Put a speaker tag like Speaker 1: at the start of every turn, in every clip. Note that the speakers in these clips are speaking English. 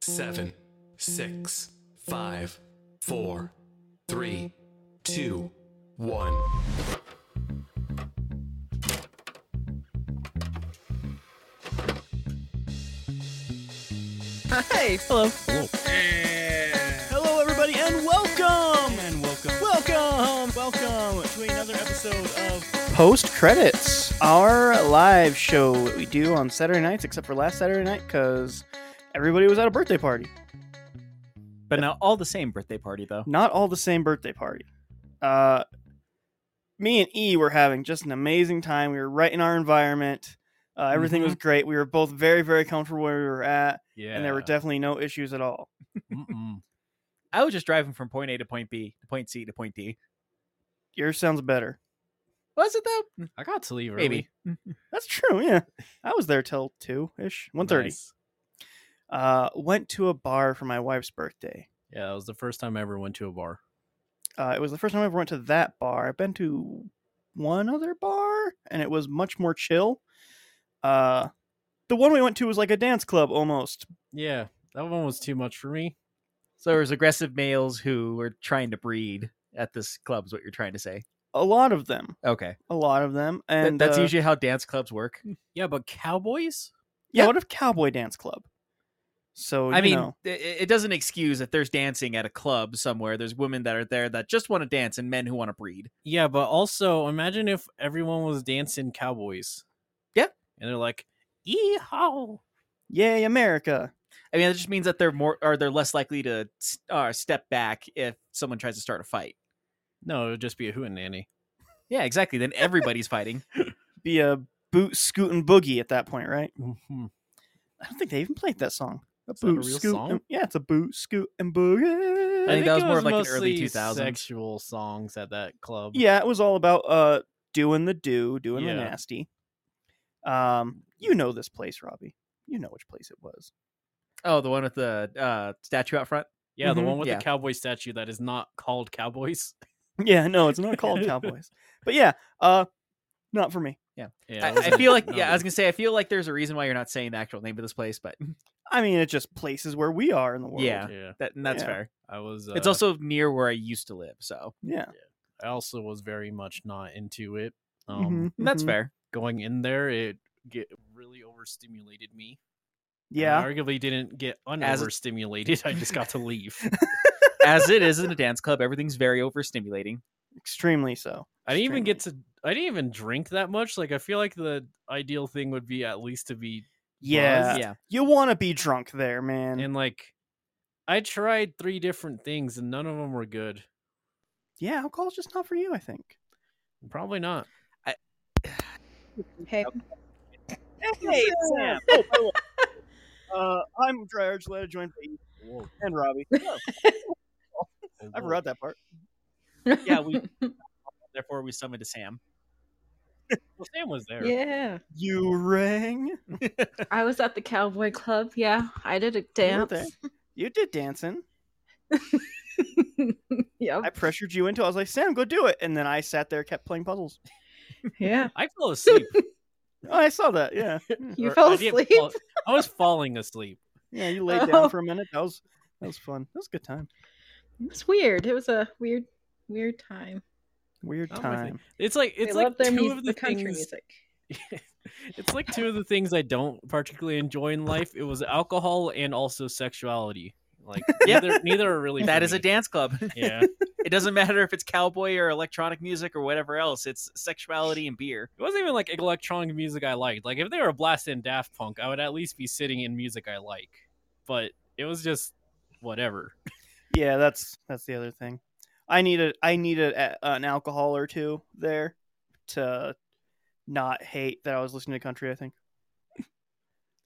Speaker 1: seven, six, five, four, three, two, one.
Speaker 2: Hey, hello.
Speaker 3: Hello, everybody, and welcome, and welcome, welcome, welcome to another episode of
Speaker 2: Post credits, our live show that we do on Saturday nights, except for last Saturday night because everybody was at a birthday party.
Speaker 3: But now all the same birthday party though.
Speaker 2: Not all the same birthday party. Uh, me and E were having just an amazing time. We were right in our environment. Uh, everything was great. We were both very, very comfortable where we were at,
Speaker 4: Yeah.
Speaker 2: and there were definitely no issues at all.
Speaker 4: definitely. I was just driving from point A to point B, to point C to point D.
Speaker 2: Yours sounds better.
Speaker 4: Was it though?
Speaker 3: I got to leave
Speaker 4: Maybe.
Speaker 2: That's true. Yeah, I was there till two ish, one thirty. Uh, went to a bar for my wife's birthday.
Speaker 3: Yeah, that was the first time I ever went to a bar.
Speaker 2: uh, it was the first time I ever went to that bar. I've been to one other bar, and it was much more chill. Uh, the one we went to was like a dance club almost.
Speaker 5: Yeah, that one was too much for me.
Speaker 4: So there was aggressive males who were trying to breed at this club. Is what you're trying to say?
Speaker 2: A lot of them,
Speaker 4: Okay.
Speaker 2: a lot of them,
Speaker 4: Th-
Speaker 2: and
Speaker 4: that's
Speaker 2: uh,
Speaker 4: usually how dance clubs work.
Speaker 5: Yeah, but cowboys?
Speaker 2: yeah. What if Cowboy Dance Club? So
Speaker 4: I
Speaker 2: you
Speaker 4: mean,
Speaker 2: know,
Speaker 4: th- it it doesn't excuse if there's dancing at a club somewhere. There's women that are there that just want to dance and men who want to breed.
Speaker 5: Yeah, but also imagine if everyone was dancing cowboys.
Speaker 4: Yeah.
Speaker 5: And they're like, Yeehaw.
Speaker 2: yay America!
Speaker 4: I mean, that just means that they're more or they're less likely to s- uh, step back if someone tries to start a fight.
Speaker 5: No, it would just be a hootenanny.
Speaker 4: Yeah, exactly. Then everybody's fighting.
Speaker 2: Be a boot scootin' boogie at that point, right?
Speaker 5: Mhm.
Speaker 2: I don't think they even played that song. A
Speaker 5: that a
Speaker 2: boot
Speaker 5: real
Speaker 2: scoot,
Speaker 5: song?
Speaker 2: and- yeah, it's a boot scoot and boogie.
Speaker 4: I think that was
Speaker 5: it
Speaker 4: more of like an early
Speaker 5: mostly
Speaker 4: 2000s.
Speaker 5: Sexual songs at that club.
Speaker 2: Yeah, it was all about uh doing the do, doing
Speaker 5: Yeah.
Speaker 2: the nasty. Um, you know this place, Robbie. You know which place it was.
Speaker 4: Oh, the one with the uh, statue out front.
Speaker 5: Yeah, the
Speaker 2: Mhm.
Speaker 5: one with
Speaker 4: Yeah.
Speaker 5: the cowboy statue that is not called cowboys.
Speaker 2: Yeah, no, it's not called Cowboys. But yeah, uh not for me.
Speaker 5: Yeah,
Speaker 4: I,
Speaker 5: it
Speaker 4: I
Speaker 5: wasn't-
Speaker 4: feel like
Speaker 5: no,
Speaker 4: yeah, I was
Speaker 5: dude.
Speaker 4: gonna say I feel like there's a reason why you're not saying the actual name of this place, but
Speaker 2: I mean, it's just places where we are in the world.
Speaker 4: Yeah.
Speaker 5: yeah,
Speaker 4: that and that's
Speaker 2: Yeah.
Speaker 4: fair.
Speaker 5: I was. Uh,
Speaker 4: it's also near where I used to live, so
Speaker 2: Yeah.
Speaker 5: I also was very much not into it. Um,
Speaker 2: mhm,
Speaker 4: that's
Speaker 2: mhm.
Speaker 4: fair.
Speaker 5: Going in there, it get really overstimulated me. and
Speaker 2: Yeah.
Speaker 5: I arguably didn't get
Speaker 4: As-
Speaker 5: unoverstimulated. I just got to leave.
Speaker 4: As it is in a dance club, everything's very overstimulating.
Speaker 2: Extremely so.
Speaker 5: I didn't even get to. I didn't even drink that much. Like I feel like the ideal thing would be at least to be
Speaker 2: Yeah.
Speaker 4: yeah,
Speaker 2: You wanna be drunk there, man.
Speaker 5: and like. I tried three different things and none of them were good.
Speaker 2: yeah, alcohol's just not for you, I think.
Speaker 5: Probably not.
Speaker 6: Hey,
Speaker 2: Hey, Sam. Oh, uh, I'm Dry Arch Led, joined by and Robbie. I forgot that part.
Speaker 4: yeah. We therefore we summoned to Sam.
Speaker 5: Well, Sam was there.
Speaker 6: yeah.
Speaker 2: You rang.
Speaker 6: I was at the cowboy club. Yeah, I did a dance.
Speaker 2: there. You did dancing.
Speaker 6: yep.
Speaker 2: I pressured you into. it. I was like, Sam, go do it. And then I sat there, kept playing puzzles.
Speaker 6: Yeah.
Speaker 5: I fell asleep.
Speaker 2: Oh, I saw that. Yeah,
Speaker 6: You
Speaker 5: or
Speaker 6: fell
Speaker 5: I didn't
Speaker 6: asleep.
Speaker 5: fall- I was falling asleep.
Speaker 2: yeah. You laid down
Speaker 6: Oh.
Speaker 2: for a minute. That was that was fun. That was a good time.
Speaker 6: It was weird. It was a weird, weird time.
Speaker 2: Weird
Speaker 5: I'm with you.
Speaker 2: time.
Speaker 5: It's like
Speaker 6: They
Speaker 5: it's
Speaker 6: love
Speaker 5: like
Speaker 6: their
Speaker 5: two
Speaker 6: mu-
Speaker 5: of the,
Speaker 6: country
Speaker 5: things.
Speaker 6: music.
Speaker 5: it's like two of the things I don't particularly enjoy in life. It was alcohol and also sexuality. Like
Speaker 4: Yeah.
Speaker 5: neither, neither are really.
Speaker 4: That
Speaker 5: for
Speaker 4: is a
Speaker 5: me.
Speaker 4: dance club.
Speaker 5: Yeah.
Speaker 4: it doesn't matter if it's cowboy or electronic music or whatever else. It's sexuality and beer.
Speaker 5: It wasn't even like electronic music I liked. Like if they were blasting Daft Punk, I would at least be sitting in music I like. But it was just whatever.
Speaker 2: Yeah, that's that's the other thing. I needed I needed a, an alcohol or two there to not hate that I was listening to country. I think.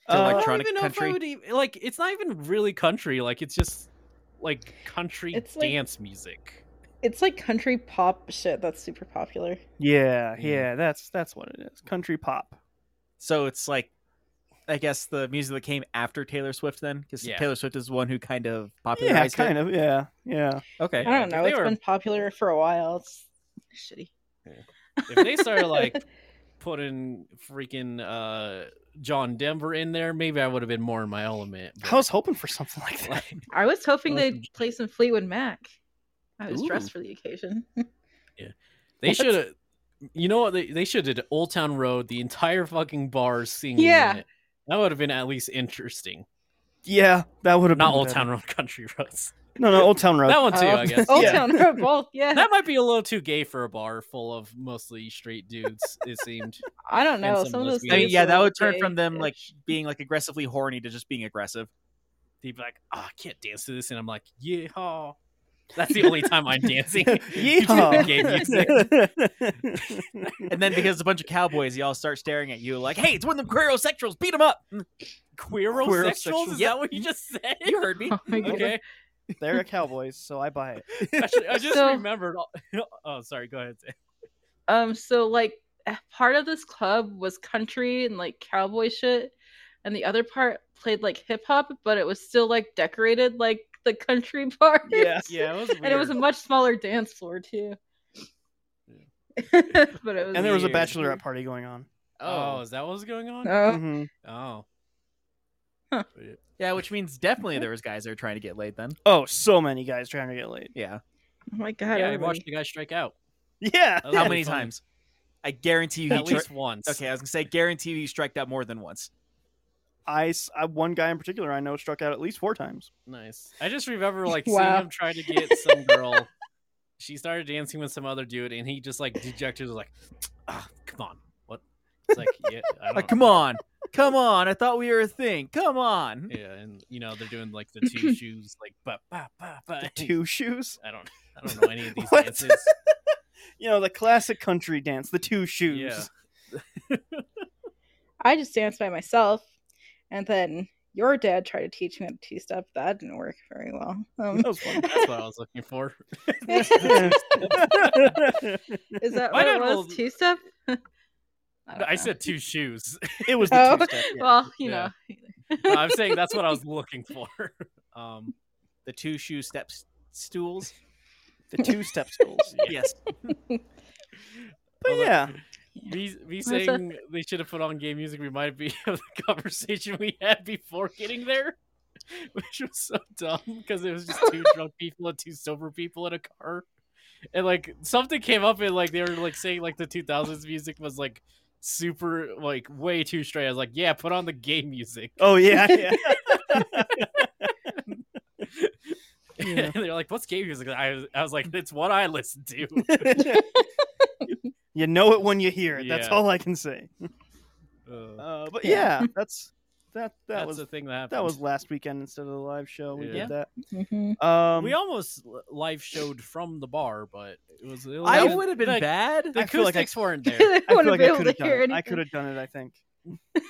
Speaker 4: To
Speaker 2: Uh,
Speaker 4: electro- Electronic
Speaker 5: I don't even know if
Speaker 4: country?
Speaker 5: I would even, like it's not even really country. Like it's just like country
Speaker 6: It's like-
Speaker 5: dance music.
Speaker 6: It's like country pop shit that's super popular.
Speaker 2: yeah,
Speaker 5: Yeah.
Speaker 2: yeah. That's that's what it is. Country pop.
Speaker 4: So it's like, I guess the music that came after Taylor Swift, then, because
Speaker 5: Yeah.
Speaker 4: Taylor Swift is the one who kind of
Speaker 2: Yeah,
Speaker 4: popularized
Speaker 2: kind of. Yeah, yeah.
Speaker 4: it. Okay,
Speaker 5: Yeah,
Speaker 6: I don't know.
Speaker 5: they
Speaker 6: It's
Speaker 5: were-
Speaker 6: been popular for a while. It's shitty.
Speaker 5: If they started like putting freaking uh, John Denver in there, maybe I would have been more in my element. but,
Speaker 2: I was hoping for something like that.
Speaker 5: like,
Speaker 6: I was hoping
Speaker 5: Well,
Speaker 6: they'd play some Fleetwood Mac. I was
Speaker 5: Ooh.
Speaker 6: dressed for the occasion.
Speaker 5: they should have. You know what? They, they should have did Old Town Road, the entire fucking bar singing.
Speaker 6: Yeah.
Speaker 5: it. That would have been at least interesting.
Speaker 2: Yeah, that would have
Speaker 5: Not
Speaker 2: been
Speaker 5: Old
Speaker 2: better. Uh,
Speaker 5: Town Road Country Roads.
Speaker 2: No, no, Old Town Road.
Speaker 5: That one too,
Speaker 6: Oh.
Speaker 5: I guess.
Speaker 6: Old
Speaker 2: Yeah.
Speaker 6: Town Road both, yeah.
Speaker 5: That might be a little too gay for a bar full of mostly straight dudes, it seemed.
Speaker 6: I don't know.
Speaker 5: and some
Speaker 6: Some of those.
Speaker 5: lesbian.
Speaker 4: I mean,
Speaker 6: dudes
Speaker 4: yeah,
Speaker 6: were
Speaker 4: that
Speaker 6: all
Speaker 4: would turn from
Speaker 6: gay.
Speaker 4: them like being like aggressively horny to just being aggressive.
Speaker 5: They'd be like, oh, I can't dance to this. And I'm like, yeehaw. That's the only time I'm dancing.
Speaker 2: Yeehaw.
Speaker 5: Gay music.
Speaker 4: And then because it's a bunch of cowboys, y'all start staring at you like, "Hey, it's one of them queerosexuals. Beat them up."
Speaker 5: Queerosexuals?
Speaker 4: Queerosexual.
Speaker 5: Is that what you just said?
Speaker 4: You heard me.
Speaker 6: Oh my God.
Speaker 5: Okay.
Speaker 2: They're a Cowboys, so I buy it.
Speaker 5: Actually, I just
Speaker 6: So-
Speaker 5: remembered. all- Oh, sorry. Go ahead. Sam.
Speaker 6: Um, so like eh, part of this club was country and like cowboy shit, and the other part played like hip hop, but it was still like decorated like the country part.
Speaker 2: Yeah.
Speaker 5: Yeah, it was
Speaker 6: and it was a
Speaker 5: weird.
Speaker 6: much smaller dance floor too. but it was
Speaker 2: And there was a
Speaker 5: Weird.
Speaker 2: bachelorette party going on.
Speaker 5: Oh, is that what was going
Speaker 4: Uh,
Speaker 5: on?
Speaker 6: Oh,
Speaker 2: Mhm.
Speaker 5: Oh.
Speaker 4: Yeah, which means definitely there was guys that were trying to get laid then.
Speaker 2: Oh, so many guys trying to get laid.
Speaker 4: Yeah.
Speaker 6: oh my god!
Speaker 5: Yeah, I
Speaker 6: everybody.
Speaker 5: watched the guy strike out.
Speaker 2: Yeah.
Speaker 5: That was
Speaker 4: How
Speaker 5: really
Speaker 4: many
Speaker 5: funny.
Speaker 4: times? I guarantee you he
Speaker 5: At
Speaker 4: tri-
Speaker 5: least once.
Speaker 4: Okay, I was gonna say guarantee you he striked out more than once.
Speaker 2: I, s- I- one guy in particular I know struck out at least four times.
Speaker 5: Nice. I just remember like
Speaker 6: Wow.
Speaker 5: seeing him try to get some girl. she started dancing with some other dude, and he just like dejected was like, ah, "Come on, what?" It's like, yeah, I don't
Speaker 4: Like,
Speaker 5: know."
Speaker 4: come on, come on! I thought we were a thing. Come on.
Speaker 5: Yeah, and you know they're doing like the two shoes, like ba ba ba ba.
Speaker 2: Two shoes.
Speaker 5: I don't, I don't know any of these
Speaker 2: What?
Speaker 5: dances.
Speaker 2: You know, the classic country dance, the two shoes.
Speaker 5: Yeah.
Speaker 6: I just danced by myself, and then your dad tried to teach me how to two step. That didn't work very well. Um,
Speaker 2: That was fun.
Speaker 5: That's what I was looking for.
Speaker 4: Oh,
Speaker 6: is that
Speaker 5: My
Speaker 6: what
Speaker 5: dad
Speaker 6: it was?
Speaker 5: will-
Speaker 6: Two step?
Speaker 5: I said two shoes.
Speaker 2: it was
Speaker 6: Oh,
Speaker 2: the two step. Yeah.
Speaker 6: well, you
Speaker 5: Yeah.
Speaker 6: know.
Speaker 5: No, I'm saying that's what I was looking for. Um,
Speaker 4: The two shoe steps stools.
Speaker 2: The two step schools.
Speaker 4: Yes.
Speaker 2: But
Speaker 5: although-
Speaker 2: yeah,
Speaker 5: Me, me
Speaker 6: What is that?
Speaker 5: saying they should have put on gay music reminded me of the conversation we had before getting there, which was so dumb because it was just two drunk people and two sober people in a car, and like something came up and like they were like saying like the 2000s music was like super like way too straight. I was like, yeah, put on the gay music.
Speaker 2: Oh yeah, yeah. Yeah.
Speaker 5: and they're like, what's gay music? I was, I was like, it's what I listen to.
Speaker 2: you know it when you hear it. That's
Speaker 5: Yeah.
Speaker 2: all I can say.
Speaker 5: Uh,
Speaker 2: Uh, but
Speaker 6: Yeah.
Speaker 2: yeah. that's that. That
Speaker 5: that's
Speaker 2: was
Speaker 5: the thing that happened.
Speaker 2: that was last weekend instead of the live show. We
Speaker 5: Yeah.
Speaker 2: did that.
Speaker 6: Mhm.
Speaker 2: Um,
Speaker 5: we almost l- live showed from the bar, but it was. It was
Speaker 4: I
Speaker 5: the-
Speaker 4: would have been
Speaker 5: the-
Speaker 4: bad.
Speaker 5: The
Speaker 2: I feel like I-
Speaker 5: acoustics weren't
Speaker 6: They
Speaker 5: there.
Speaker 2: I
Speaker 6: wouldn't
Speaker 2: feel like
Speaker 6: be
Speaker 2: I
Speaker 6: able
Speaker 2: could
Speaker 6: to
Speaker 2: have done
Speaker 6: hear
Speaker 2: it. I
Speaker 6: anything.
Speaker 2: could have done it. I think.
Speaker 4: I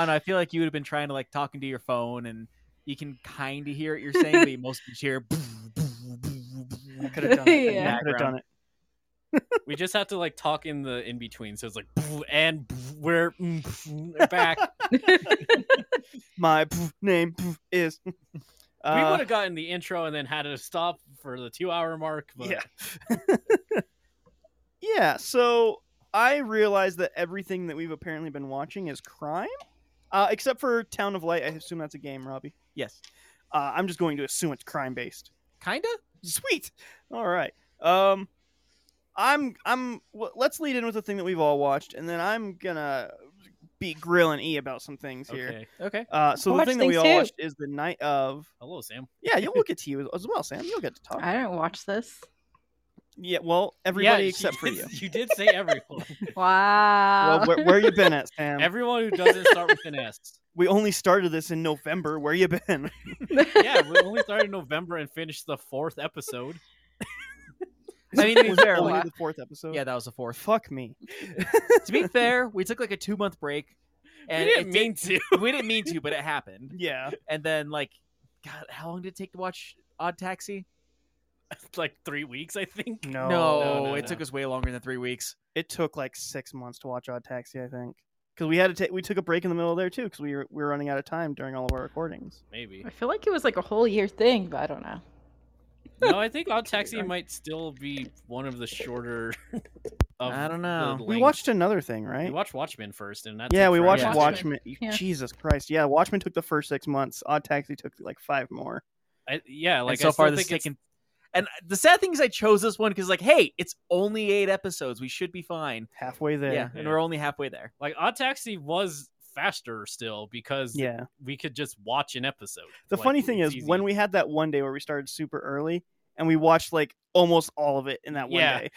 Speaker 4: don't know. I feel like you would have been trying to like talking to your phone, and you can kind of hear what you're saying, but you mostly just hear.
Speaker 2: I could have done it.
Speaker 6: Yeah.
Speaker 2: I could have done it.
Speaker 5: we just have to like talk in the in between, so it's like and we're mm, back.
Speaker 2: My name is.
Speaker 5: we
Speaker 2: Uh,
Speaker 5: would have gotten the intro and then had to stop for the two hour mark. But
Speaker 2: Yeah. Yeah, so I realized that everything that we've apparently been watching is crime, uh, except for Town of Light. I assume that's a game, Robbie.
Speaker 4: Yes.
Speaker 2: Uh, I'm just going to assume it's crime based.
Speaker 4: Kinda.
Speaker 2: Sweet. All right. Um, I'm I'm. w let's lead in with the thing that we've all watched, and then I'm gonna be grilling E about some things here.
Speaker 5: okay,
Speaker 4: Okay.
Speaker 2: Uh, so
Speaker 6: I
Speaker 2: the
Speaker 6: watched
Speaker 2: thing that we
Speaker 6: things
Speaker 2: all
Speaker 6: too.
Speaker 2: watched is the night of.
Speaker 5: hello, Sam.
Speaker 2: Yeah, you'll get to you as- as well, Sam. You'll get to talk.
Speaker 6: I didn't watch this.
Speaker 2: Yeah, well, everybody
Speaker 5: Yeah,
Speaker 2: except for
Speaker 5: did-
Speaker 2: you.
Speaker 5: You did say everyone.
Speaker 6: Wow.
Speaker 2: Well, where, where you been at, Sam?
Speaker 5: everyone who doesn't start with an S.
Speaker 2: we only started this in November. Where you been?
Speaker 5: Yeah, we only started in November and finished the fourth episode.
Speaker 4: I mean, to be
Speaker 2: Was
Speaker 4: fair,
Speaker 2: only
Speaker 4: we-
Speaker 2: the fourth episode.
Speaker 4: yeah, that was the fourth.
Speaker 2: Fuck me.
Speaker 4: to be fair, we took like a two month break, and
Speaker 5: we didn't
Speaker 4: it
Speaker 5: mean
Speaker 4: did-
Speaker 5: to.
Speaker 4: we didn't mean to, but it happened.
Speaker 2: Yeah.
Speaker 4: And then like, God, how long did it take to watch Odd Taxi?
Speaker 5: like three weeks, I think.
Speaker 2: No.
Speaker 5: no, no,
Speaker 4: it
Speaker 5: no.
Speaker 4: took us way longer than three weeks.
Speaker 2: It took like six months to watch Odd Taxi, I think, because we had to take we took a break in the middle there too, because we were we were running out of time during all of our recordings.
Speaker 5: Maybe.
Speaker 6: I feel like it was like a whole year thing, but I don't know.
Speaker 5: No, I think Odd Taxi might still be one of the shorter. of
Speaker 4: I don't know.
Speaker 5: the
Speaker 2: We
Speaker 5: length.
Speaker 2: watched another thing, right?
Speaker 5: We watched Watchmen first, and that
Speaker 2: yeah,
Speaker 5: took
Speaker 2: we watched
Speaker 5: forever.
Speaker 6: Watchmen.
Speaker 2: Watchmen.
Speaker 6: Yeah.
Speaker 2: Jesus Christ. Yeah, Watchmen took the first six months. Odd Taxi took like five more.
Speaker 5: I, yeah, like
Speaker 4: and so
Speaker 5: I
Speaker 4: far
Speaker 5: still
Speaker 4: this is
Speaker 5: think it's-
Speaker 4: taken. And the sad thing is, I chose this one because, like, hey, it's only eight episodes. We should be fine.
Speaker 2: Halfway there.
Speaker 4: yeah, and
Speaker 5: Yeah.
Speaker 4: we're only halfway there.
Speaker 5: like Odd Taxi was faster still because
Speaker 2: Yeah.
Speaker 5: we could just watch an episode.
Speaker 2: The
Speaker 5: Like,
Speaker 2: funny thing is,
Speaker 5: it's easy.
Speaker 2: when we had that one day where we started super early and we watched like almost all of it in that one
Speaker 5: Yeah.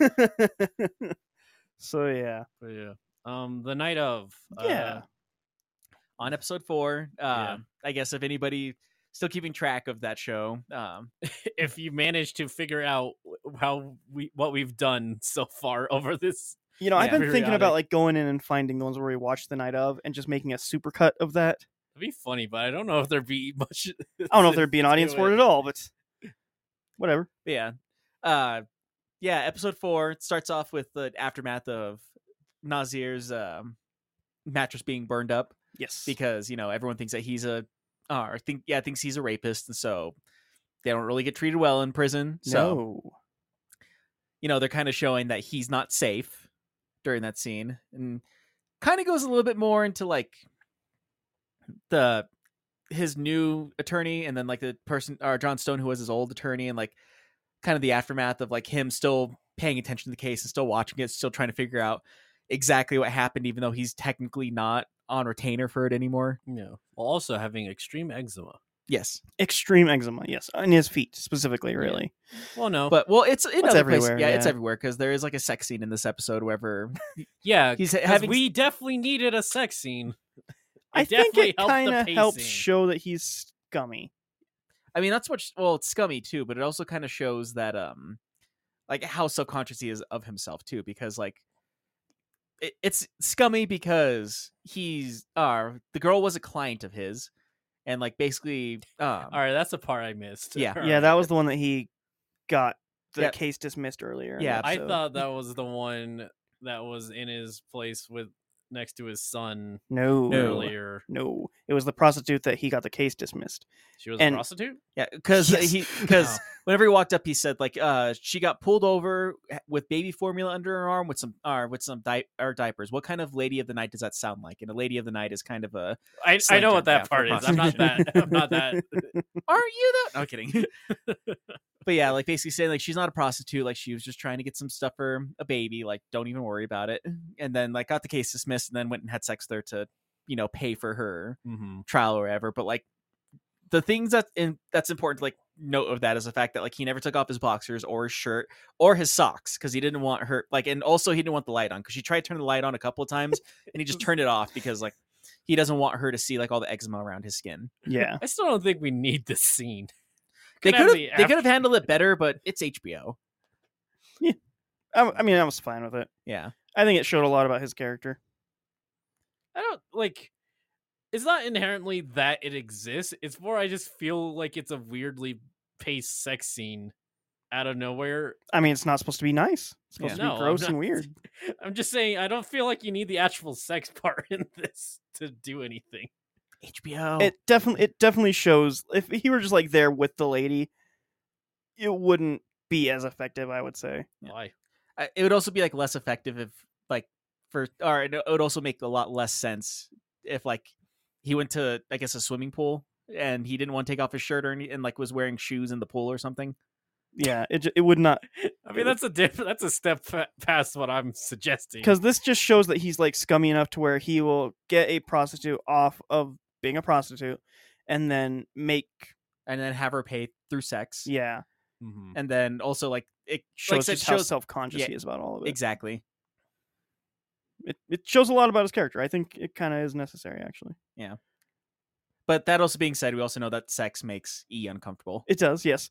Speaker 2: day. so yeah,
Speaker 5: But yeah, um, the night of
Speaker 2: Yeah.
Speaker 4: on episode four. Um,
Speaker 5: Yeah.
Speaker 4: I guess if anybody still keeping track of that show, um,
Speaker 5: uh, if you manage to figure out wh- how we what we've done so far over this,
Speaker 2: you know, I've
Speaker 5: Yeah.
Speaker 2: been thinking about
Speaker 5: Periodic.
Speaker 2: like going in and finding the ones where we watched the night of and just making a super cut of that.
Speaker 5: it'd be funny, but I don't know if there'd be much.
Speaker 2: I don't know if there'd be an audience for it at all, but whatever.
Speaker 4: but yeah, uh, yeah. Episode four starts off with the aftermath of Nazir's um, mattress being burned up
Speaker 2: Yes,
Speaker 4: because you know everyone thinks that he's a, or think yeah thinks he's a rapist, and so they don't really get treated well in prison. So
Speaker 2: no,
Speaker 4: you know they're kind of showing that he's not safe during that scene and kind of goes a little bit more into like the his new attorney and then like the person or John Stone who was his old attorney and like kind of the aftermath of like him still paying attention to the case and still watching it still trying to figure out exactly what happened even though he's technically not on retainer for it anymore
Speaker 5: No, while also having extreme eczema.
Speaker 4: yes
Speaker 2: extreme eczema. Yes, on his feet specifically. Really,
Speaker 5: Well, no,
Speaker 4: but well it's in
Speaker 2: It's
Speaker 4: other places-
Speaker 2: everywhere,
Speaker 4: yeah, it's
Speaker 2: yeah.
Speaker 4: everywhere because there is like a sex scene in this episode wherever
Speaker 5: yeah,
Speaker 4: he's
Speaker 5: 'cause
Speaker 4: having
Speaker 5: we definitely needed a sex scene.
Speaker 2: I think
Speaker 5: definitely
Speaker 2: it
Speaker 5: helped the
Speaker 2: kind of helps
Speaker 5: pacing.
Speaker 2: show that he's scummy.
Speaker 4: I mean, that's what. Well, it's scummy too, but it also kind of shows that, um, like how subconscious he is of himself too, because like, it, it's scummy because he's, uh, the girl was a client of his, and like basically, um,
Speaker 5: All right, that's the part I missed.
Speaker 4: Yeah.
Speaker 5: All
Speaker 2: Yeah,
Speaker 5: right.
Speaker 2: that was the one that he got the
Speaker 4: Yeah.
Speaker 2: case dismissed earlier. in the
Speaker 4: Yeah,
Speaker 5: I
Speaker 2: episode.
Speaker 5: thought that was the one that was in his place with next to his son
Speaker 2: no,
Speaker 4: No.
Speaker 5: earlier.
Speaker 2: No, it was the prostitute that he got the case dismissed.
Speaker 5: She was
Speaker 2: And-
Speaker 5: a prostitute.
Speaker 4: yeah, because
Speaker 2: Yes.
Speaker 4: he because whenever he walked up, he said like, uh, she got pulled over h- with baby formula under her arm with some, or with some di- or diapers. What kind of lady of the night does that sound like? And a lady of the night is kind of a,
Speaker 5: I, I
Speaker 4: Slang
Speaker 5: know
Speaker 4: term,
Speaker 5: what
Speaker 4: yeah,
Speaker 5: that
Speaker 4: for
Speaker 5: part is. I'm not that. I'm not that.
Speaker 4: aren't you though? No, I'm kidding. but yeah, like basically saying like she's not a prostitute, like she was just trying to get some stuff for a baby, like don't even worry about it. And then like got the case dismissed and then went and had sex there to, you know, pay for her
Speaker 5: Mhm.
Speaker 4: trial or whatever. But like the things that in, that's important to like note of that is the fact that like he never took off his boxers or his shirt or his socks because he didn't want her like and also he didn't want the light on because she tried to turn the light on a couple of times and he just turned it off because like he doesn't want her to see like all the eczema around his skin.
Speaker 2: Yeah,
Speaker 5: I still don't think we need this scene.
Speaker 4: They
Speaker 5: Could have
Speaker 4: could have
Speaker 5: the
Speaker 4: they could have handled it better, but it's HBO.
Speaker 2: I, I mean, I was fine with it.
Speaker 4: Yeah,
Speaker 2: I think it showed a lot about his character.
Speaker 5: I don't like. It's not inherently that it exists. It's more I just feel like it's a weirdly paced sex scene out of nowhere.
Speaker 2: I mean, it's not supposed to be nice. It's supposed
Speaker 5: No,
Speaker 2: to
Speaker 5: I'm
Speaker 2: be gross and
Speaker 5: not-
Speaker 2: weird.
Speaker 5: I'm just saying I don't feel like you need the actual sex part in this to do anything.
Speaker 4: HBO.
Speaker 2: It definitely, it definitely shows. If he were just like there with the lady, it wouldn't be as effective. I would say.
Speaker 4: Yeah.
Speaker 5: Why?
Speaker 4: I- uh, it would also be like less effective if like for or it would also make a lot less sense if like he went to I guess a swimming pool and he didn't want to take off his shirt or any, and like was wearing shoes in the pool or something.
Speaker 2: Yeah, it ju- it would not
Speaker 5: I
Speaker 2: It
Speaker 5: mean that's a diff- that's a step fa- past what I'm suggesting.
Speaker 2: because this just shows that he's like scummy enough to where he will get a prostitute off of being a prostitute, and then make
Speaker 4: And then have her pay through sex.
Speaker 2: yeah
Speaker 5: Mhm.
Speaker 4: And then also like it
Speaker 2: shows
Speaker 4: like,
Speaker 2: just
Speaker 4: so it
Speaker 2: how
Speaker 4: shows
Speaker 2: self conscious
Speaker 4: yeah,
Speaker 2: he is about all of it.
Speaker 4: exactly.
Speaker 2: it, it shows a lot about his character. I think it kind of is necessary, actually.
Speaker 4: But that also being said, we also know that sex makes E uncomfortable.
Speaker 2: It does, yes.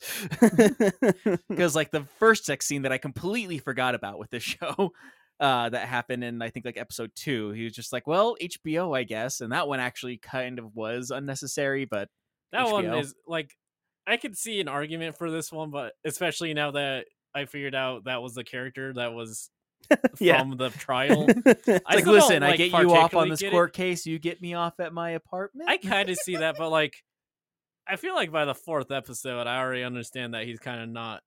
Speaker 4: because like the first sex scene that I completely forgot about with this show uh that happened in I think like episode 2 he was just like well HBO I guess and that one actually kind of was unnecessary but
Speaker 5: That one
Speaker 4: HBO.
Speaker 5: is like I could see an argument for this one, but especially now that I figured out that was the character that was
Speaker 2: Yeah.
Speaker 5: from the trial.
Speaker 4: it's like
Speaker 5: still don't,
Speaker 4: listen I
Speaker 5: like,
Speaker 4: get you off
Speaker 5: particularly
Speaker 4: on this
Speaker 5: get it.
Speaker 4: court case you get me off at my apartment
Speaker 5: I kind of see that, but like, I feel like by the fourth episode, I already understand that he's kind of not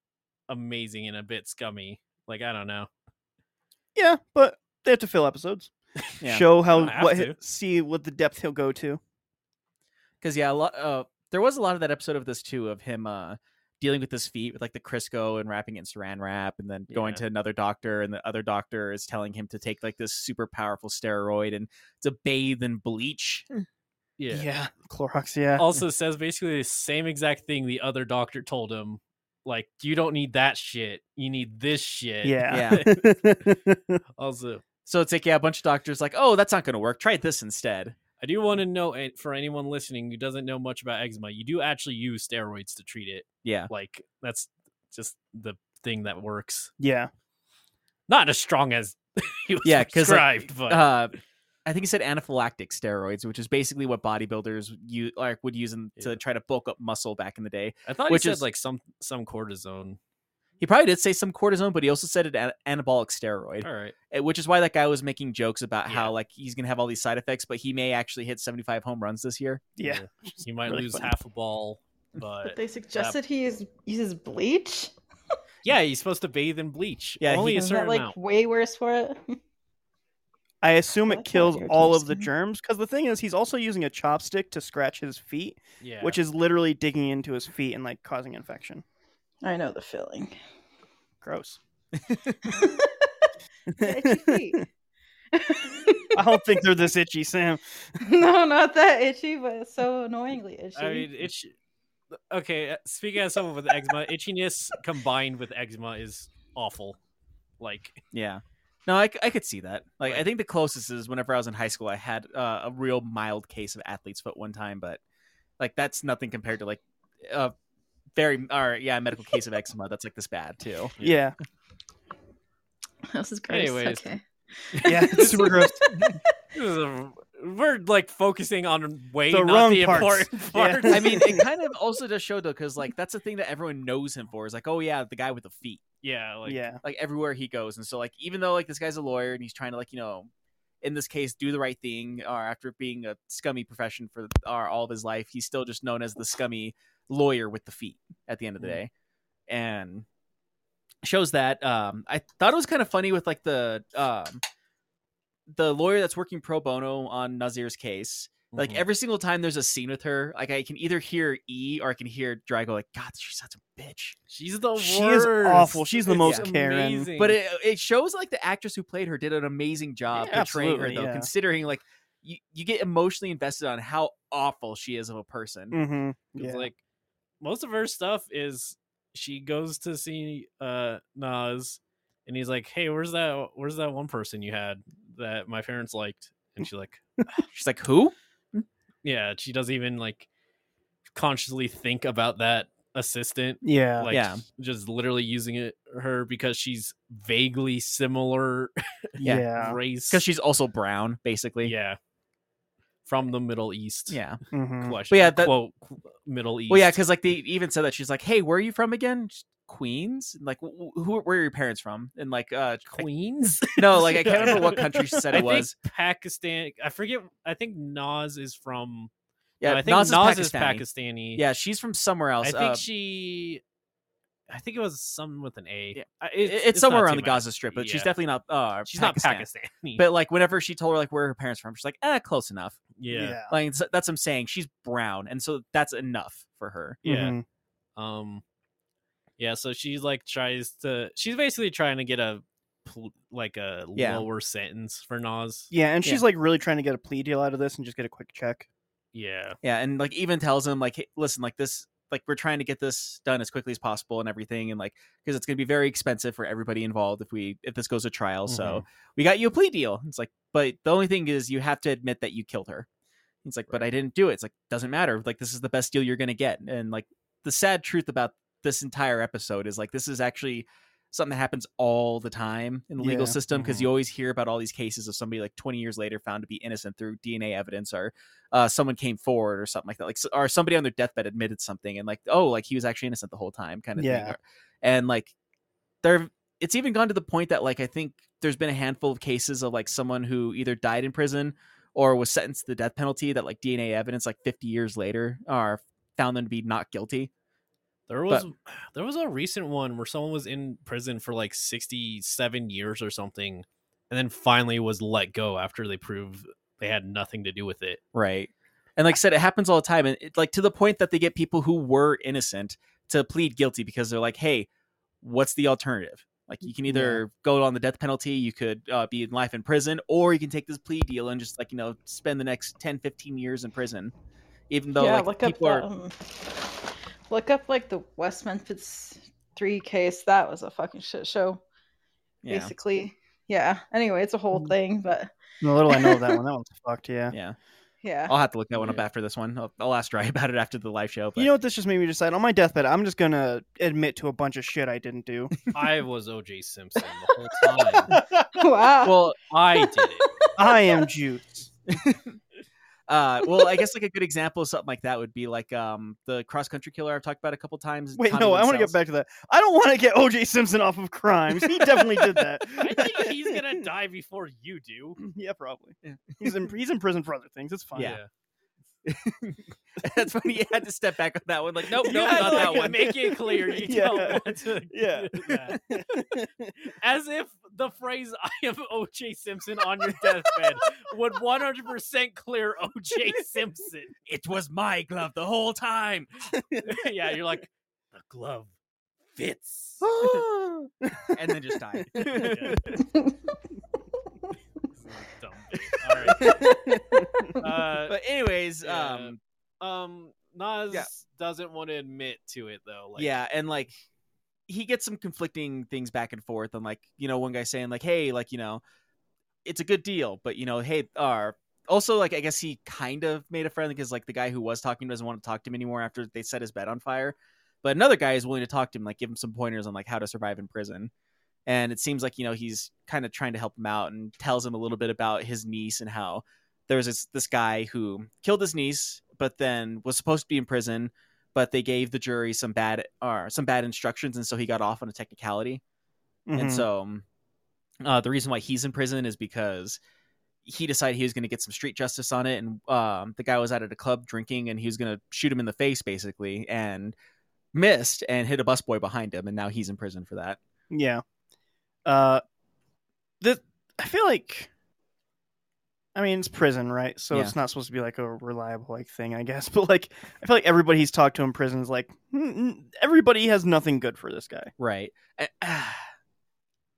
Speaker 5: amazing and a bit scummy. Like I don't know.
Speaker 2: Yeah, but they have to fill episodes.
Speaker 4: Yeah.
Speaker 2: Show how
Speaker 5: Don't have
Speaker 2: what
Speaker 5: to.
Speaker 2: see what the depth he'll go to.
Speaker 4: because yeah, a lot. Uh, there was a lot of that episode of this too of him uh dealing with his feet with like the Crisco and wrapping it in Saran wrap, and then going
Speaker 5: Yeah.
Speaker 4: to another doctor, and the other doctor is telling him to take like this super powerful steroid and to bathe in bleach.
Speaker 5: Yeah.
Speaker 2: Clorox. Yeah.
Speaker 5: Also says basically the same exact thing the other doctor told him. Like you don't need that shit. You need this shit.
Speaker 2: yeah.
Speaker 5: also,
Speaker 4: So it's like yeah, a bunch of doctors like, oh, that's not going to work. Try this instead.
Speaker 5: I do want to know and for anyone listening who doesn't know much about eczema, you do actually use steroids to treat it.
Speaker 4: Yeah,
Speaker 5: Like that's just the thing that works.
Speaker 2: yeah.
Speaker 5: Not as strong as he was
Speaker 4: Yeah, 'cause, like,
Speaker 5: prescribed, but
Speaker 4: uh, I think he said anaphylactic steroids, which is basically what bodybuilders you like would use in,
Speaker 5: Yeah.
Speaker 4: to try to bulk up muscle back in the day.
Speaker 5: I thought
Speaker 4: which
Speaker 5: he said
Speaker 4: is-
Speaker 5: like some some cortisone.
Speaker 4: He probably did say some cortisone, but he also said it an- anabolic steroid.
Speaker 5: All right.
Speaker 4: eh, which is why that guy was making jokes about
Speaker 5: Yeah.
Speaker 4: how like he's gonna have all these side effects, but he may actually hit 75 home runs this year.
Speaker 2: Yeah.
Speaker 5: You might
Speaker 2: really
Speaker 5: lose
Speaker 2: funny.
Speaker 5: half a ball, but
Speaker 6: But they suggested he is, uses bleach.
Speaker 5: yeah, you're supposed to bathe in bleach.
Speaker 4: Yeah,
Speaker 5: only
Speaker 4: he-
Speaker 5: a
Speaker 6: Is that
Speaker 5: certain
Speaker 6: like
Speaker 5: amount.
Speaker 6: way worse for it?
Speaker 2: I assume it
Speaker 6: That's not
Speaker 2: kills all of the
Speaker 6: irritating.
Speaker 2: germs because the thing is, he's also using a chopstick to scratch his feet,
Speaker 5: Yeah,
Speaker 2: which is literally digging into his feet and like causing infection.
Speaker 6: I know the feeling.
Speaker 2: Gross.
Speaker 6: Itchy feet.
Speaker 2: I don't think they're this itchy, Sam.
Speaker 6: no, not that itchy, but so annoyingly itchy.
Speaker 5: I mean, itch. Okay, uh, speaking as someone with eczema, itchiness combined with eczema is awful. Like,
Speaker 4: Yeah. No, I, c- I could see that. Like, I
Speaker 5: Right.
Speaker 4: think the closest is whenever I was in high school, I had uh, a real mild case of athlete's foot one time, but like that's nothing compared to like a very or yeah, a medical case of eczema that's like this bad too.
Speaker 2: Yeah.
Speaker 6: this is gross.
Speaker 5: Anyways.
Speaker 6: Okay.
Speaker 2: Yeah. It's super gross.
Speaker 5: this is a- we're like focusing on way
Speaker 2: The
Speaker 5: not
Speaker 2: wrong
Speaker 5: the
Speaker 2: parts.
Speaker 5: important
Speaker 2: Yeah.
Speaker 5: part.
Speaker 4: I mean, it kind of also does show though, because like that's the thing that everyone knows him for is like, oh yeah, the guy with the feet.
Speaker 5: yeah, like,
Speaker 2: yeah.
Speaker 4: like everywhere he goes and so like even though like this guy's a lawyer and he's trying to like you know in this case do the right thing or after being a scummy profession for or all of his life he's still just known as the scummy lawyer with the feet at the end of the
Speaker 5: Mhm.
Speaker 4: day and shows that um i thought it was kind of funny with like the um the lawyer that's working pro bono on nazir's case like
Speaker 5: mhm.
Speaker 4: every single time there's a scene with her like i can either hear e or i can hear drago like god she's such a bitch
Speaker 5: she's the worst.
Speaker 2: She is awful. She's the
Speaker 5: It's
Speaker 2: most Karen.
Speaker 5: amazing.
Speaker 4: but it uh, it shows like the actress who played her did an amazing job
Speaker 2: Yeah,
Speaker 4: portraying her
Speaker 2: absolutely,
Speaker 4: though,
Speaker 2: yeah.
Speaker 4: considering like you, you get emotionally invested on how awful she is of a person.
Speaker 5: Mm.
Speaker 2: Mm-hmm.
Speaker 5: 'Cause,
Speaker 2: Yeah.
Speaker 5: like most of her stuff is she goes to see uh Nas and he's like, Hey, where's that where's that one person you had that my parents liked? And
Speaker 4: Mm.
Speaker 5: she's like,
Speaker 4: She's like, who?
Speaker 5: Yeah, she doesn't even like consciously think about that assistant.
Speaker 2: Yeah.
Speaker 5: Like
Speaker 4: Yeah.
Speaker 5: just literally using it her because she's vaguely similar
Speaker 4: yeah,
Speaker 2: yeah.
Speaker 5: race.
Speaker 4: Because she's also brown, basically.
Speaker 5: Yeah. From the Middle East.
Speaker 4: Yeah. Mm.
Speaker 2: Mhm.
Speaker 5: Question, uh,
Speaker 4: yeah, that-
Speaker 5: quote qu- Middle East.
Speaker 4: Well, yeah, because like they even said that she's like, "Hey, where are you from again?" She's, Queens. And, Like, wh- wh- who? Where are your parents from? And like, uh, I-
Speaker 5: Queens.
Speaker 4: no, Oh, like I can't remember what country she said
Speaker 5: I
Speaker 4: it
Speaker 5: think
Speaker 4: was.
Speaker 5: Pakistan. I forget. I think Nas is from.
Speaker 4: Yeah,
Speaker 5: no, I think Nas, is
Speaker 4: Pakistani.
Speaker 5: Pakistani.
Speaker 4: Yeah, she's from somewhere
Speaker 5: I
Speaker 4: else.
Speaker 5: think
Speaker 4: uh,
Speaker 5: she. I think it was something with an A.
Speaker 4: Yeah.
Speaker 5: I-
Speaker 4: it- it's,
Speaker 5: not
Speaker 4: somewhere
Speaker 5: too
Speaker 4: around the
Speaker 5: bad.
Speaker 4: Gaza Strip, but she's
Speaker 5: Yeah.
Speaker 4: definitely not. Uh,
Speaker 5: She's
Speaker 4: Pakistan.
Speaker 5: not Pakistani.
Speaker 4: But like, whenever she told her like where her parents from, she's like, "Ah, close enough."
Speaker 5: yeah, yeah.
Speaker 4: like it's- that's what I'm saying. She's brown, and so that's enough for her.
Speaker 2: Mhm.
Speaker 5: Um, yeah. So she like tries to. She's basically trying to get a pl- like a
Speaker 4: Yeah.
Speaker 5: lower sentence for Nas.
Speaker 2: Yeah, and
Speaker 4: Yeah.
Speaker 2: she's like really trying to get a plea deal out of this and just get a quick check.
Speaker 5: Yeah.
Speaker 4: Yeah, and like even tells him like, hey, listen, like this, like we're trying to get this done as quickly as possible and everything, and like because it's gonna be very expensive for everybody involved if we if this goes to trial. So we got you a plea deal. It's like, but the only thing is you have to admit that you killed her. It's like, but I didn't do it. It's like doesn't matter. Like this is the best deal you're gonna get, and like the sad truth about this entire episode is like this is actually something that happens all the time in the legal
Speaker 2: Yeah.
Speaker 4: system because
Speaker 5: Mhm.
Speaker 4: you always hear about all these cases of somebody like 20 years later found to be innocent through DNA evidence or uh, someone came forward or something like that like s- or somebody on their deathbed admitted something and like oh like he was actually innocent the whole time kind of
Speaker 2: Yeah.
Speaker 4: thing or- and like there it's even gone to the point that like I think there's been a handful of cases of like someone who either died in prison or was sentenced to the death penalty that like DNA evidence like 50 years later or found them to be not guilty.
Speaker 5: There was there was a recent one where someone was in prison for like 67 years or something and then finally was let go after they proved they had nothing to do with it.
Speaker 4: Right. And like I said, it happens all the time. And it, like to the point that they get people who were innocent to plead guilty because they're like, hey, what's the alternative? Like you can either go on the death penalty, you could uh, be in life in prison, or you can take this plea deal and just like, you know, spend the next 10, 15 years in prison. Even though
Speaker 6: yeah,
Speaker 4: like
Speaker 6: look up
Speaker 4: people are,
Speaker 6: the, um, look up like the West Memphis three case. That was a fucking shit show,
Speaker 4: yeah, Mm.
Speaker 6: basically. Yeah. Anyway, it's a whole thing, but
Speaker 2: No, little I know of that one. That one's fucked. Yeah.
Speaker 4: yeah.
Speaker 6: yeah.
Speaker 4: I'll have to look that one up after this one. I'll, I'll ask Dry about it after the live show. But
Speaker 2: You know what? This just made me decide on my deathbed. I'm just gonna admit to a bunch of shit I didn't do.
Speaker 5: I was OJ Simpson the whole time.
Speaker 6: wow.
Speaker 4: well,
Speaker 5: I did it.
Speaker 2: I am Juice.
Speaker 4: uh, well, I guess like a good example of something like that would be like um the cross country killer I've talked about a couple times.
Speaker 2: Wait,
Speaker 4: Tommy
Speaker 2: no, I want to
Speaker 4: Wiseau's.
Speaker 2: get back to that. I don't want to get OJ Simpson off of crimes. He definitely did that.
Speaker 5: I think he's going to die before you do.
Speaker 2: Yeah, probably. He's in he's in prison for other things. It's fine.
Speaker 4: Yeah. That's when he had to step back on that one. Like, nope,
Speaker 5: You
Speaker 4: nope,
Speaker 5: guys
Speaker 4: not
Speaker 5: are
Speaker 4: that
Speaker 5: gonna
Speaker 4: one.
Speaker 5: Make it clear you
Speaker 2: Yeah.
Speaker 5: don't want to.
Speaker 2: Yeah.
Speaker 5: do that. As if the phrase "I am O.J. Simpson" on your deathbed would 100% clear O.J. Simpson.
Speaker 4: It was my glove the whole time.
Speaker 5: yeah, you're like the glove fits.
Speaker 4: And then just died.
Speaker 5: Yeah. Dumb dude. All right.
Speaker 4: But anyways,
Speaker 5: Yeah.
Speaker 4: um,
Speaker 5: Uh, um, Nas
Speaker 4: Yeah.
Speaker 5: doesn't want to admit to it though. Like,
Speaker 4: yeah, and like he gets some conflicting things back and forth on like, you know, one guy saying like, hey, like, you know, it's a good deal, but you know, hey, uh also like I guess he kind of made a friend because like the guy who was talking doesn't want to talk to him anymore after they set his bed on fire. But another guy is willing to talk to him, like give him some pointers on like how to survive in prison. And it seems like, you know, he's kind of trying to help him out and tells him a little bit about his niece and how there's this, this guy who killed his niece, but then was supposed to be in prison, but they gave the jury some bad or some bad instructions and so he got off on a technicality and
Speaker 2: Mhm.
Speaker 4: so um, uh, the reason why he's in prison is because he decided he was going to get some street justice on it and um, the guy was out at a club drinking and he was going to shoot him in the face basically and missed and hit a busboy behind him and now he's in prison for that
Speaker 2: Yeah. Uh, this I feel like. I mean, it's prison, right? So
Speaker 4: Yeah.
Speaker 2: it's not supposed to be like a reliable like thing, I guess. But like, I feel like everybody he's talked to in prison is like, "Mm, mm," everybody has nothing good for this guy.
Speaker 4: right I,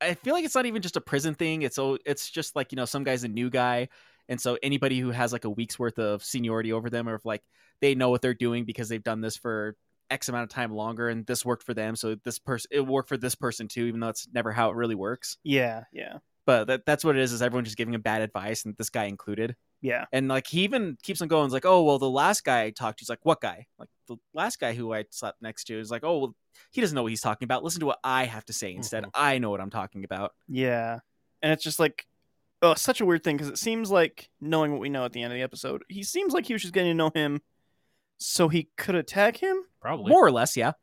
Speaker 4: I feel like it's not even just a prison thing it's so it's just like you know some guy's a new guy and so anybody who has like a week's worth of seniority over them or if like they know what they're doing because they've done this for x amount of time longer and this worked for them so this person it worked for this person too even though that's never how it really works
Speaker 2: Yeah, yeah,
Speaker 4: but that, that's what it is is everyone just giving him bad advice and this guy included
Speaker 2: yeah.
Speaker 4: and like he even keeps on going. He's like, oh well, the last guy I talked to, he's like, what guy? Like the last guy who I slept next to is like, oh well, he doesn't know what he's talking about. Listen to what I have to say instead.
Speaker 5: Mhm.
Speaker 4: I know what I'm talking about.
Speaker 2: Yeah. And it's just like, oh, it's such a weird thing because it seems like, knowing what we know at the end of the episode, he seems like he was just getting to know him so he could attack him.
Speaker 5: probably.
Speaker 4: More or less, yeah.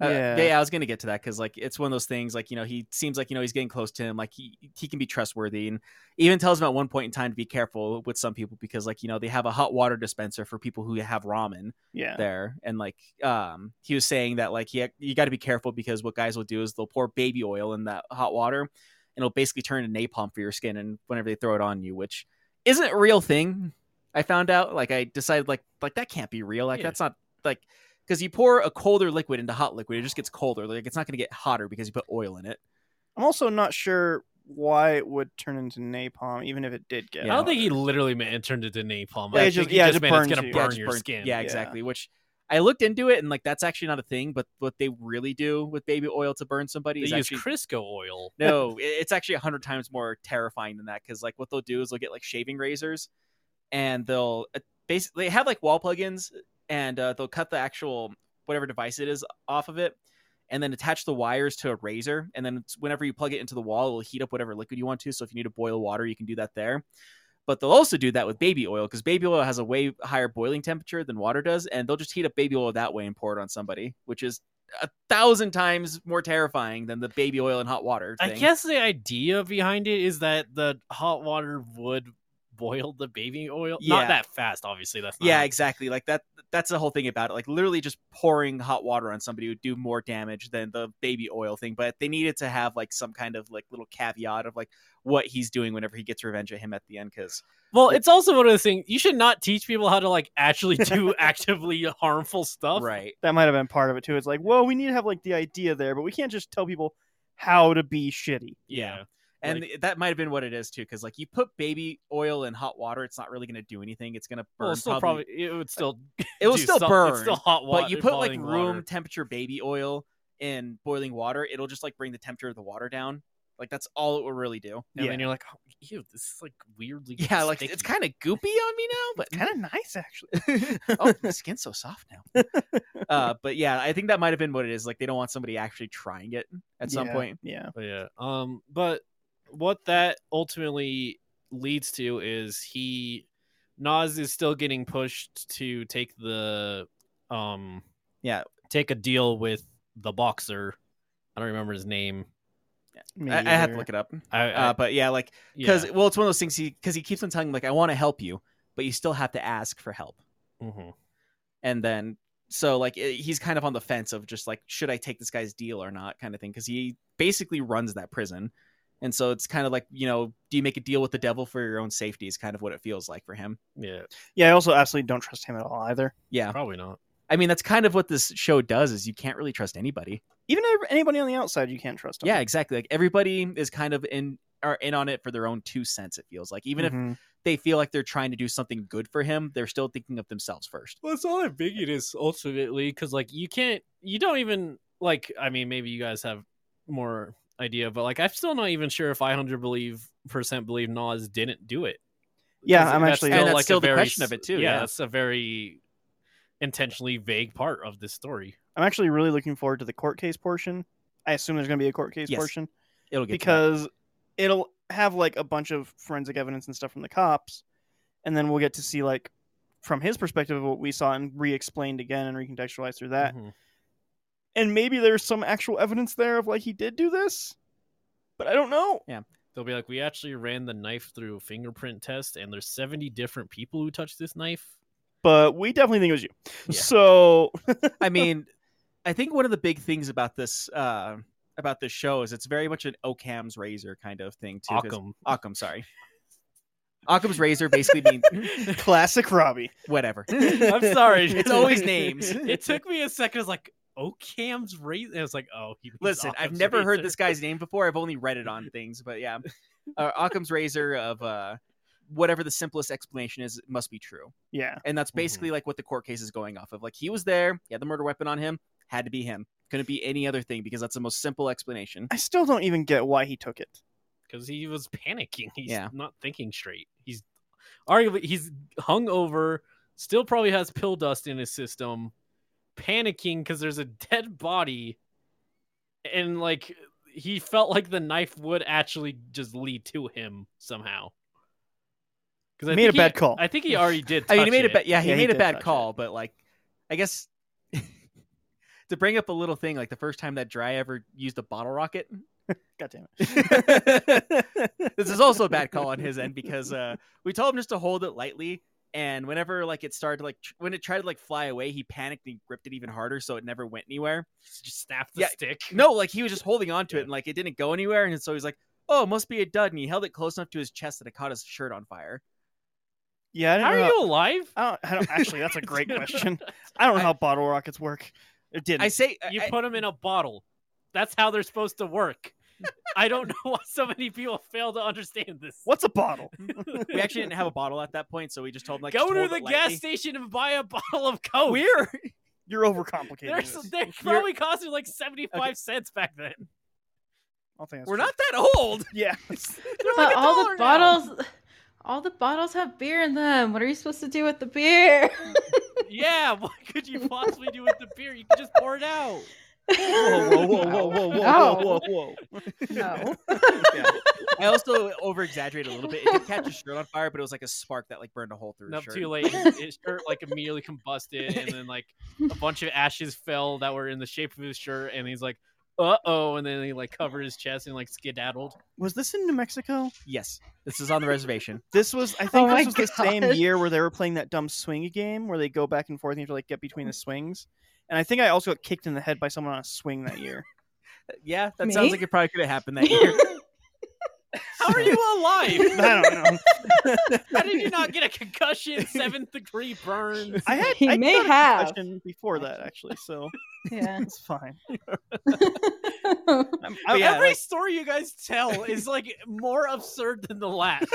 Speaker 4: Uh,
Speaker 2: Yeah.
Speaker 4: yeah. I was gonna get to that because like it's one of those things. Like you know, he seems like you know he's getting close to him. Like he he can be trustworthy, and even tells him at one point in time to be careful with some people because like you know they have a hot water dispenser for people who have ramen,
Speaker 2: Yeah.
Speaker 4: there and like um he was saying that like yeah you got to be careful because what guys will do is they'll pour baby oil in that hot water and it'll basically turn into napalm for your skin and whenever they throw it on you which isn't a real thing i found out like i decided like like that can't be real like
Speaker 5: Yeah.
Speaker 4: that's not like because you pour a colder liquid into hot liquid it just gets colder like it's not going to get hotter because you put oil in it
Speaker 2: I'm also not sure why it would turn into napalm, even if it did get.
Speaker 5: I don't
Speaker 2: out.
Speaker 5: think he literally meant it turned into napalm.
Speaker 2: Yeah,
Speaker 5: I
Speaker 2: it
Speaker 5: think
Speaker 2: just-
Speaker 5: he
Speaker 2: yeah, it
Speaker 5: just
Speaker 2: just
Speaker 5: meant it's
Speaker 2: burns
Speaker 5: gonna
Speaker 2: you.
Speaker 5: burn
Speaker 4: just
Speaker 5: your
Speaker 4: burns-
Speaker 5: skin.
Speaker 4: Yeah,
Speaker 2: Yeah.
Speaker 4: exactly. Which I looked into it and like that's actually not a thing, but what they really do with baby oil to burn somebody
Speaker 5: They
Speaker 4: is
Speaker 5: use
Speaker 4: actually
Speaker 5: Crisco oil.
Speaker 4: no, it- it's actually a hundred times more terrifying than that. Because like what they'll do is they'll get like shaving razors, and they'll uh, basically they have like wall plugins, and uh, they'll cut the actual whatever device it is off of it, and then attach the wires to a razor, and then it's, whenever you plug it into the wall, it will heat up whatever liquid you want to. So if you need to boil water, you can do that there. But they'll also do that with baby oil because baby oil has a way higher boiling temperature than water does, and they'll just heat up baby oil that way and pour it on somebody, which is a thousand times more terrifying than the baby oil and hot water.
Speaker 5: I
Speaker 4: thing.
Speaker 5: guess the idea behind it is that the hot water would boiled the baby oil.
Speaker 4: Yeah.
Speaker 5: Not that fast, obviously. That's not
Speaker 4: Yeah,
Speaker 5: how-
Speaker 4: exactly. Like that that's the whole thing about it. Like literally just pouring hot water on somebody would do more damage than the baby oil thing, but they needed to have like some kind of like little caveat of like what he's doing whenever he gets revenge at him at the end cuz
Speaker 5: Well, it's also one of the things you should not teach people how to like actually do actively harmful stuff.
Speaker 4: right.
Speaker 2: That might have been part of it too. It's like, well, we need to have like the idea there, but we can't just tell people how to be shitty.
Speaker 5: Yeah.
Speaker 4: And that might have been what it is too cuz like you put baby oil in hot water, it's not really going to do anything. It's going to burn
Speaker 5: Well, it's still
Speaker 4: probably,
Speaker 5: probably, it would still
Speaker 4: it will
Speaker 5: do
Speaker 4: still
Speaker 5: some-
Speaker 4: burn.
Speaker 5: It's still hot water.
Speaker 4: but you put like room
Speaker 5: boiling water.
Speaker 4: temperature baby oil in boiling water, it'll just like bring the temperature of the water down. Like that's all it will really do.
Speaker 5: and
Speaker 2: yeah.
Speaker 5: then you're like, oh, ew, this is like weirdly.
Speaker 4: Yeah, like
Speaker 5: sticky."
Speaker 4: it's kind of goopy on me now, but
Speaker 2: Kind of nice, actually.
Speaker 4: oh, my skin's so soft now. Uh, but yeah, I think that might have been what it is. Like they don't want somebody actually trying it at some
Speaker 2: Yeah,
Speaker 4: point.
Speaker 2: Yeah.
Speaker 5: But yeah. Um. But what that ultimately leads to is he Nas is still getting pushed to take the um.
Speaker 4: Yeah.
Speaker 5: Take a deal with the boxer. I don't remember his name.
Speaker 4: I, I had to look it up.
Speaker 5: I, I
Speaker 4: Uh, but yeah, like because
Speaker 5: yeah.
Speaker 4: well, it's one of those things. He because he keeps on telling him, like I want to help you, but you still have to ask for help.
Speaker 5: Mhm.
Speaker 4: And then so like it, he's kind of on the fence of just like should I take this guy's deal or not kind of thing because he basically runs that prison. And so it's kind of like, you know, do you make a deal with the devil for your own safety is kind of what it feels like for him.
Speaker 5: yeah,
Speaker 2: Yeah, I also absolutely don't trust him at all either.
Speaker 4: Yeah.
Speaker 5: probably not.
Speaker 4: I mean, that's kind of what this show does is you can't really trust anybody.
Speaker 2: Even ev- anybody on the outside, you can't trust him.
Speaker 4: Yeah, exactly. Like everybody is kind of in are in on it for their own two cents, it feels like.
Speaker 5: Mm-hmm.
Speaker 4: Even if
Speaker 2: Mhm.
Speaker 4: they feel like they're trying to do something good for him, they're still thinking of themselves first.
Speaker 5: Well, it's all ambiguous ultimately because like you can't, you don't even like. I mean, maybe you guys have more idea, but like I'm still not even sure if I hundred believe percent believe Nas didn't do it.
Speaker 2: Yeah,
Speaker 5: 'Cause
Speaker 2: I'm
Speaker 5: that's
Speaker 2: actually-
Speaker 5: still,
Speaker 4: And that's
Speaker 5: like, a
Speaker 4: still the
Speaker 5: very
Speaker 4: question of
Speaker 5: s-
Speaker 4: it, too,
Speaker 5: Yeah,
Speaker 4: yeah.
Speaker 5: that's a very intentionally vague part of this story.
Speaker 2: I'm actually really looking forward to the court case portion. I assume there's going to be a court case
Speaker 4: Yes.
Speaker 2: portion
Speaker 4: It'll get to that.
Speaker 2: because it'll have like a bunch of forensic evidence and stuff from the cops, and then we'll get to see like from his perspective of what we saw and re-explained again and recontextualized through
Speaker 4: Uh,
Speaker 2: that.
Speaker 5: Mhm.
Speaker 2: And maybe there's some actual evidence there of like he did do this, but I don't know.
Speaker 5: They'll be like, we actually ran the knife through a fingerprint test, and there's 70 different people who touched this knife.
Speaker 2: But we definitely think it was you.
Speaker 5: Yeah.
Speaker 2: So
Speaker 4: I mean, I think one of the big things about this uh, about this show is it's very much an Occam's razor kind of thing too. 'cause-
Speaker 5: Occam.
Speaker 4: Occam, sorry. Occam's razor basically means
Speaker 2: classic Robbie.
Speaker 4: whatever.
Speaker 5: I'm sorry.
Speaker 4: It's always names.
Speaker 5: It took me a second. I was like, Ocam's razor. I was like, oh, he means
Speaker 4: Listen, I've
Speaker 5: Occam's
Speaker 4: never heard
Speaker 5: razor.
Speaker 4: this guy's name before. I've only read it on things, but yeah, uh, Occam's razor of uh, whatever the simplest explanation is must be true,
Speaker 2: Yeah.
Speaker 4: and that's basically like what the court case is going off of. Like he was there, he had the murder weapon on him, had to be him. Couldn't be any other thing because that's the most simple explanation.
Speaker 2: I still don't even get why he took it.
Speaker 5: because he was panicking. He's
Speaker 4: Yeah.
Speaker 5: not thinking straight. He's arguably he's hungover, still probably has pill dust in his system, panicking because there's a dead body, and like he felt like the knife would actually just lead to him somehow. Because
Speaker 2: He made a bad call.
Speaker 5: I think he already did.
Speaker 4: I mean, he
Speaker 5: touch
Speaker 4: made a
Speaker 5: it.
Speaker 4: bad yeah, he
Speaker 2: Yeah, he
Speaker 4: made a
Speaker 2: did
Speaker 4: bad
Speaker 2: touch
Speaker 4: call, but like, I guess to bring up a little thing, like the first time that Dry ever used a bottle rocket,
Speaker 2: God damn it.
Speaker 4: this is also a bad call on his end because uh, we told him just to hold it lightly. And whenever like it started like tr- when it tried to like fly away, he panicked and he gripped it even harder, so it never went anywhere.
Speaker 5: Just snapped the
Speaker 4: Yeah,
Speaker 5: stick.
Speaker 4: No, like he was just holding on to it
Speaker 5: Yeah.
Speaker 4: and like it didn't go anywhere, and so he's like, "Oh, it must be a dud." And he held it close enough to his chest that it caught his shirt on fire.
Speaker 2: Yeah, I don't
Speaker 5: How
Speaker 2: know.
Speaker 5: are
Speaker 2: how-
Speaker 5: you alive?
Speaker 2: I don't, I don't actually. That's a great question. I don't know how bottle rockets work. It didn't.
Speaker 4: I say, I-
Speaker 5: You
Speaker 4: I-
Speaker 5: put them in a bottle. That's how they're supposed to work. I don't know why so many people fail to understand this.
Speaker 2: What's a bottle?
Speaker 4: we actually didn't have a bottle at that point, so we just told him like,
Speaker 5: Go
Speaker 4: just
Speaker 5: to
Speaker 4: hold
Speaker 5: the
Speaker 4: it
Speaker 5: gas
Speaker 4: lightly.
Speaker 5: station and buy a bottle of Coke.
Speaker 4: We're
Speaker 2: You're overcomplicating
Speaker 5: They're,
Speaker 2: this.
Speaker 5: they're probably costing like 75 cents back then.
Speaker 2: I'll think that's
Speaker 4: we're
Speaker 2: true.
Speaker 4: not that old.
Speaker 2: Yeah.
Speaker 6: But
Speaker 4: like a
Speaker 6: all
Speaker 4: dollar
Speaker 6: the
Speaker 4: now.
Speaker 6: bottles, all the bottles have beer in them. What are you supposed to do with the beer?
Speaker 5: Yeah, what could you possibly do with the beer? You can just pour it out.
Speaker 4: Whoa, whoa, whoa, whoa, whoa, whoa, whoa, whoa, whoa.
Speaker 6: No.
Speaker 4: Yeah. I also over exaggerated a little bit. It did catch his shirt on fire, but it was like a spark that like burned a hole through his
Speaker 5: Up
Speaker 4: shirt.
Speaker 5: too late. His, his shirt like immediately combusted, and then like a bunch of ashes fell that were in the shape of his shirt. And he's like, uh oh, and then he like covered his chest and like skedaddled.
Speaker 2: Was this in New Mexico?
Speaker 4: Yes, this is on the reservation.
Speaker 2: This was, I think,
Speaker 6: Oh
Speaker 2: this
Speaker 6: my
Speaker 2: was the same
Speaker 6: God.
Speaker 2: year where they were playing that dumb swing game where they go back and forth and you have to like get between the swings. And I think I also got kicked in the head by someone on a swing that year.
Speaker 4: Yeah, that
Speaker 6: Me?
Speaker 4: sounds like it probably could have happened that year.
Speaker 5: How are you alive?
Speaker 2: I don't know.
Speaker 5: How did you not get a concussion? Seventh degree burn.
Speaker 2: I had
Speaker 6: He
Speaker 2: I
Speaker 6: may
Speaker 2: got a
Speaker 6: have.
Speaker 2: concussion before that actually, so
Speaker 6: yeah.
Speaker 2: it's fine. I'm, I,
Speaker 5: But
Speaker 2: yeah,
Speaker 5: every
Speaker 2: like,
Speaker 5: story you guys tell is like more absurd than the last.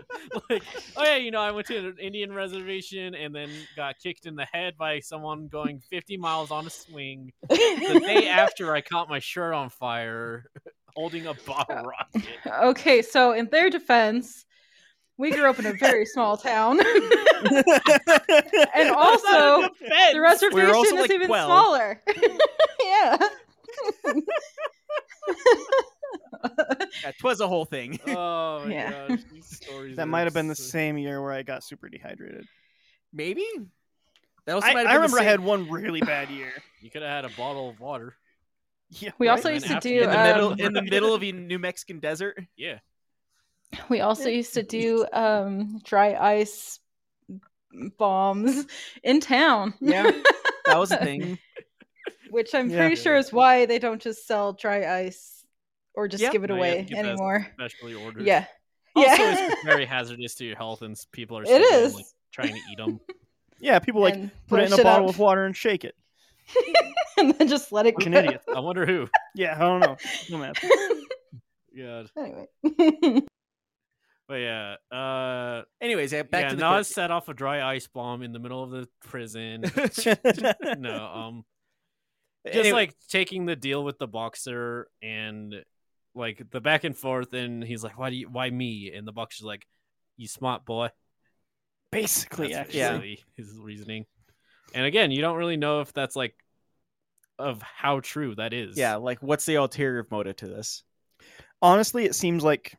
Speaker 5: like, oh yeah, you know, I went to an Indian reservation and then got kicked in the head by someone going 50 miles on a swing. The day after, I caught my shirt on fire, holding a bottle rocket.
Speaker 6: okay, so in their defense, we grew up in a very small town. and also, the reservation
Speaker 4: We were also,
Speaker 6: is
Speaker 4: like,
Speaker 6: even
Speaker 4: 12.
Speaker 6: smaller. yeah.
Speaker 4: Yeah, twas a whole thing.
Speaker 5: Oh my
Speaker 6: Yeah.
Speaker 5: gosh, these stories.
Speaker 2: that
Speaker 5: are
Speaker 2: might have been the
Speaker 5: so-
Speaker 2: same year where I got super dehydrated.
Speaker 4: Maybe that also
Speaker 2: I,
Speaker 4: might have
Speaker 2: I
Speaker 4: been
Speaker 2: remember
Speaker 4: the
Speaker 2: I
Speaker 4: same-
Speaker 2: had one really bad year.
Speaker 5: You could have had a bottle of water.
Speaker 2: Yeah,
Speaker 6: We
Speaker 2: right?
Speaker 6: also
Speaker 5: Right.
Speaker 6: used to
Speaker 5: After-
Speaker 6: do
Speaker 4: in the middle
Speaker 6: um,
Speaker 4: in the middle of the New Mexican desert.
Speaker 5: Yeah.
Speaker 6: we also used to do um dry ice bombs in town.
Speaker 4: Yeah, that was a thing.
Speaker 6: which I'm
Speaker 2: Yeah.
Speaker 6: pretty sure is why they don't just sell dry ice or just
Speaker 4: Yeah.
Speaker 6: give it
Speaker 5: No, you have to
Speaker 6: away
Speaker 5: get that
Speaker 6: anymore.
Speaker 5: Especially orders.
Speaker 6: Yeah,
Speaker 5: Also,
Speaker 6: yeah,
Speaker 5: it's very hazardous to your health, and s- people are
Speaker 6: It
Speaker 5: still doing,
Speaker 6: is.
Speaker 5: like, trying to eat them.
Speaker 2: yeah, people like
Speaker 6: And
Speaker 2: put it
Speaker 6: brush
Speaker 2: in a bottle
Speaker 6: up
Speaker 2: of water and shake it.
Speaker 6: and then just let it
Speaker 2: Fucking
Speaker 6: go.
Speaker 2: idiot.
Speaker 5: I wonder who.
Speaker 2: Yeah, I don't know. Dumbass.
Speaker 5: God.
Speaker 6: anyway,
Speaker 5: But yeah, uh,
Speaker 4: Anyways, yeah, back
Speaker 5: yeah,
Speaker 4: to the Nas-
Speaker 5: Nas set off a dry ice bomb in the middle of the prison. no, um, just like taking the deal with the boxer and like the back and forth, and he's like, "Why do you? Why me?" And the boxer's like, "You smart boy."
Speaker 2: Basically,
Speaker 5: That's
Speaker 2: actually.
Speaker 4: yeah.
Speaker 5: basically his reasoning. And again, you don't really know if that's like of how true that is.
Speaker 4: yeah, like what's the ulterior motive to this?
Speaker 2: honestly, it seems like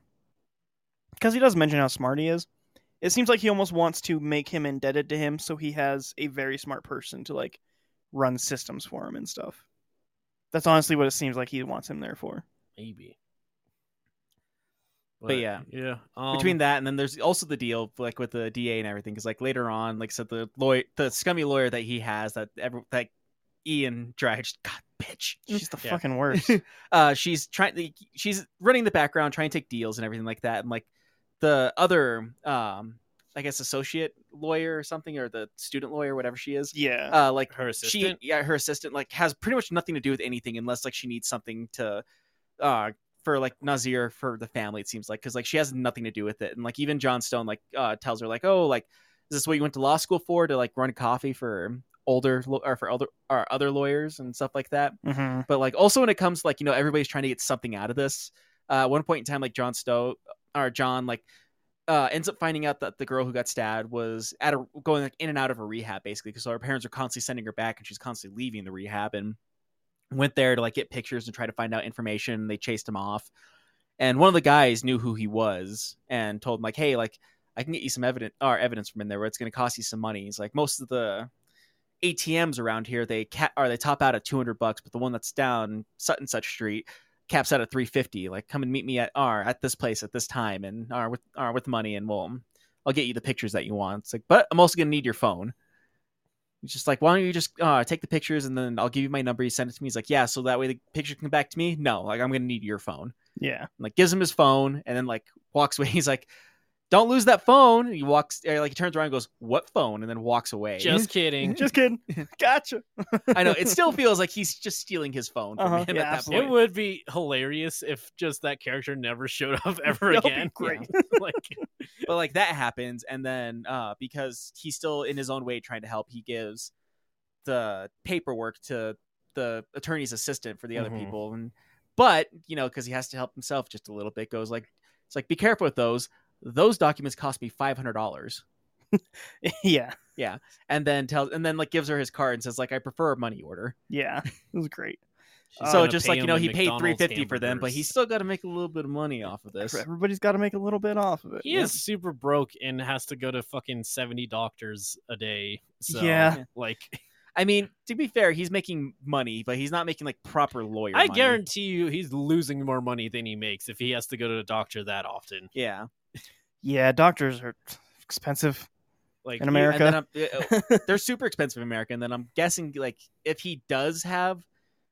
Speaker 2: because he does mention how smart he is, it seems like he almost wants to make him indebted to him, so he has a very smart person to like run systems for him and stuff. That's honestly what it seems like he wants him there for.
Speaker 5: maybe.
Speaker 4: But yeah.
Speaker 5: yeah. Um,
Speaker 4: Between that and then there's also the deal like with the DA and everything because like later on, like said the lawyer, the scummy lawyer that he has that ever that Ian Drage, God bitch,
Speaker 2: She's the
Speaker 5: Yeah.
Speaker 2: fucking worst.
Speaker 4: uh, she's trying she's running the background trying to take deals and everything like that and like the other um i guess associate lawyer or something or the student lawyer whatever she is
Speaker 2: yeah.
Speaker 4: uh like
Speaker 5: her assistant.
Speaker 4: she yeah her assistant like has pretty much nothing to do with anything unless like she needs something to uh for like nazir for the family it seems like because like she has nothing to do with it and like even john stone like uh tells her like oh like is this what you went to law school for to like run coffee for older law- or for other or other lawyers and stuff like that
Speaker 2: hmm
Speaker 4: but like also when it comes to, like you know everybody's trying to get something out of this uh at one point in time like john stowe or john like uh ends up finding out that the girl who got stabbed was at a going like in and out of a rehab basically because her parents are constantly sending her back and she's constantly leaving the rehab and went there to like get pictures and try to find out information they chased him off and one of the guys knew who he was and told him like hey like i can get you some evidence or evidence from in there but it's going to cost you some money he's like most of the atms around here they cap or they top out at 200 bucks but the one that's down such and such street caps out at 350 like come and meet me at r at this place at this time and r with r with money and we'll i'll get you the pictures that you want it's like but i'm also going to need your phone He's just like, why don't you just uh, take the pictures and then I'll give you my number. You send it to me. He's like, yeah, so that way the picture can come back to me. No, like I'm gonna need your phone
Speaker 2: Yeah.
Speaker 4: and, like gives him his phone and then like walks away. He's like, "Don't lose that phone." And he walks, or, like he turns around and goes, "What phone?" and then walks away.
Speaker 5: Just kidding.
Speaker 2: Just kidding. Gotcha.
Speaker 4: I know it still feels like he's just stealing his phone from
Speaker 2: Uh-huh.
Speaker 4: him
Speaker 2: Yeah,
Speaker 4: at that
Speaker 2: absolutely.
Speaker 5: It
Speaker 4: point.
Speaker 5: would be hilarious if just that character never showed up ever
Speaker 2: That would be
Speaker 5: again.
Speaker 2: great.
Speaker 5: Yeah. like
Speaker 4: But like that happens, and then uh, because he's still in his own way trying to help, he gives the paperwork to the attorney's assistant for the other
Speaker 5: Mhm.
Speaker 4: people. And but you know, because he has to help himself just a little bit, goes like, "It's like be careful with those. Those documents cost me five hundred dollars."
Speaker 2: yeah.
Speaker 4: and then tells and then like gives her his card and says like I prefer a money order.
Speaker 2: Yeah. It was great.
Speaker 5: she's
Speaker 4: so
Speaker 5: gonna
Speaker 4: just
Speaker 5: pay
Speaker 4: like you
Speaker 5: him
Speaker 4: know
Speaker 5: in
Speaker 4: he paid
Speaker 5: McDonald's
Speaker 4: three fifty for them, but
Speaker 5: hamburgers.
Speaker 4: he's still got to make a little bit of money off of this.
Speaker 2: Everybody's got to make a little bit off of it.
Speaker 5: he is super broke and has to go to fucking seventy doctors a day. So
Speaker 2: Yeah.
Speaker 5: like
Speaker 4: I mean, to be fair, he's making money, but he's not making like proper lawyer.
Speaker 5: I
Speaker 4: money.
Speaker 5: guarantee you, he's losing more money than he makes if he has to go to the doctor that often.
Speaker 4: Yeah.
Speaker 2: Yeah, doctors are expensive.
Speaker 5: Like
Speaker 2: In America.
Speaker 4: And then I'm, yeah, oh, they're super expensive in America. And then I'm guessing like if he does have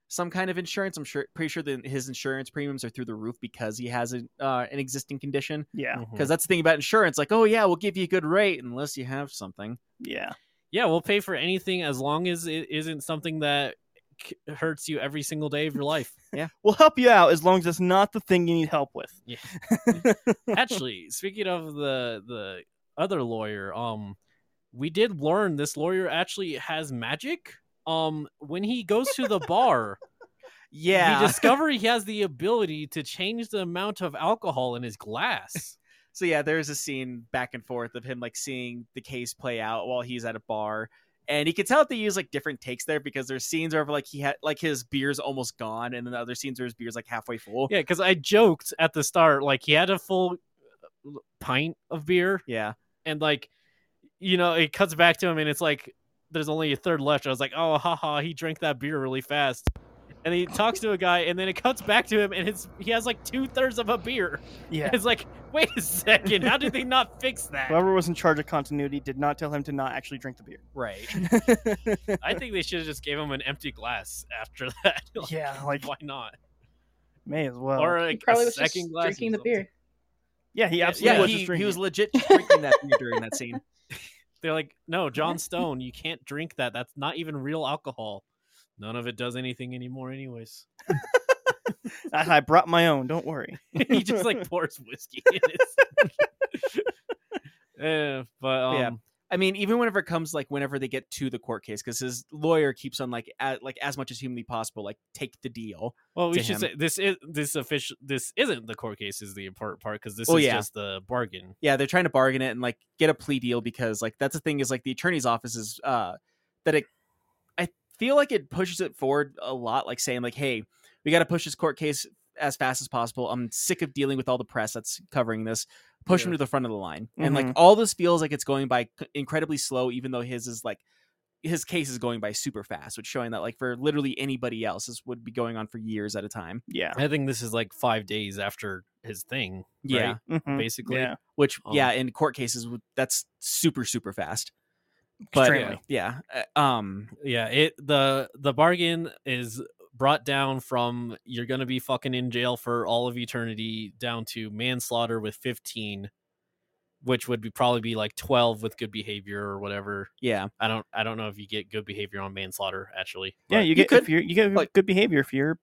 Speaker 4: some kind of insurance, I'm sure pretty sure that his insurance premiums are through the roof because he has an uh, an existing condition.
Speaker 2: Yeah,
Speaker 5: Mm. Mm-hmm.
Speaker 4: Because that's the thing about insurance, like, oh yeah, we'll give you a good rate unless you have something.
Speaker 2: yeah.
Speaker 5: yeah, we'll pay for anything as long as it isn't something that c- hurts you every single day of your life.
Speaker 2: We'll help you out as long as it's not the thing you need help with.
Speaker 5: Yeah. Actually, speaking of the the other lawyer, um, we did learn this lawyer actually has magic. Um, when he goes to the bar,
Speaker 4: Yeah.
Speaker 5: we discover he has the ability to change the amount of alcohol in his glass.
Speaker 4: So yeah, there's a scene back and forth of him like seeing the case play out while he's at a bar. And he could tell that they use like different takes there because there's scenes where like he had like his beer's almost gone, and then the other scenes where his beer's like halfway full.
Speaker 5: Yeah, because I joked at the start, like he had a full uh, pint of beer,
Speaker 4: Yeah.
Speaker 5: and like, you know, it cuts back to him, and it's like there's only a third left. I was like, oh, haha, he drank that beer really fast. And he talks to a guy, and then it cuts back to him, and it's he has like two thirds of a beer.
Speaker 2: Yeah.
Speaker 5: It's like, wait a second, how did they not fix that?
Speaker 2: Whoever was in charge of continuity did not tell him to not actually drink the beer.
Speaker 5: Right. I think they should have just gave him an empty glass after that. Like,
Speaker 2: Yeah, like-
Speaker 5: why not?
Speaker 2: May as well.
Speaker 5: Or
Speaker 6: He
Speaker 5: like
Speaker 6: probably
Speaker 5: a
Speaker 6: was just
Speaker 5: second glass. or
Speaker 6: drinking the
Speaker 5: something.
Speaker 6: beer.
Speaker 2: yeah, he
Speaker 5: Yeah,
Speaker 2: absolutely
Speaker 4: Yeah,
Speaker 2: was
Speaker 4: he,
Speaker 2: just drinking.
Speaker 4: he was
Speaker 2: it.
Speaker 4: legit drinking that beer during that scene.
Speaker 5: They're like, no, John Stone, you can't drink that. That's not even real alcohol. None of it does anything anymore, anyways.
Speaker 2: I, I brought my own. Don't worry.
Speaker 5: he just like pours whiskey in it. uh, but um,
Speaker 4: Yeah. I mean, even whenever it comes like whenever they get to the court case, because his lawyer keeps on like a like as much as humanly possible, like take the deal.
Speaker 5: well, we
Speaker 4: To
Speaker 5: should
Speaker 4: him.
Speaker 5: say this is this official. This isn't the court case. Is the important part because this
Speaker 4: Oh,
Speaker 5: is
Speaker 4: yeah.
Speaker 5: just the bargain.
Speaker 4: Yeah, they're trying to bargain it and like get a plea deal because like that's the thing is like the attorney's office is uh that it I feel like it pushes it forward a lot, like saying like, hey, we got to push this court case as fast as possible. I'm sick of dealing with all the press that's covering this. Push him
Speaker 5: Yeah.
Speaker 4: to the front of the line, and like all this feels like it's going by c- incredibly slow, even though his is like his case is going by super fast, which showing that like for literally anybody else, this would be going on for years at a time.
Speaker 2: Yeah.
Speaker 5: I think this is like five days after his thing.
Speaker 4: Yeah,
Speaker 5: right?
Speaker 2: Mhm.
Speaker 5: basically.
Speaker 2: Yeah.
Speaker 4: which
Speaker 2: Oh.
Speaker 5: Um,
Speaker 4: yeah, in court cases would- that's super super fast.
Speaker 2: Extremely.
Speaker 4: But yeah, uh, um,
Speaker 5: yeah it the the bargain is brought down from you're gonna be fucking in jail for all of eternity down to manslaughter with 15 which would be probably be like 12 with good behavior or whatever
Speaker 4: yeah,
Speaker 5: i don't i don't know if you get good behavior on manslaughter actually
Speaker 2: Yeah,
Speaker 5: but-
Speaker 2: you get
Speaker 4: could-
Speaker 2: if you're, you get
Speaker 4: like-
Speaker 2: good behavior if you're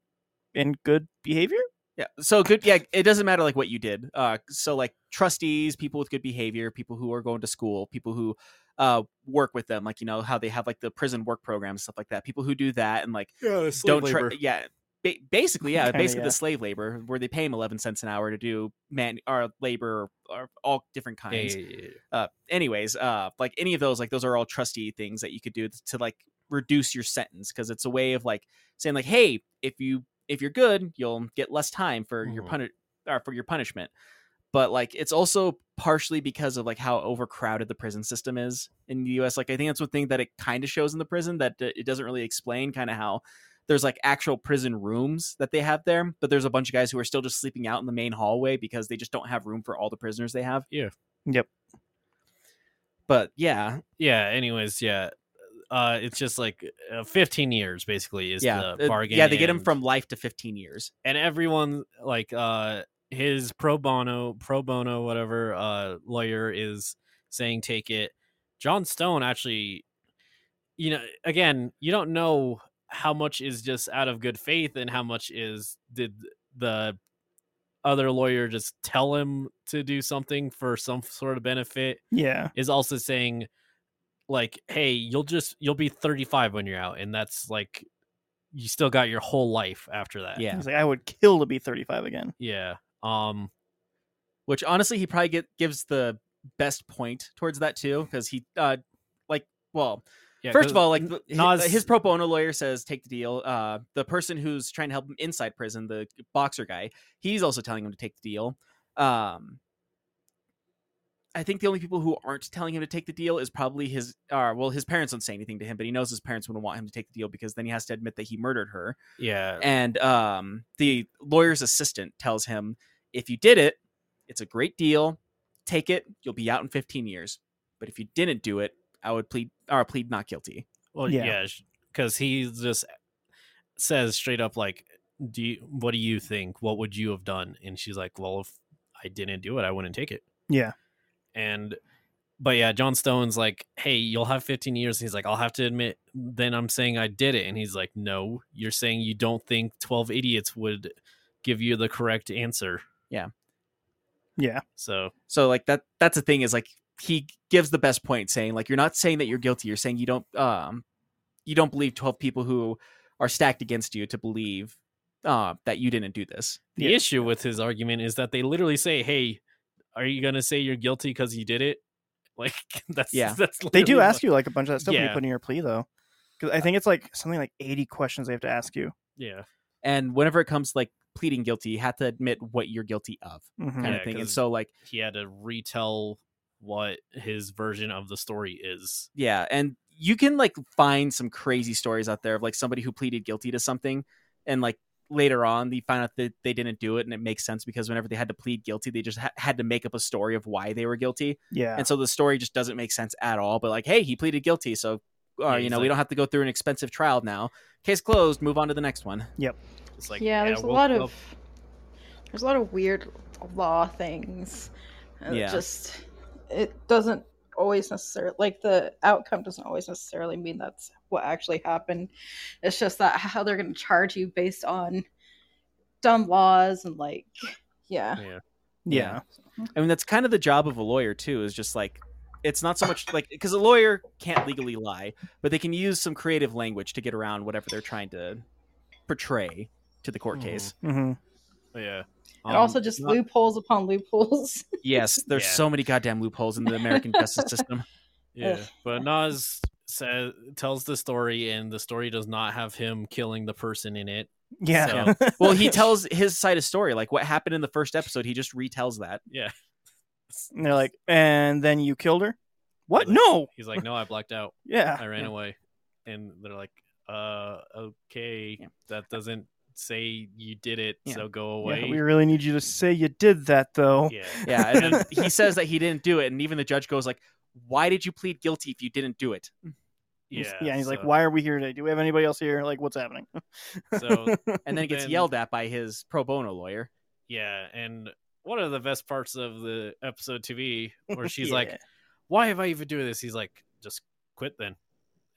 Speaker 2: in good behavior.
Speaker 4: yeah. So good. Yeah, it doesn't matter like what you did. Uh, so like trustees, people with good behavior, people who are going to school, people who uh work with them, like you know how they have like the prison work program stuff like that. People who do that and like
Speaker 1: Yeah,
Speaker 4: don't try. Yeah. Ba- basically, yeah,
Speaker 2: Kinda,
Speaker 4: basically
Speaker 2: yeah.
Speaker 4: the slave labor where they pay him eleven cents an hour to do man or labor or, all different
Speaker 5: Yeah,
Speaker 4: kinds.
Speaker 5: yeah, yeah, yeah.
Speaker 4: uh anyways uh like any of those like those are all trustee things that you could do to like reduce your sentence because it's a way of like saying like hey if you if you're good you'll get less time for your
Speaker 5: Mhm.
Speaker 4: puni- or for your punishment but like it's also partially because of like how overcrowded the prison system is in the US like I think that's one thing that it kind of shows in the prison that uh, it doesn't really explain kind of how there's like actual prison rooms that they have there but there's a bunch of guys who are still just sleeping out in the main hallway because they just don't have room for all the prisoners they have
Speaker 2: Yep.
Speaker 4: but yeah
Speaker 5: yeah anyways yeah uh it's just like uh, 15 years basically is the
Speaker 4: uh,
Speaker 5: bargain
Speaker 4: Yeah, they get him
Speaker 5: and-
Speaker 4: from life to 15 years.
Speaker 5: and everyone like uh his pro bono pro bono whatever uh lawyer is saying take it john stone actually you know again you don't know how much is just out of good faith and how much is did the other lawyer just tell him to do something for some sort of benefit
Speaker 2: Yeah.
Speaker 5: is also saying like hey you'll just you'll be 35 when you're out and that's like you still got your whole life after that
Speaker 2: I was like, I would kill to be 35 again.
Speaker 5: yeah. Um.
Speaker 4: Which honestly, he probably get, gives the best point towards that too, because he, uh, like, well,
Speaker 5: Yeah,
Speaker 4: first
Speaker 5: 'cause
Speaker 4: of all, like,
Speaker 5: N-
Speaker 4: the- hi-
Speaker 5: Nas,
Speaker 4: his pro bono lawyer says take the deal. Uh, the person who's trying to help him inside prison, the boxer guy, he's also telling him to take the deal. Um, I think the only people who aren't telling him to take the deal is probably his. Uh, well, his parents don't say anything to him, but he knows his parents wouldn't want him to take the deal because then he has to admit that he murdered her.
Speaker 5: Yeah.
Speaker 4: And um, the lawyer's assistant tells him, if you did it, it's a great deal. Take it. You'll be out in 15 years. But if you didn't do it, I would plead or plead not guilty.
Speaker 5: Well,
Speaker 2: Yeah.
Speaker 5: yeah, because he just says straight up, like, "Do you, what do you think? What would you have done?" And she's like, "Well, if I didn't do it, I wouldn't take it."
Speaker 2: Yeah.
Speaker 5: And, but yeah, John Stone's like, "Hey, you'll have 15 years." He's like, "I'll have to admit." Then I'm saying I did it, and he's like, "No, you're saying you don't think 12 idiots would give you the correct answer."
Speaker 2: Yeah.
Speaker 5: So
Speaker 4: So like that that's the thing is like he gives the best point saying like you're not saying that you're guilty, you're saying you don't um you don't believe 12 people who are stacked against you to believe uh that you didn't do this.
Speaker 5: the
Speaker 2: Yeah.
Speaker 5: issue with his argument is that they literally say, "Hey, are you gonna say you're guilty because you did it?" Like that's
Speaker 4: Yeah.
Speaker 5: that's
Speaker 2: They do
Speaker 5: literally
Speaker 2: ask
Speaker 5: what-
Speaker 2: you like a bunch of that stuff when you
Speaker 5: Yeah.
Speaker 2: put in your plea though. Cuz I think it's like something like 80 questions they have to ask you.
Speaker 5: Yeah,
Speaker 4: And whenever it comes to like pleading guilty, you have to admit what you're guilty of
Speaker 2: Mhm.
Speaker 4: kind
Speaker 5: Yeah,
Speaker 4: of thing. And
Speaker 5: 'cause-
Speaker 4: so like
Speaker 5: he had to retell what his version of the story is.
Speaker 4: yeah and you can like find some crazy stories out there of like somebody who pleaded guilty to something and like later on they found out that they didn't do it and it makes sense because whenever they had to plead guilty they just ha- had to make up a story of why they were guilty
Speaker 2: Yeah.
Speaker 4: and so the story just doesn't make sense at all but like hey he pleaded guilty so uh,
Speaker 5: Yeah,
Speaker 4: you
Speaker 5: he's
Speaker 4: know we
Speaker 5: like-
Speaker 4: don't have to go through an expensive trial now case closed move on to the next one
Speaker 5: It's like
Speaker 6: yeah, there's
Speaker 5: well-
Speaker 6: a lot of
Speaker 5: well,
Speaker 6: there's a lot of weird law things. and
Speaker 4: Yeah.
Speaker 6: It just it doesn't always necessarily like the outcome doesn't always necessarily mean that's what actually happened. It's just that how they're going to charge you based on dumb laws and like yeah.
Speaker 2: yeah.
Speaker 4: I mean, that's kind of the job of a lawyer too. Is just like it's not so much like because a lawyer can't legally lie, but they can use some creative language to get around whatever they're trying to portray to the court
Speaker 5: Mhm.
Speaker 4: case.
Speaker 2: Mhm.
Speaker 5: yeah.
Speaker 6: Mm-hmm.
Speaker 5: Um,
Speaker 6: And also just
Speaker 5: not-
Speaker 6: loopholes upon loopholes.
Speaker 4: Yes, there's
Speaker 5: Yeah.
Speaker 4: so many goddamn loopholes in the American justice system.
Speaker 5: yeah, but Nas says tells the story, and the story does not have him killing the person in it.
Speaker 2: Yeah.
Speaker 5: So,
Speaker 4: Well, he tells his side of story, like what happened in the first episode. He just retells that.
Speaker 5: yeah.
Speaker 2: And they're like, and then you killed her? What? No. Ah,
Speaker 5: He's like, no, I blacked out.
Speaker 2: Yeah.
Speaker 5: I ran
Speaker 4: Yeah.
Speaker 5: away. And they're like, uh, okay,
Speaker 4: Yeah.
Speaker 5: that doesn't say you did it,
Speaker 4: Yeah.
Speaker 5: so go away.
Speaker 2: yeah. We really need you to say you did that though.
Speaker 5: Yeah.
Speaker 4: Yeah, and then he says that he didn't do it, and even the judge goes like, "Why did you plead guilty if you didn't do it?"
Speaker 5: Yeah.
Speaker 2: and he's like,
Speaker 5: so-
Speaker 2: "Why are we here today? Do we have anybody else here? Like, what's happening?"
Speaker 5: So,
Speaker 4: And then he gets
Speaker 5: Then-
Speaker 4: yelled at by his pro bono lawyer.
Speaker 5: yeah. And one of the best parts of the episode to me, where she's
Speaker 2: Yeah.
Speaker 5: like, why have I even doing this? He's like, just quit then.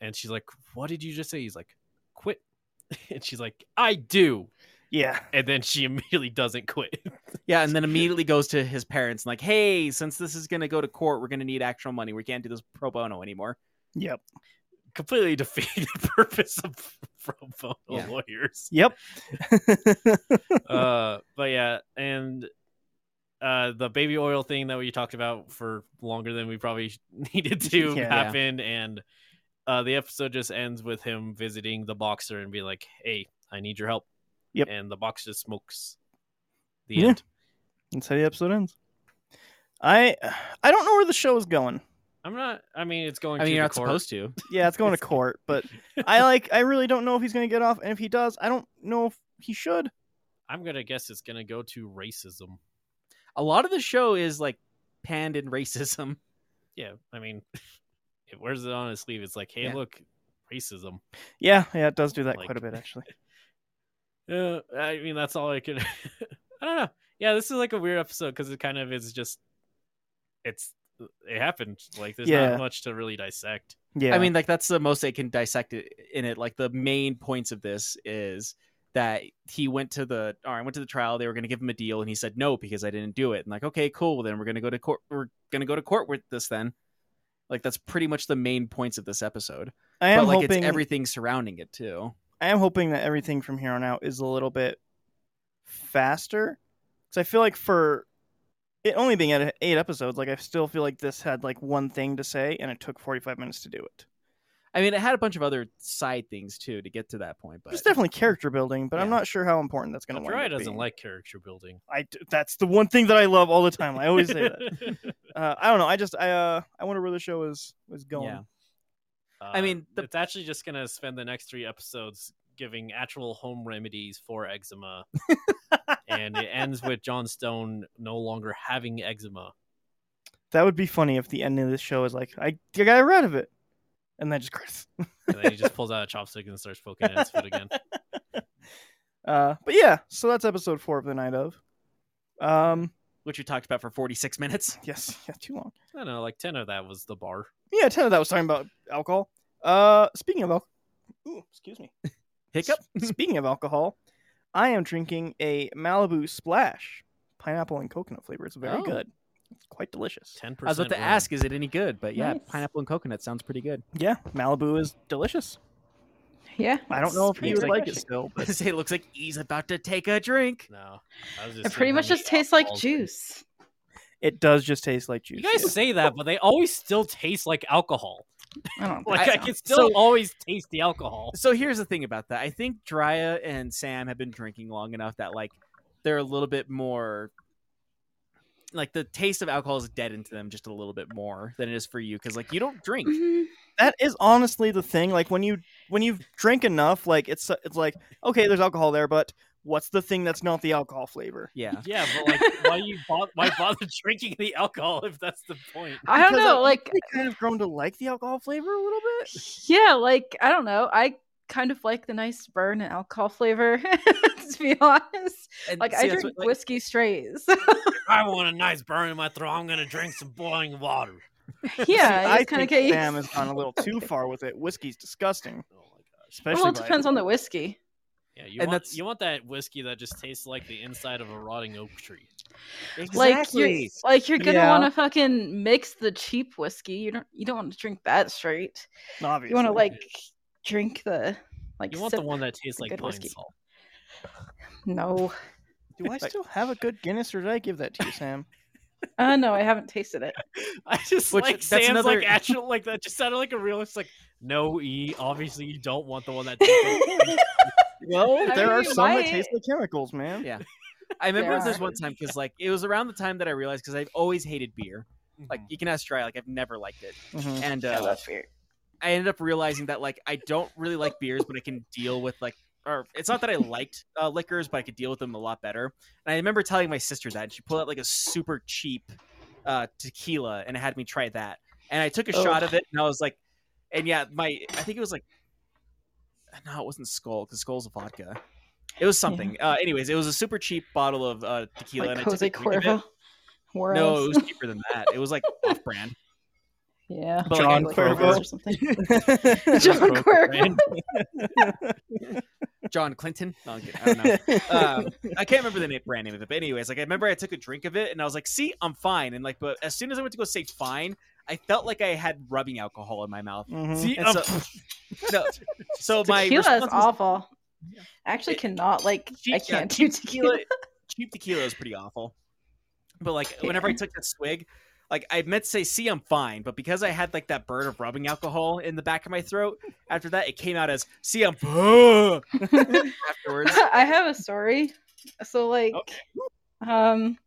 Speaker 5: And she's like, what did you just say? He's like, quit. And she's like, I do.
Speaker 2: "Yeah,
Speaker 5: And then she immediately doesn't quit.
Speaker 4: Yeah, and then immediately goes to his parents and like, "Hey, since this is gonna go to court, we're gonna need actual money. We can't do this pro bono anymore."
Speaker 2: yep,
Speaker 5: Completely defeated the purpose of pro bono
Speaker 4: Yeah.
Speaker 5: lawyers.
Speaker 2: yep."
Speaker 5: uh but yeah and uh the baby oil thing that we talked about for longer than we probably sh- needed to
Speaker 2: Yeah.
Speaker 5: happen and uh the episode just ends with him visiting the boxer and being like hey i need your help
Speaker 2: Yep.
Speaker 5: and the boxer smokes the
Speaker 2: Yeah.
Speaker 5: end
Speaker 2: That's how the episode ends. I I don't know where the show is going.
Speaker 5: i'm not i mean it's going
Speaker 4: I mean,
Speaker 5: to
Speaker 4: you're
Speaker 5: the
Speaker 4: not
Speaker 5: court.
Speaker 4: supposed to.
Speaker 2: Yeah, it's going to court, but I like I really don't know if he's going to get off, and if he does, I don't know if he should.
Speaker 5: i'm gonna guess it's gonna go to racism
Speaker 4: A lot of the show is like panned in racism.
Speaker 5: yeah i mean it wears it on his sleeve it's like hey
Speaker 4: Yeah.
Speaker 5: look racism
Speaker 2: Yeah, yeah, it does do that
Speaker 5: Like-
Speaker 2: quite a bit actually.
Speaker 5: Yeah, I mean that's all I could. I don't know. Yeah, this is like a weird episode because it kind of is just. It's it happened. Like there's
Speaker 2: Yeah.
Speaker 5: not much to really dissect.
Speaker 2: Yeah,
Speaker 4: I mean, like that's the most they can dissect it in it. Like the main points of this is that he went to the or I went to the trial. They were gonna give him a deal, and he said no because I didn't do it. And like, okay, cool. Then we're gonna go to court. We're gonna go to court with this. Then, like that's pretty much the main points of this episode.
Speaker 2: I am
Speaker 4: but like
Speaker 2: hoping
Speaker 4: it's everything surrounding it too.
Speaker 2: I am hoping that everything from here on out is a little bit faster because I feel like for it only being at eight episodes, like I still feel like this had like one thing to say, and it took forty five minutes to do it.
Speaker 4: I mean, it had a bunch of other side things too to get to that point, but
Speaker 2: It's definitely character building, but I'm
Speaker 4: Yeah.
Speaker 2: not sure how important that's going to.
Speaker 5: Dr. I doesn't like character building.
Speaker 2: I d- that's the one thing that I love all the time. I always say that. Uh, I don't know. I just I uh I wonder where the show is was going.
Speaker 4: Yeah.
Speaker 5: Uh,
Speaker 4: mean, the-
Speaker 5: it's actually just gonna spend the next three episodes giving actual home remedies for eczema, and it ends with John Stone no longer having eczema.
Speaker 2: That would be funny if the ending of this show is like I I got rid of it, and then just credits.
Speaker 5: And then he just pulls out a chopstick and starts poking at his foot again.
Speaker 2: Uh, but yeah, so that's episode four of the night of. Um,
Speaker 4: which we talked about for 46 minutes.
Speaker 2: yes, yeah, too long.
Speaker 5: I don't know, like ten of that was the bar.
Speaker 2: Yeah, ten of that was talking about alcohol. Uh, speaking of alcohol, ooh, excuse me.
Speaker 4: Hiccup.
Speaker 2: Speaking of alcohol, I am drinking a Malibu Splash, pineapple and coconut flavor. It's very
Speaker 4: Oh.
Speaker 2: good. It's quite delicious.
Speaker 5: Ten percent.
Speaker 4: I was about to ask, is it any good? But yeah,
Speaker 6: Nice.
Speaker 4: pineapple and coconut sounds pretty good.
Speaker 2: Yeah, Malibu is delicious.
Speaker 6: Yeah.
Speaker 2: I don't know if
Speaker 6: pretty
Speaker 2: you would like it
Speaker 6: delicious.
Speaker 2: still, but
Speaker 4: it looks like he's about to take a drink.
Speaker 5: No, I was just
Speaker 6: It
Speaker 5: saying
Speaker 6: pretty
Speaker 5: how
Speaker 6: much
Speaker 5: many
Speaker 6: just tastes like
Speaker 5: alcohols-
Speaker 6: juice.
Speaker 2: it does just taste like juice.
Speaker 5: You guys say that, but they always still taste like alcohol.
Speaker 6: I don't
Speaker 5: Like I,
Speaker 6: think so.
Speaker 5: can still always taste the alcohol.
Speaker 4: So here's the thing about that. I think Drya and Sam have been drinking long enough that like they're a little bit more like the taste of alcohol is deadened to them just a little bit more than it is for you because like you don't drink.
Speaker 6: Mhm.
Speaker 2: that is honestly the thing like when you when you've drank enough like it's it's like okay there's alcohol there but what's the thing that's not the alcohol flavor
Speaker 4: Yeah.
Speaker 5: Yeah, but like, why you bo- why bother drinking the alcohol if that's the point?
Speaker 6: I don't
Speaker 2: Because,
Speaker 6: know. Like,
Speaker 2: you've kind of grown to like the alcohol flavor a little bit
Speaker 6: yeah, like I don't know. I kind of like the nice burn and alcohol flavor. to be honest,
Speaker 4: And
Speaker 6: like
Speaker 4: see,
Speaker 6: I
Speaker 4: that's
Speaker 6: drink
Speaker 4: what- like,
Speaker 6: whiskey strays.
Speaker 5: I want a nice burn in my throat. I'm gonna drink some boiling water.
Speaker 2: See,
Speaker 6: yeah,
Speaker 2: i
Speaker 6: it's kind of
Speaker 2: think
Speaker 6: okay.
Speaker 2: sam has gone a little too far with it whiskey's disgusting
Speaker 5: Oh my gosh.
Speaker 2: especially
Speaker 6: Well, it
Speaker 2: by-
Speaker 6: depends on the whiskey.
Speaker 5: Yeah, you
Speaker 4: And
Speaker 5: want
Speaker 4: that's-
Speaker 5: you want that whiskey that just tastes like the inside of a rotting oak tree.
Speaker 6: Like
Speaker 4: exactly.
Speaker 6: you're, like you're gonna
Speaker 2: Yeah.
Speaker 6: want to fucking mix the cheap whiskey. You don't you don't want to drink that straight.
Speaker 2: obviously
Speaker 6: You want to like drink the like.
Speaker 5: You want the
Speaker 6: sip-
Speaker 5: one that tastes
Speaker 6: the
Speaker 5: like
Speaker 6: good
Speaker 5: pine
Speaker 6: whiskey.
Speaker 5: salt.
Speaker 6: No,
Speaker 2: do i still have a good guinness or did i give that to you sam
Speaker 6: uh, no, I haven't tasted it.
Speaker 5: I just
Speaker 4: Which-
Speaker 5: like
Speaker 4: that's
Speaker 5: Sam's
Speaker 4: another-
Speaker 5: like actual like that just sounded like a real. It's like no, e obviously you don't want the one that tastes like
Speaker 2: well
Speaker 6: I
Speaker 2: there are
Speaker 6: mean,
Speaker 2: some that
Speaker 6: why-
Speaker 2: taste like chemicals man
Speaker 4: Yeah. I remember
Speaker 6: There
Speaker 4: this
Speaker 6: are.
Speaker 4: one time because like it was around the time that I realized because I've always hated beer. Like you can ask Drya, like I've never liked it.
Speaker 2: Mhm.
Speaker 4: And uh,
Speaker 6: Mm. Yeah, that's weird.
Speaker 4: I ended up realizing that like I don't really like beers, but I can deal with like, or it's not that I liked uh, liquors, but I could deal with them a lot better. And I remember telling my sister that, and she pulled out like a super cheap uh, tequila and had me try that. And I took a shot of it, and I was like, and yeah, my I think it was like, no, it wasn't Skull because Skull's a vodka. It was something. Uh, anyways, it was a super cheap bottle of uh, tequila.
Speaker 6: Like
Speaker 4: and I took a
Speaker 6: Jose
Speaker 4: drink of it.
Speaker 6: Cuervo. Worlds.
Speaker 4: No, it was cheaper than that. It was like off-brand.
Speaker 6: yeah.
Speaker 4: But, like,
Speaker 2: John
Speaker 6: like
Speaker 2: Cuervo.
Speaker 6: Worlds or something.
Speaker 2: Mm-hmm.
Speaker 6: John Cuervo.
Speaker 4: John Clinton. No, I'm kidding. I don't know. um, I can't remember the name, brand name of it, but anyways, like I remember I took a drink of it and I was like, "See, I'm fine." And like, but as soon as I went to go say "fine," I felt like I had rubbing alcohol in my mouth.
Speaker 2: Mhm.
Speaker 5: See,
Speaker 4: And
Speaker 5: um,
Speaker 4: so, no, so my
Speaker 6: Tequila is
Speaker 4: response was-
Speaker 6: awful. I actually
Speaker 4: It-
Speaker 6: cannot like
Speaker 4: cheap-
Speaker 6: I
Speaker 4: yeah,
Speaker 6: can't do tequila.
Speaker 4: cheap tequila is pretty awful. But like, whenever I took that swig, like I meant to say "see, I'm fine," but because I had like that burn of rubbing alcohol in the back of my throat, after that it came out as "see, I'm fine" afterwards.
Speaker 6: I have a story. So like um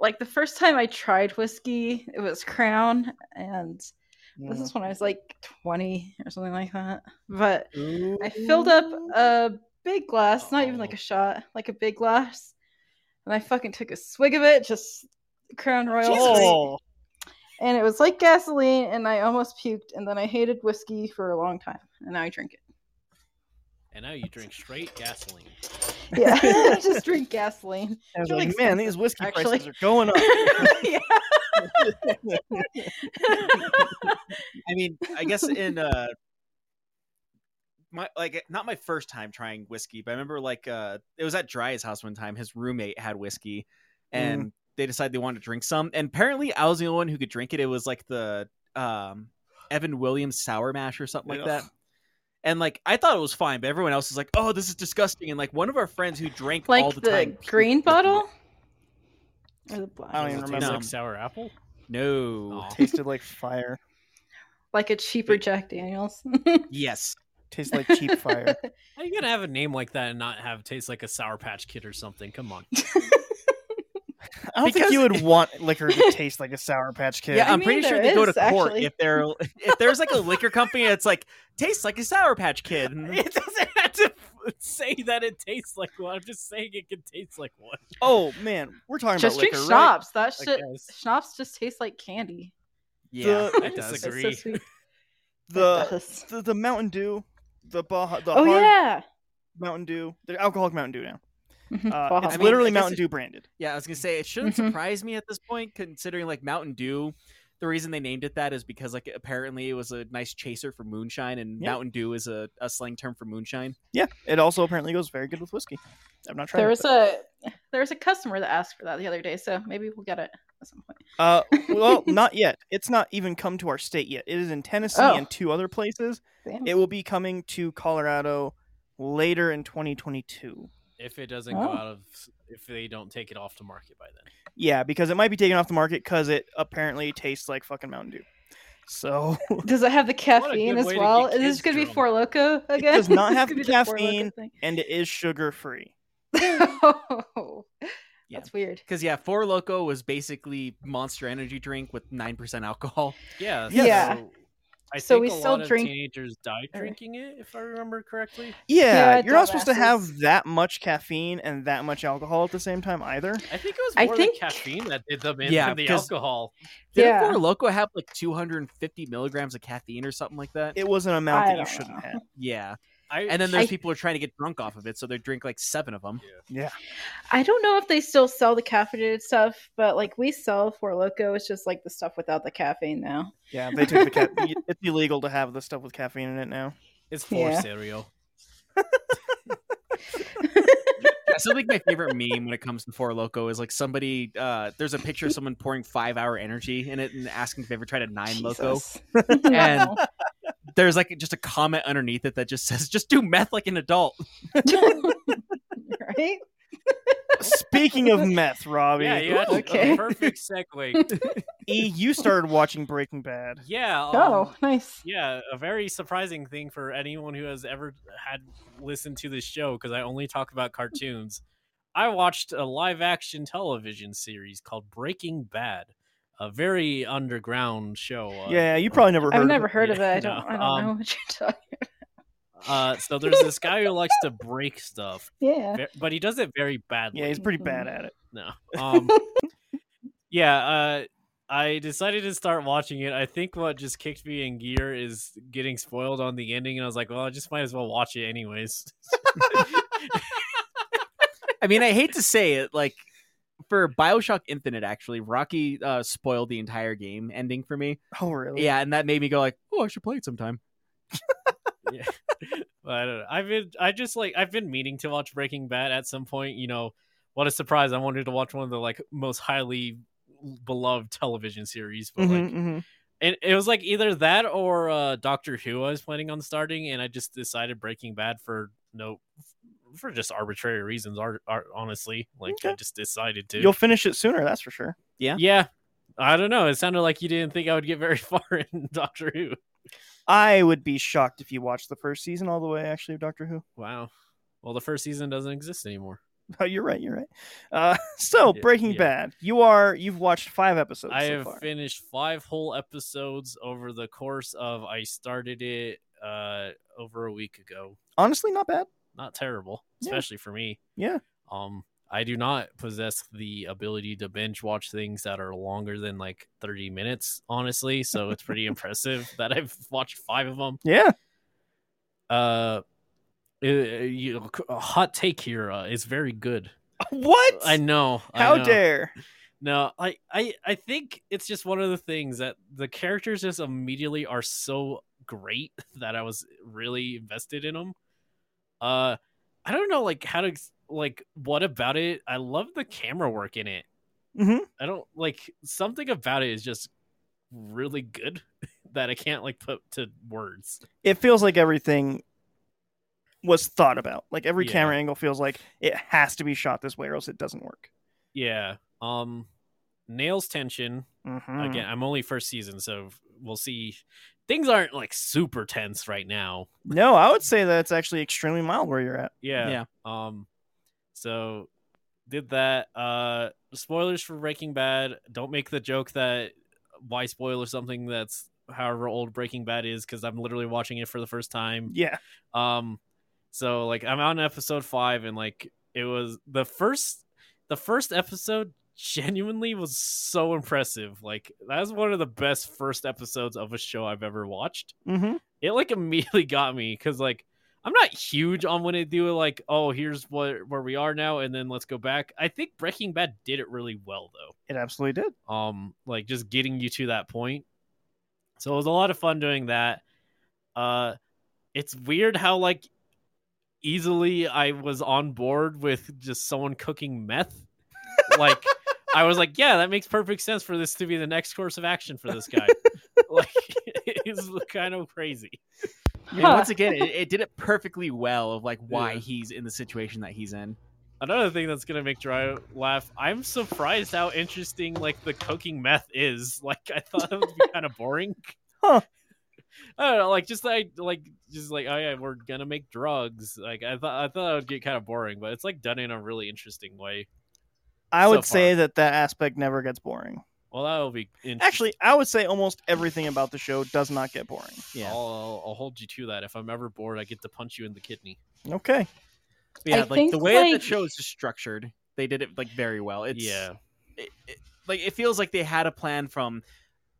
Speaker 6: like the first time I tried whiskey, it was Crown and this is when I was like 20 or something like that. But
Speaker 2: Mm-hmm.
Speaker 6: I filled up uh, a big glass, not even like
Speaker 5: Oh.
Speaker 6: a shot, like a big glass. And I fucking took a swig of it, just Crown Royal. straight.
Speaker 2: oh
Speaker 6: And it was like gasoline, and I almost puked. And then I hated whiskey for a long time, and now I drink it.
Speaker 5: and now you drink straight gasoline.
Speaker 6: Yeah, I just drink gasoline.
Speaker 2: I was
Speaker 6: really
Speaker 2: like, man these whiskey
Speaker 6: actually.
Speaker 2: prices are going up
Speaker 6: yeah.
Speaker 4: I mean, I guess in uh my like not my first time trying whiskey, but I remember like uh it was at Dry's house one time, his roommate had whiskey and they decided they wanted to drink some. And apparently I was the only one who could drink it. It was like the um Evan Williams sour mash or something like
Speaker 2: Ugh.
Speaker 4: that. And like I thought it was fine, but everyone else was like, "Oh, this is disgusting." And like one of our friends who drank all
Speaker 6: like
Speaker 4: the,
Speaker 6: the,
Speaker 4: time,
Speaker 6: green bottle or the black.
Speaker 2: I don't even
Speaker 5: Does it taste
Speaker 2: remember.
Speaker 5: Like sour apple.
Speaker 4: No.
Speaker 5: Aw.
Speaker 2: tasted like fire
Speaker 6: Like a cheaper Jack Daniels.
Speaker 4: Yes.
Speaker 2: Tastes like cheap fire.
Speaker 5: How you gonna have a name like that and not have taste like a sour patch kid or something? Come on.
Speaker 2: I don't think
Speaker 4: Because-
Speaker 2: you would want liquor to taste like a Sour Patch Kid.
Speaker 4: Yeah,
Speaker 6: I
Speaker 4: I'm
Speaker 6: mean,
Speaker 4: pretty sure
Speaker 6: there
Speaker 4: they go to
Speaker 6: is,
Speaker 4: court
Speaker 6: actually.
Speaker 4: if they're if there's like a liquor company that's like tastes like a Sour Patch Kid. and-
Speaker 7: It doesn't have to say that it tastes like one. I'm just saying it can taste like one.
Speaker 2: Oh man, we're talking
Speaker 6: Just
Speaker 2: about
Speaker 6: drink
Speaker 2: liquor, right?
Speaker 6: schnapps. That
Speaker 7: I
Speaker 6: shit,
Speaker 7: guess.
Speaker 6: schnapps just tastes like candy.
Speaker 4: Yeah,
Speaker 2: The-
Speaker 7: I
Speaker 8: It does.
Speaker 6: It's so
Speaker 7: disagree.
Speaker 6: sweet. It
Speaker 2: The,
Speaker 6: does.
Speaker 2: the the Mountain Dew, the Baja, the
Speaker 6: oh
Speaker 2: hard
Speaker 6: yeah.
Speaker 2: Mountain Dew, the alcoholic Mountain Dew now.
Speaker 6: Mhm.
Speaker 2: Uh,
Speaker 6: Baja
Speaker 2: it's
Speaker 4: I mean, I
Speaker 2: literally
Speaker 4: guess
Speaker 2: Mountain
Speaker 4: it-
Speaker 2: Dew branded.
Speaker 4: yeah. I was gonna say it shouldn't
Speaker 6: Mhm.
Speaker 4: surprise me at this point, considering like Mountain Dew. The reason they named it that is because like apparently it was a nice chaser for moonshine, and
Speaker 2: Yeah.
Speaker 4: Mountain Dew is a, a slang term for moonshine.
Speaker 2: Yeah, it also apparently goes very good with whiskey. I've not tried.
Speaker 6: There
Speaker 2: it,
Speaker 6: was
Speaker 2: but-
Speaker 6: a there was a customer that asked for that the other day, so maybe we'll get it at some point.
Speaker 2: Uh, well, not yet. It's not even come to our state yet. It is in Tennessee
Speaker 6: Oh.
Speaker 2: and two other places.
Speaker 6: Damn.
Speaker 2: It will be coming to Colorado later in 2022.
Speaker 5: If it doesn't go
Speaker 6: Oh.
Speaker 5: out of, if they don't take it off to market by then,
Speaker 2: Yeah, because it might be taken off the market because it apparently tastes like fucking Mountain Dew. So
Speaker 6: Does it have the caffeine
Speaker 5: good
Speaker 6: as
Speaker 5: way to
Speaker 6: well?
Speaker 5: get
Speaker 6: Is
Speaker 5: kids
Speaker 6: this going to be
Speaker 5: drunk.
Speaker 6: Four Loco again?
Speaker 2: does not
Speaker 6: Is this
Speaker 2: have the
Speaker 6: gonna be Four Loko
Speaker 2: caffeine.
Speaker 6: thing?
Speaker 2: and it is sugar free.
Speaker 6: oh,
Speaker 4: Yeah.
Speaker 6: that's weird.
Speaker 4: Because yeah, Four Loco was basically Monster Energy drink with nine percent alcohol.
Speaker 5: yeah,
Speaker 2: Yes.
Speaker 6: Yeah.
Speaker 5: So I
Speaker 6: So
Speaker 5: think
Speaker 6: we
Speaker 5: a
Speaker 6: still
Speaker 5: lot
Speaker 6: drink-
Speaker 5: of teenagers die
Speaker 6: or-
Speaker 5: drinking it, if I remember correctly.
Speaker 2: Yeah,
Speaker 6: Yeah,
Speaker 2: you're not supposed to
Speaker 6: dumbasses.
Speaker 2: have that much caffeine and that much alcohol at the same time either.
Speaker 5: I think it was
Speaker 6: I
Speaker 5: more
Speaker 6: think-
Speaker 5: the caffeine that did them in
Speaker 4: Yeah,
Speaker 5: than the
Speaker 4: 'cause-
Speaker 5: alcohol.
Speaker 4: Did
Speaker 6: Yeah.
Speaker 4: Four Loco have like 250 milligrams of caffeine or something like that?
Speaker 2: It was an amount
Speaker 6: I
Speaker 2: that you
Speaker 6: don't
Speaker 2: shouldn't
Speaker 6: know.
Speaker 2: have.
Speaker 4: yeah.
Speaker 5: I
Speaker 4: And then there's
Speaker 6: I-
Speaker 4: people who are trying to get drunk off of it, so they drink like seven of them.
Speaker 6: I don't know if they still sell the caffeinated stuff, but like we sell Four Loco, it's just like the stuff without the caffeine now.
Speaker 2: Yeah, they took the ca- it's illegal to have the stuff with caffeine in it now.
Speaker 5: it's for
Speaker 6: Yeah.
Speaker 5: cereal.
Speaker 4: That's like my favorite meme when it comes to Four Loco is like somebody uh there's a picture of someone pouring five hour energy in it and asking if they ever tried a nine loco.
Speaker 6: Jesus. No.
Speaker 4: There's like just a comment underneath it that just says, just do meth like an adult.
Speaker 6: right?
Speaker 2: Speaking of meth, Robbie,
Speaker 5: yeah, you had a- a
Speaker 6: okay.
Speaker 5: perfect segue.
Speaker 2: E, you started watching Breaking Bad.
Speaker 5: yeah. um,
Speaker 6: Oh, nice.
Speaker 5: Yeah, a very surprising thing for anyone who has ever had listened to this show because I only talk about cartoons. I watched a live action television series called Breaking Bad, a very underground show. Uh,
Speaker 2: Yeah, you probably never heard.
Speaker 6: I've
Speaker 2: of
Speaker 6: never
Speaker 2: it.
Speaker 6: heard of it. I
Speaker 5: Yeah,
Speaker 6: don't.
Speaker 5: no,
Speaker 6: I don't
Speaker 5: um,
Speaker 6: know what you're talking.
Speaker 5: Uh, so there's this guy who likes to break stuff,
Speaker 6: Yeah.
Speaker 5: ve- but he does it very badly.
Speaker 2: Yeah, he's pretty bad at it.
Speaker 5: No. Um, yeah, uh, I decided to start watching it. I think what just kicked me in gear is getting spoiled on the ending, and I was like, well, I just might as well watch it anyways.
Speaker 4: I mean, I hate to say it, like for Bioshock Infinite, actually, Rocky uh spoiled the entire game ending for me.
Speaker 2: Oh, really?
Speaker 4: Yeah, and that made me go like, Oh, I should play it sometime.
Speaker 5: But I don't know. I've been, I just like, I've been meaning to watch Breaking Bad at some point. You know, what a surprise! I wanted to watch one of the like most highly beloved television series, but
Speaker 2: Mhm,
Speaker 5: like,
Speaker 2: mhm.
Speaker 5: and it was like either that or uh, Doctor Who. I was planning on starting, and I just decided Breaking Bad for no, for just arbitrary reasons. Ar- ar- honestly, like I
Speaker 2: Okay.
Speaker 5: just decided to.
Speaker 2: You'll finish it sooner, that's for sure.
Speaker 5: yeah, I don't know. It sounded like you didn't think I would get very far in Doctor Who.
Speaker 2: I would be shocked if you watched the first season all the way, actually, of Doctor Who.
Speaker 5: Wow. Well, the first season doesn't exist anymore.
Speaker 2: Oh, you're right, you're right. Uh, so,
Speaker 5: Yeah,
Speaker 2: Breaking
Speaker 5: yeah.
Speaker 2: Bad. You are, you've watched five episodes
Speaker 5: I
Speaker 2: so
Speaker 5: have
Speaker 2: far.
Speaker 5: finished five whole episodes over the course of I started it uh over a week ago.
Speaker 2: Honestly, not bad.
Speaker 5: Not terrible,
Speaker 2: Yeah.
Speaker 5: especially for me.
Speaker 2: Yeah.
Speaker 5: Um I do not possess the ability to binge watch things that are longer than like 30 minutes, honestly, so it's pretty impressive that I've watched 5 of them.
Speaker 2: Yeah.
Speaker 5: Uh it- you know, a hot take here. Uh, it's very good.
Speaker 2: What?
Speaker 5: I know. I
Speaker 2: How
Speaker 5: know.
Speaker 2: dare.
Speaker 5: No, I, I I think it's just one of the things that the characters just immediately are so great that I was really invested in them. Uh I don't know like how to ex- like what about it? I love the camera work in it.
Speaker 2: Mhm.
Speaker 5: I don't like something about it is just really good that I can't like put to words.
Speaker 2: It feels like everything was thought about. Like every
Speaker 5: Yeah.
Speaker 2: camera angle feels like it has to be shot this way or else it doesn't work.
Speaker 5: Yeah. Um nails tension
Speaker 2: Mm-hmm.
Speaker 5: again. I'm only first season so we'll see things aren't like super tense right now.
Speaker 2: No, I would say that it's actually extremely mild where you're at.
Speaker 5: Yeah.
Speaker 4: Yeah.
Speaker 5: Um so did that. Uh, spoilers for Breaking Bad. Don't make the joke that why spoil or something that's however old Breaking Bad is because I'm literally watching it for the first time.
Speaker 2: Yeah.
Speaker 5: Um, so like I'm on episode five, and like it was the first, the first episode genuinely was so impressive. Like that was one of the best first episodes of a show I've ever watched.
Speaker 2: Mm-hmm.
Speaker 5: It like immediately got me because like I'm not huge on when they do like oh here's what where we are now and then let's go back. I think Breaking Bad did it really well though
Speaker 2: It absolutely did.
Speaker 5: um like just getting you to that point so it was a lot of fun doing that uh it's weird how like easily i was on board with just someone cooking meth like i was like yeah that makes perfect sense for this to be the next course of action for this guy like it's kind of crazy
Speaker 4: And once again, it, it did it perfectly well of like why
Speaker 5: Yeah.
Speaker 4: he's in the situation that he's in.
Speaker 5: another thing that's gonna make dry laugh i'm surprised how interesting like the cooking meth is like i thought it would be kind of boring
Speaker 2: Huh.
Speaker 5: i don't know like just like like just like oh yeah we're gonna make drugs like i thought i thought it would get kind of boring but it's like done in a really interesting way
Speaker 2: I
Speaker 5: So
Speaker 2: would say that that aspect never gets boring.
Speaker 5: well that will be interesting.
Speaker 2: Actually, I would say almost everything about the show does not get boring.
Speaker 4: Yeah.
Speaker 5: I'll, I'll hold you to that if i'm ever bored i get to punch you in the kidney
Speaker 2: Okay.
Speaker 4: But yeah,
Speaker 6: I
Speaker 4: like
Speaker 6: think,
Speaker 4: the way that
Speaker 6: like-
Speaker 4: the show is just structured, they did it like very well. It's
Speaker 5: yeah
Speaker 4: it, it- like it feels like they had a plan from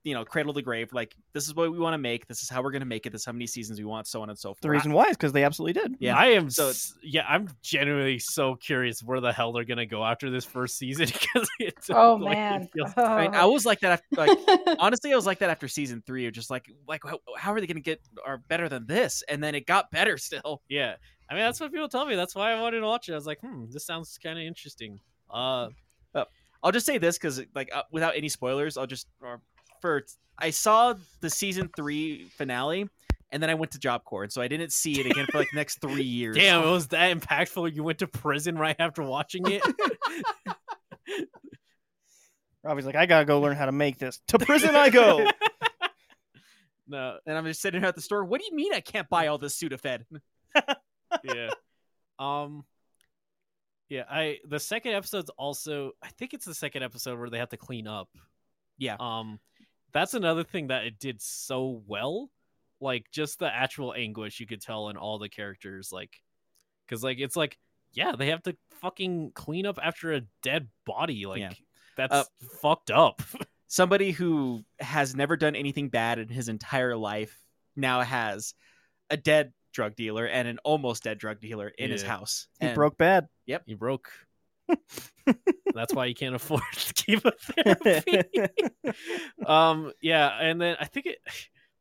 Speaker 4: you know cradle to grave. Like this is what we want to make. This is how we're going to make it. This is how many seasons we want. So on and so forth.
Speaker 2: The reason why is because they absolutely did.
Speaker 4: Yeah.
Speaker 5: I am
Speaker 4: So
Speaker 5: so yeah, I'm genuinely so curious where the hell they're gonna go after this first season because it
Speaker 6: Oh
Speaker 5: totally
Speaker 6: man.
Speaker 5: feels-
Speaker 4: I, I, mean,
Speaker 6: Oh.
Speaker 4: I was like that. After, like honestly, I was like that after season three. Of just like like how, how are they going to get are better than this? And then it got better still.
Speaker 5: Yeah. I mean, that's what people tell me. That's why I wanted to watch it. I was like, hmm, this sounds kind of interesting. Uh,
Speaker 4: I'll just say this because, like, uh, without any spoilers, I'll just or for I saw the season three finale, and then I went to Job Corps, and so I didn't see it again for like the next three years.
Speaker 5: damn, it was that impactful. You went to prison right after watching it.
Speaker 2: Robbie's like, I gotta go learn how to make this. To prison I go.
Speaker 5: no, Mm.
Speaker 4: And I'm just sitting here at the store. What do you mean I can't buy all this Sudafed?
Speaker 5: yeah. Um, yeah. I the second episode's also. I think it's the second episode where they have to clean up.
Speaker 4: Yeah.
Speaker 5: Um, that's another thing that it did so well. Like just the actual anguish you could tell in all the characters. Like, because like it's like yeah they have to fucking clean up after a dead body. Like
Speaker 4: Yeah. Uh,
Speaker 5: that's fucked up.
Speaker 4: Somebody who has never done anything bad in his entire life now has a dead drug dealer and an almost dead drug dealer in his
Speaker 5: Yeah.
Speaker 4: house.
Speaker 2: He
Speaker 4: And-
Speaker 2: broke bad.
Speaker 5: you broke. That's why you can't afford chemotherapy. um, yeah, and then I think it,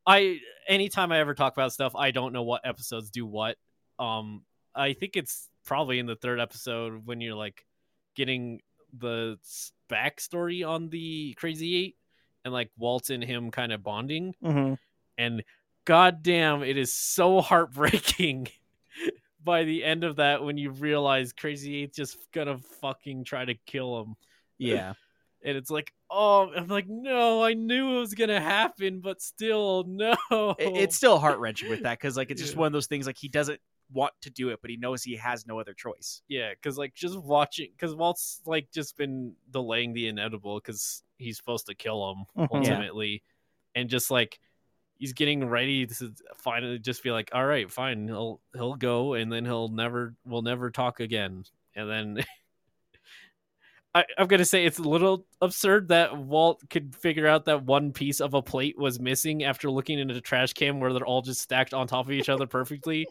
Speaker 5: I anytime I ever talk about stuff, I don't know what episodes do what. Um, I think it's probably in the third episode when you're like getting the s- backstory on the Crazy Eight and like Walt and him kind of bonding,
Speaker 2: hmm
Speaker 5: and goddamn, it is so heartbreaking. By the end of that, when you realize Crazy Eight's just gonna fucking try to kill him,
Speaker 4: Yeah.
Speaker 5: and it's like oh i'm like no i knew it was gonna happen but still no
Speaker 4: it- it's still heart wrenching with that because like it's just
Speaker 5: Yeah.
Speaker 4: one of those things like he doesn't want to do it, but he knows he has no other choice.
Speaker 5: yeah because like just watching because walt's like just been delaying the inevitable because he's supposed to kill him
Speaker 2: Mhm. Yeah.
Speaker 5: ultimately and just like he's getting ready to finally just be like all right fine he'll he'll go and then he'll never we'll never talk again and then I, I'm gonna say it's a little absurd that Walt could figure out that one piece of a plate was missing after looking into the trash can where they're all just stacked on top of each other perfectly.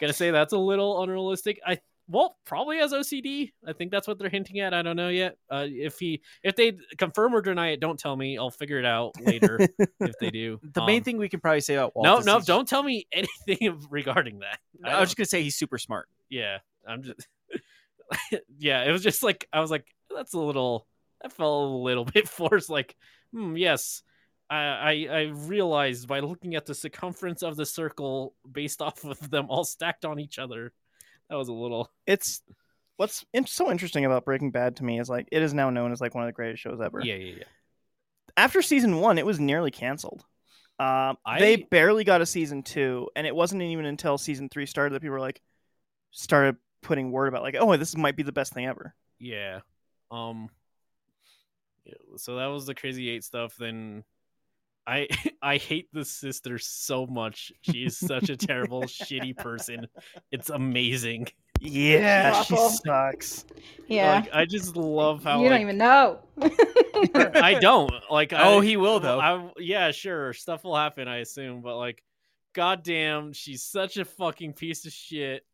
Speaker 5: gonna say that's a little unrealistic. I Walt probably has OCD. I think that's what they're hinting at. I don't know yet. Uh, if he if they confirm or deny it, don't tell me. I'll figure it out later if they do.
Speaker 4: The main
Speaker 5: Um,
Speaker 4: thing we can probably say about Walt
Speaker 5: No,
Speaker 4: is
Speaker 5: no,
Speaker 4: he's-
Speaker 5: don't tell me anything regarding that. I
Speaker 4: I
Speaker 5: don't-
Speaker 4: was just gonna say he's super smart.
Speaker 5: yeah i'm just yeah it was just like i was like that's a little that felt a little bit forced like hmm yes I, I i realized by looking at the circumference of the circle based off of them all stacked on each other that was a little
Speaker 2: It's what's in- so interesting about Breaking Bad to me is like it is now known as like one of the greatest shows ever.
Speaker 5: yeah yeah yeah
Speaker 2: After season one, it was nearly canceled. Um,
Speaker 5: I-
Speaker 2: They barely got a season two, and it wasn't even until season three started that people were like started putting word about like, oh, this might be the best thing ever.
Speaker 5: yeah um yeah, so that was the crazy eight stuff then i i hate this sister so much she is such a terrible shitty person it's amazing
Speaker 2: Yeah, she
Speaker 6: Awful.
Speaker 2: sucks.
Speaker 6: Yeah.
Speaker 5: like i just love how
Speaker 6: you
Speaker 5: like,
Speaker 6: don't even know.
Speaker 5: i don't like I,
Speaker 4: oh, he will
Speaker 5: Well,
Speaker 4: though.
Speaker 5: I, yeah, sure. Stuff will happen, I assume. But like, goddamn, she's such a fucking piece of shit.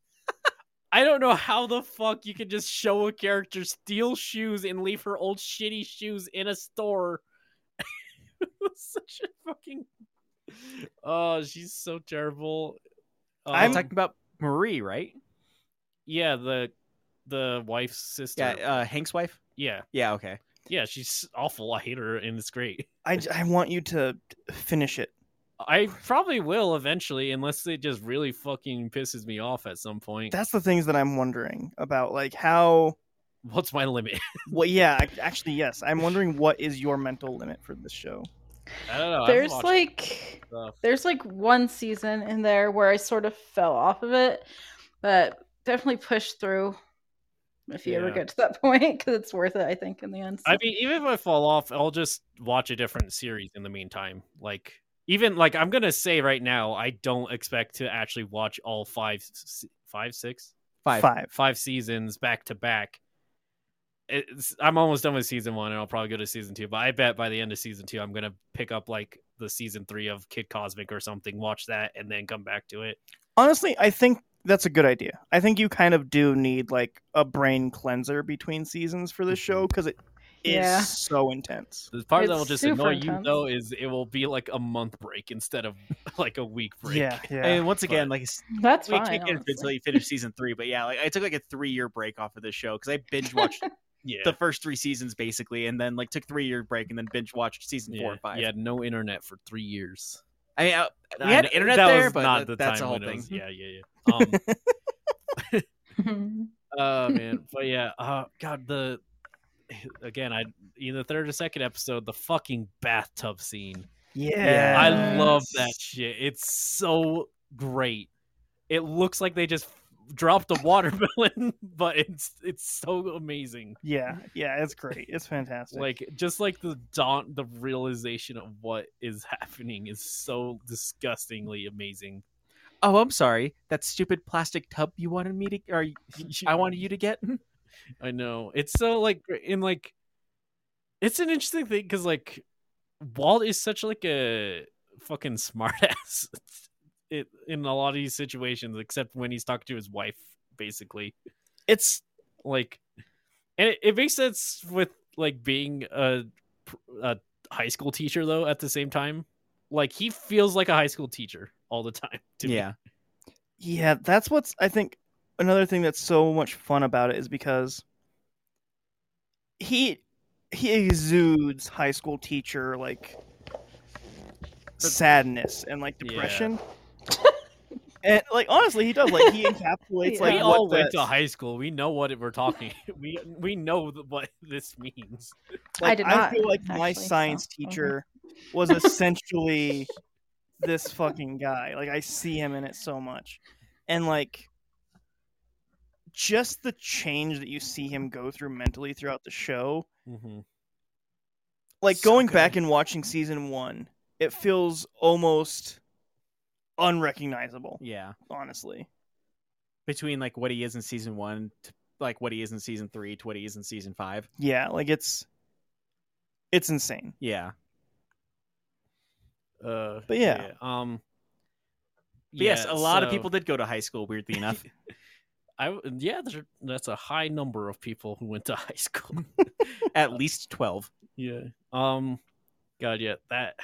Speaker 5: I don't know how the fuck you can just show a character steal shoes and leave her old shitty shoes in a store. such a fucking. Oh, she's so terrible. Um,
Speaker 4: I'm talking about Marie, right?
Speaker 5: yeah, the the wife's sister.
Speaker 4: Yeah,
Speaker 5: Yeah,
Speaker 4: uh, Hank's wife.
Speaker 5: yeah,
Speaker 4: Yeah, okay.
Speaker 5: yeah. She's awful. I hate her, and it's great.
Speaker 2: I, j- I want you to finish it.
Speaker 5: I probably will eventually, unless it just really fucking pisses me off at some point.
Speaker 2: That's the things that I'm wondering about, like how.
Speaker 5: What's my limit?
Speaker 2: Well, yeah, I- actually, yes. I'm wondering what is your mental limit for this show.
Speaker 5: I don't know. I've
Speaker 6: there's
Speaker 5: watched
Speaker 6: like
Speaker 5: stuff.
Speaker 6: there's like one season in there where I sort of fell off of it, but definitely push through if you ever
Speaker 5: Yeah.
Speaker 6: get to that point because it's worth it. I think in the end.
Speaker 5: I mean, even if I fall off, I'll just watch a different series in the meantime. Like, even like I'm gonna say right now, I don't expect to actually watch all five, s- five, six,
Speaker 4: Five.
Speaker 2: Five.
Speaker 5: five seasons back to back. It's, I'm almost done with season one, and I'll probably go to season two. But I bet by the end of season two, I'm gonna pick up like the season three of Kid Cosmic or something, watch that, and then come back to it.
Speaker 2: Honestly, I think that's a good idea. I think you kind of do need like a brain cleanser between seasons for this show
Speaker 5: Mm-hmm.
Speaker 2: because it is
Speaker 6: Yeah.
Speaker 2: so intense.
Speaker 5: The part that
Speaker 6: It's
Speaker 5: will just
Speaker 6: super
Speaker 5: annoy you
Speaker 6: intense.
Speaker 5: though is it will be like a month break instead of like a week break.
Speaker 2: Yeah, yeah.
Speaker 4: And once again,
Speaker 5: But-
Speaker 4: like it's-
Speaker 6: That's
Speaker 4: we
Speaker 6: fine.
Speaker 4: can't get
Speaker 6: honestly.
Speaker 4: until you finish season three, but yeah, like I took like a three-year break off of this show because I binge watched
Speaker 5: yeah.
Speaker 4: the first three seasons basically, and then like took three-year break and then binge watched season
Speaker 5: yeah.
Speaker 4: four and five.
Speaker 5: You had no internet for three years.
Speaker 4: I mean, I, we
Speaker 5: I
Speaker 4: had
Speaker 5: know-
Speaker 4: internet
Speaker 5: that
Speaker 4: there,
Speaker 5: was
Speaker 4: but
Speaker 5: not
Speaker 4: that-
Speaker 5: the
Speaker 4: that's
Speaker 5: time
Speaker 4: a whole
Speaker 5: when it
Speaker 4: thing.
Speaker 5: was- yeah, yeah, yeah. Um, Oh man, but yeah, uh, God, the again, I in the third or second episode, the fucking bathtub scene.
Speaker 2: yeah.
Speaker 5: I love that shit. It's so great. It looks like they just dropped a watermelon, but it's it's so amazing.
Speaker 2: Yeah, yeah, it's great. It's fantastic.
Speaker 5: Like just like the daunt, the realization of what is happening is so disgustingly amazing.
Speaker 4: Oh, I'm sorry. That stupid plastic tub you wanted me to, or I wanted you to get.
Speaker 5: I know. It's so like gr- in like it's an interesting thing because like Walt is such like a fucking smartass it in a lot of these situations, except when he's talking to his wife, basically. It's like and it, it makes sense with like being a pr- a high school teacher though at the same time. Like he feels like a high school teacher all the time. To me.
Speaker 4: Yeah,
Speaker 2: Yeah, that's what's I think another thing that's so much fun about it is because he he exudes high school teacher like sadness and like
Speaker 5: Yeah.
Speaker 2: depression. and like honestly he does like he encapsulates
Speaker 6: Yeah.
Speaker 2: like what
Speaker 5: we all went
Speaker 2: the-
Speaker 5: to high school. We know what we're talking. we we know th- what this means.
Speaker 2: like,
Speaker 6: I did not,
Speaker 2: feel like my
Speaker 6: actually, so,
Speaker 2: science
Speaker 6: mhm.
Speaker 2: teacher was essentially this fucking guy. Like I see him in it so much. And like just the change that you see him go through mentally throughout the show.
Speaker 4: Mm-hmm.
Speaker 2: Like
Speaker 4: So
Speaker 2: going
Speaker 4: good.
Speaker 2: back and watching season 1, it feels almost unrecognizable,
Speaker 4: yeah.
Speaker 2: honestly.
Speaker 4: Between like what he is in season one, to, like what he is in season three, to what he is in season five.
Speaker 2: Yeah, like it's it's insane.
Speaker 4: Yeah,
Speaker 5: Uh,
Speaker 2: But yeah.
Speaker 5: Um.
Speaker 4: but yes,
Speaker 5: yeah,
Speaker 4: a lot of
Speaker 5: so-
Speaker 4: people did go to high school. Weirdly enough,
Speaker 5: I w- yeah, there, that's a high number of people who went to high school.
Speaker 4: at least twelve.
Speaker 5: yeah. Um. God, yeah. That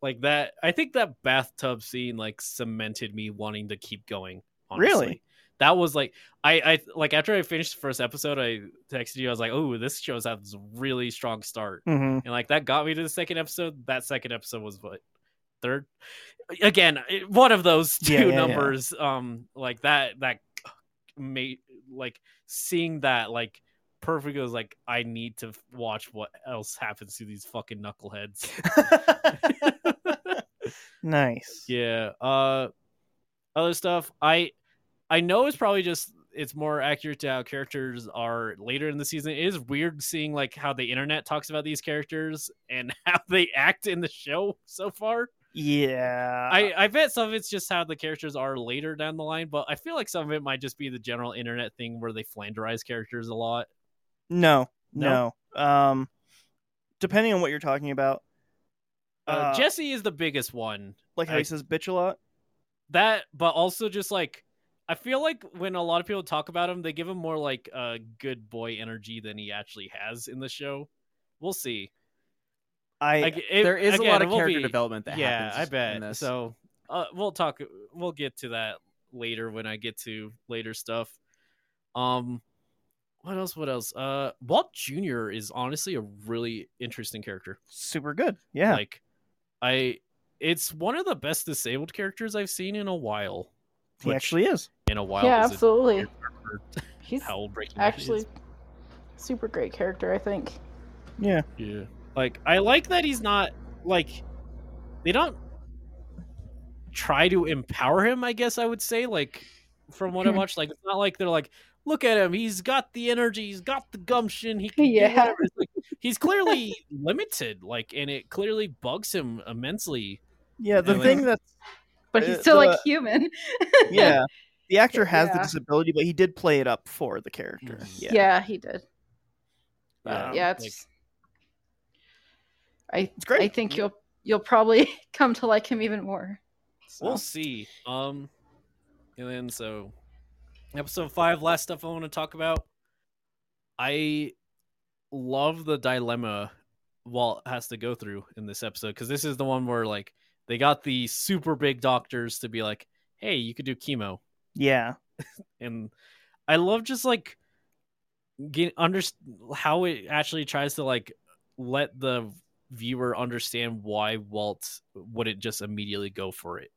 Speaker 5: like that. I think that bathtub scene like cemented me wanting to keep going. Honestly.
Speaker 2: Really?
Speaker 5: That was like I I like after I finished the first episode, I texted you. I was like, "Oh, this show's have a really strong start."
Speaker 6: Mm-hmm.
Speaker 2: Mhm.
Speaker 5: and like that got me to the second episode that second episode was what third again it- one of those two
Speaker 2: Yeah, yeah, yeah.
Speaker 5: numbers um like that that made like seeing that like perfect was like i need to f- watch what else happens to these fucking knuckleheads
Speaker 2: Nice.
Speaker 5: yeah uh other stuff i i know it's probably just it's more accurate to how characters are later in the season. It is weird seeing like how the internet talks about these characters and how they act in the show so far.
Speaker 2: Yeah.
Speaker 5: I, I bet some of it's just how the characters are later down the line, but I feel like some of it might just be the general internet thing where they flanderize characters a lot.
Speaker 2: no, no. Um, depending on what you're talking about,
Speaker 5: Uh,
Speaker 2: Uh,
Speaker 5: Jesse is the biggest one.
Speaker 2: like how
Speaker 5: I-
Speaker 2: he says bitch a lot.
Speaker 5: That, but also just like I feel like when a lot of people talk about him, they give him more like uh, good boy energy than he actually has in the show. We'll see.
Speaker 2: I
Speaker 5: Like, it-
Speaker 4: there is
Speaker 5: again,
Speaker 4: a lot
Speaker 5: it
Speaker 4: of
Speaker 5: will
Speaker 4: character
Speaker 5: be-
Speaker 4: development that
Speaker 5: yeah,
Speaker 4: happens.
Speaker 5: I bet.
Speaker 4: in this.
Speaker 5: So uh, we'll talk. We'll get to that later when I get to later stuff. Um, what else? What else? Uh, Walt Junior is honestly a really interesting character.
Speaker 2: super good. Yeah.
Speaker 5: Like, I, it's one of the best disabled characters I've seen in a while.
Speaker 2: he
Speaker 5: which
Speaker 2: actually is.
Speaker 5: in a while.
Speaker 6: yeah,
Speaker 5: is a
Speaker 6: absolutely.
Speaker 5: weird term for
Speaker 6: He's
Speaker 5: How breaking
Speaker 6: actually super great character, I think.
Speaker 2: Yeah.
Speaker 5: Yeah. Like I like that he's not like they don't try to empower him, I guess I would say, like from
Speaker 6: Hmm.
Speaker 5: what I watched, like it's not like they're like, look at him, he's got the energy, he's got the gumption, he can yeah.
Speaker 6: Yeah.
Speaker 5: do whatever. It's like, he's clearly limited, like and it clearly bugs him immensely.
Speaker 2: Yeah. The
Speaker 5: Anyway.
Speaker 2: thing that's
Speaker 6: But he's
Speaker 2: Uh,
Speaker 6: still
Speaker 2: the-
Speaker 6: like human.
Speaker 2: yeah, the actor has the
Speaker 6: Yeah.
Speaker 2: disability, but he did play it up for the character.
Speaker 5: Mhm.
Speaker 6: yeah.
Speaker 2: Yeah.
Speaker 6: he did.
Speaker 2: Yeah. Um,
Speaker 6: yeah, it's.
Speaker 5: like-
Speaker 6: I
Speaker 2: It's great.
Speaker 6: I think you'll you'll probably come to like him even more. So.
Speaker 5: We'll see. Um, and then so episode five, last stuff I want to talk about. I love the dilemma Walt has to go through in this episode because this is the one where like they got the super big doctors to be like, "Hey, you could do chemo,"
Speaker 2: Yeah.
Speaker 5: and I love just like get under how it actually tries to like let the viewer understand why Walt wouldn't just immediately go for it.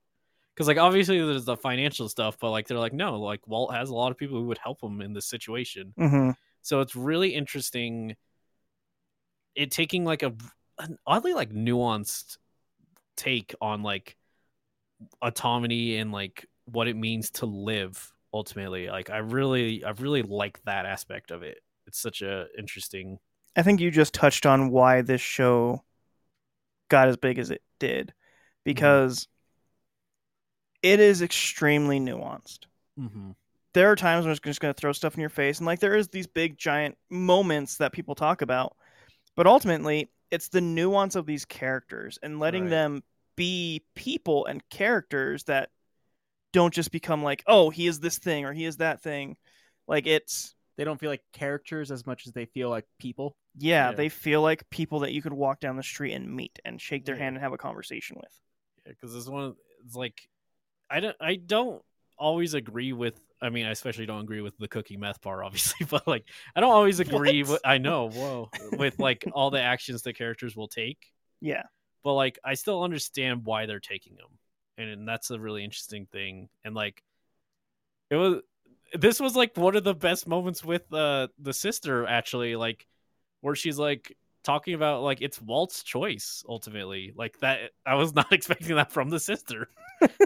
Speaker 5: Because like obviously there's the financial stuff, but like they're like no, like Walt has a lot of people who would help him in this situation.
Speaker 2: Mm-hmm.
Speaker 5: So it's really interesting. It taking like a an oddly like nuanced take on like autonomy and like what it means to live ultimately. Like I really I really like that aspect of it. It's such a interesting
Speaker 2: I think you just touched on why this show got as big as it
Speaker 5: Mm-hmm.
Speaker 2: did, because it is extremely nuanced. there are times when it's just going to throw stuff in your face and like there is these big giant moments that people talk about but ultimately it's the nuance of these characters and letting
Speaker 5: Right.
Speaker 2: them be people and characters that don't just become like oh he is this thing or he is that thing like it's
Speaker 4: they don't feel like characters as much as they feel like people.
Speaker 2: yeah,
Speaker 5: Yeah.
Speaker 2: they feel like people that you could walk down the street and meet and shake their
Speaker 5: Yeah.
Speaker 2: hand and have a conversation with
Speaker 5: because it's one of, it's like I don't I don't always agree with I mean I especially don't agree with the cookie meth bar obviously but like I don't always agree
Speaker 2: What?
Speaker 5: with I know whoa with like all the actions the characters will take
Speaker 2: yeah
Speaker 5: but like I still understand why they're taking them and, and that's a really interesting thing and like it was this was like one of the best moments with uh the sister actually like where she's like talking about like it's Walt's choice ultimately like that I was not expecting that from the sister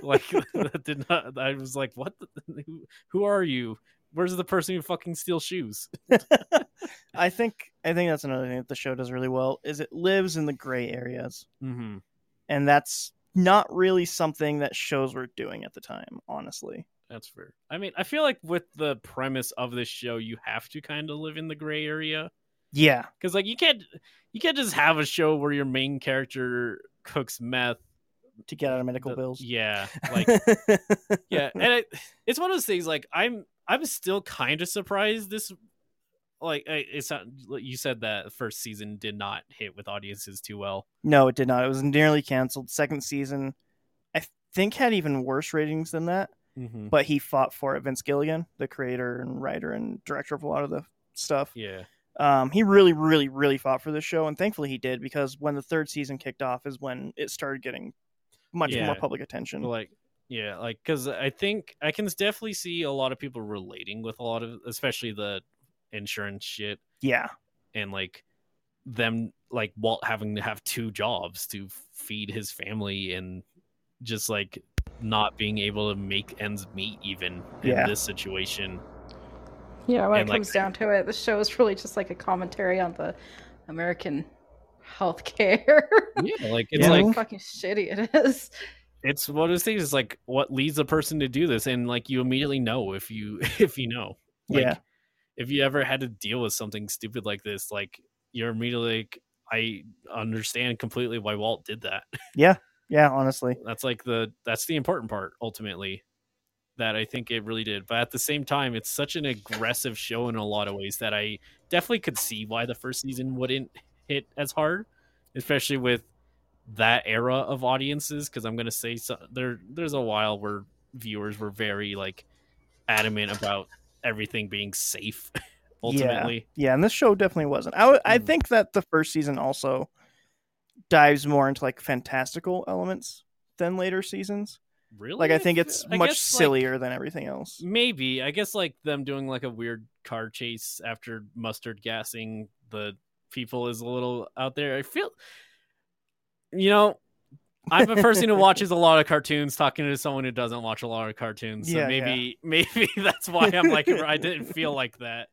Speaker 5: like that did not I was like what the, who, who are you where's the person who fucking steals shoes
Speaker 2: i think i think that's another thing that the show does really well is it lives in the gray areas
Speaker 5: mm-hmm.
Speaker 2: and that's not really something that shows were doing at the time honestly
Speaker 5: That's fair. I mean, I feel like with the premise of this show, you have to kind of live in the gray area
Speaker 2: yeah
Speaker 5: because, like, you can't you can't just have a show where your main character cooks meth.
Speaker 2: to get out of medical
Speaker 5: The-
Speaker 2: bills
Speaker 5: Yeah, like yeah, and it, it's one of those things. Like, I'm I'm still kind of surprised this. Like, I- it's not, you said that the first season did not hit with audiences too well.
Speaker 2: no it did not it was nearly canceled second season i think had even worse ratings than that
Speaker 5: Mm-hmm.
Speaker 2: but he fought for it vince gilligan the creator and writer and director of a lot of the stuff
Speaker 5: Yeah,
Speaker 2: um, he really really really fought for this show and thankfully he did because when the third season kicked off is when it started getting much
Speaker 5: Yeah.
Speaker 2: more public attention
Speaker 5: like yeah like because i think i can definitely see a lot of people relating with a lot of especially the insurance shit
Speaker 2: yeah
Speaker 5: and like them like walt having to have two jobs to feed his family and just like not being able to make ends meet even
Speaker 2: Yeah.
Speaker 5: in this situation
Speaker 6: Yeah, when
Speaker 5: And,
Speaker 6: it
Speaker 5: like-
Speaker 6: comes down to it, the show is really just like a commentary on the American healthcare.
Speaker 5: Yeah, like it's
Speaker 2: Yeah.
Speaker 5: like
Speaker 6: How fucking shitty it is.
Speaker 5: it's one of those things. It's like what leads a person to do this, and like you immediately know if you if you know. Like,
Speaker 2: Yeah.
Speaker 5: If you ever had to deal with something stupid like this, like you're immediately like, I understand completely why Walt did that.
Speaker 2: Yeah, honestly.
Speaker 5: That's like the that's the important part ultimately that I think it really did. But at the same time, it's such an aggressive show in a lot of ways that I definitely could see why the first season wouldn't hit as hard, especially with that era of audiences. Because I'm gonna say so, there there's a while where viewers were very like adamant about everything being safe ultimately.
Speaker 2: Yeah, and this show definitely wasn't. I, w- I
Speaker 5: Mm.
Speaker 2: think that the first season also dives more into like fantastical elements than later seasons.
Speaker 5: Really,
Speaker 2: Like I think it's
Speaker 5: I
Speaker 2: much
Speaker 5: guess, like,
Speaker 2: sillier than everything else.
Speaker 5: Maybe I guess like them doing like a weird car chase after mustard gassing the people is a little out there. I feel, you know, I'm a person who watches a lot of cartoons. Talking to someone who doesn't watch a lot of cartoons, so
Speaker 2: Yeah,
Speaker 5: maybe maybe that's why I'm like I didn't feel like that.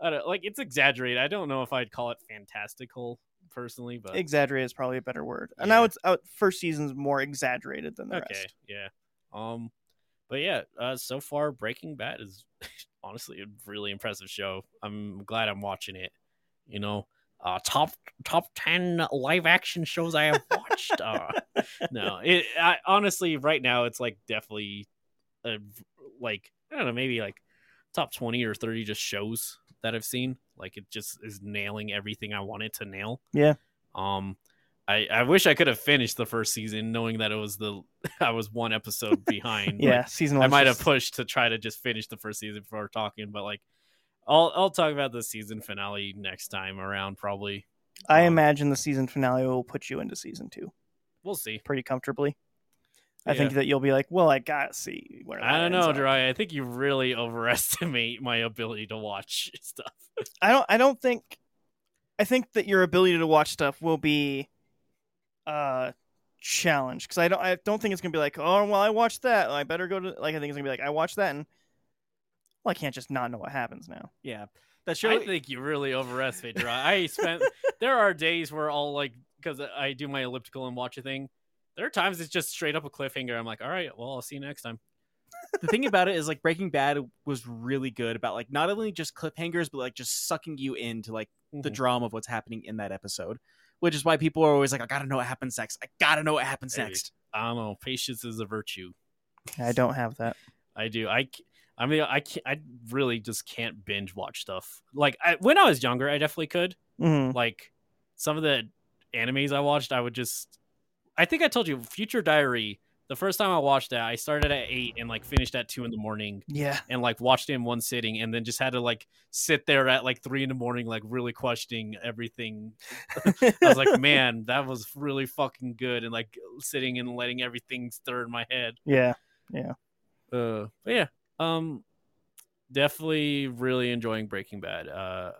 Speaker 5: I don't, like it's exaggerated. I don't know if I'd call it fantastical personally, but
Speaker 2: Exaggerated is probably a better word. And
Speaker 5: uh, Yeah.
Speaker 2: now it's out first season's more exaggerated than the
Speaker 5: okay,
Speaker 2: rest.
Speaker 5: yeah. Um, but yeah, uh, so far Breaking Bad is honestly a really impressive show. I'm glad I'm watching it. You know, uh, top top ten live action shows I have watched. uh, no, it I, honestly right now it's like definitely, uh like I don't know, maybe like top twenty or thirty just shows that I've seen. Like it just is nailing everything I want it to nail.
Speaker 2: Yeah.
Speaker 5: Um. I, I wish I could have finished the first season knowing that it was the I was one episode behind.
Speaker 2: Yeah,
Speaker 5: Like,
Speaker 2: season
Speaker 5: I
Speaker 2: one.
Speaker 5: might have pushed to try to just finish the first season before talking, but like I'll I'll talk about the season finale next time around probably.
Speaker 2: I
Speaker 5: um,
Speaker 2: imagine the season finale will put you into season two
Speaker 5: We'll see.
Speaker 2: pretty comfortably. I
Speaker 5: Yeah.
Speaker 2: think that you'll be like, well, I gotta see where. that
Speaker 5: I don't
Speaker 2: ends
Speaker 5: know,
Speaker 2: up."
Speaker 5: Dry. I think you really overestimate my ability to watch stuff.
Speaker 2: I don't. I don't think. I think that your ability to watch stuff will be, uh, challenged because I don't. I don't think it's gonna be like, oh, well, I watched that. I better go to. Like, I think it's gonna be like, I watched that, and well, I can't just not know what happens now.
Speaker 4: Yeah, that show.
Speaker 5: I think you really overestimate, Dry. I spent there are days where I'll like because I do my elliptical and watch a thing. There are times it's just straight up a cliffhanger. I'm like, all right, well, I'll see you next time.
Speaker 4: the thing about it is like Breaking Bad was really good about like not only just cliffhangers but like just sucking you into like the
Speaker 5: Mhm.
Speaker 4: drama of what's happening in that episode, which is why people are always like, I gotta know what happens next. I gotta know what happens
Speaker 5: Hey.
Speaker 4: next.
Speaker 5: I don't know. Patience is a virtue.
Speaker 2: I don't have that.
Speaker 5: I do. I, c- I mean, I can't, I really just can't binge watch stuff. Like I, when I was younger, I definitely could.
Speaker 2: Mhm.
Speaker 5: Like some of the animes I watched, I would just. I think I told you Future Diary. The first time I watched that, I started at eight and like finished at two in the morning,
Speaker 2: Yeah.
Speaker 5: and like watched it in one sitting, and then just had to like sit there at like three in the morning, like really questioning everything I was like, man, that was really fucking good, and like sitting and letting everything stir in my head.
Speaker 2: yeah.
Speaker 5: Uh, but yeah, um, definitely really enjoying Breaking Bad. Uh,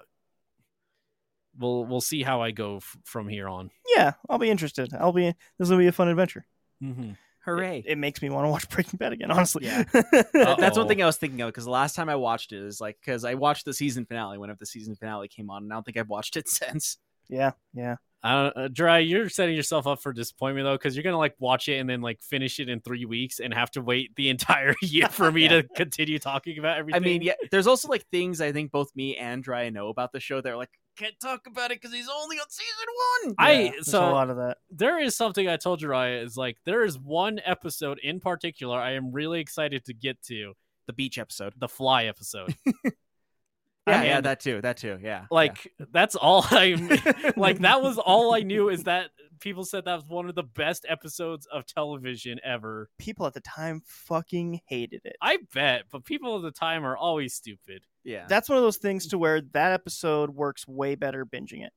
Speaker 5: we'll we'll see how I go f- from here on.
Speaker 2: Yeah. I'll be interested. I'll be. This will be a fun adventure.
Speaker 5: Mm-hmm.
Speaker 4: Hooray!
Speaker 2: It makes me want to watch Breaking Bad again. Honestly.
Speaker 4: Yeah. Th- That's one thing I was thinking of because the last time I watched it is like because I watched the season finale whenever the season finale came on, and I don't think I've watched it since.
Speaker 2: yeah. Yeah.
Speaker 5: I don't, uh, Dry, you're setting yourself up for disappointment though, because you're gonna like watch it and then like finish it in three weeks and have to wait the entire year for me
Speaker 4: Yeah.
Speaker 5: to continue talking about
Speaker 4: I
Speaker 5: everything.
Speaker 4: mean, yeah, there's also like things I think both me and Dry know about the show. They're like, can't talk about it because he's only on season one.
Speaker 5: I
Speaker 2: Yeah, there's
Speaker 5: so
Speaker 2: a lot of that.
Speaker 5: there is something I told you, Raya, is like there is one episode in particular I am really excited to get to
Speaker 4: the beach episode.
Speaker 5: the fly episode.
Speaker 4: Yeah,
Speaker 5: I
Speaker 4: yeah,
Speaker 5: am-
Speaker 4: that too, that too. Yeah,
Speaker 5: Like that's all I like. That was all I knew is that people said that was one of the best episodes of television ever.
Speaker 2: People at the time fucking hated it.
Speaker 5: I bet, but people at the time are always stupid.
Speaker 4: yeah. yeah.
Speaker 2: That's one of those things to where that episode works way better binging it.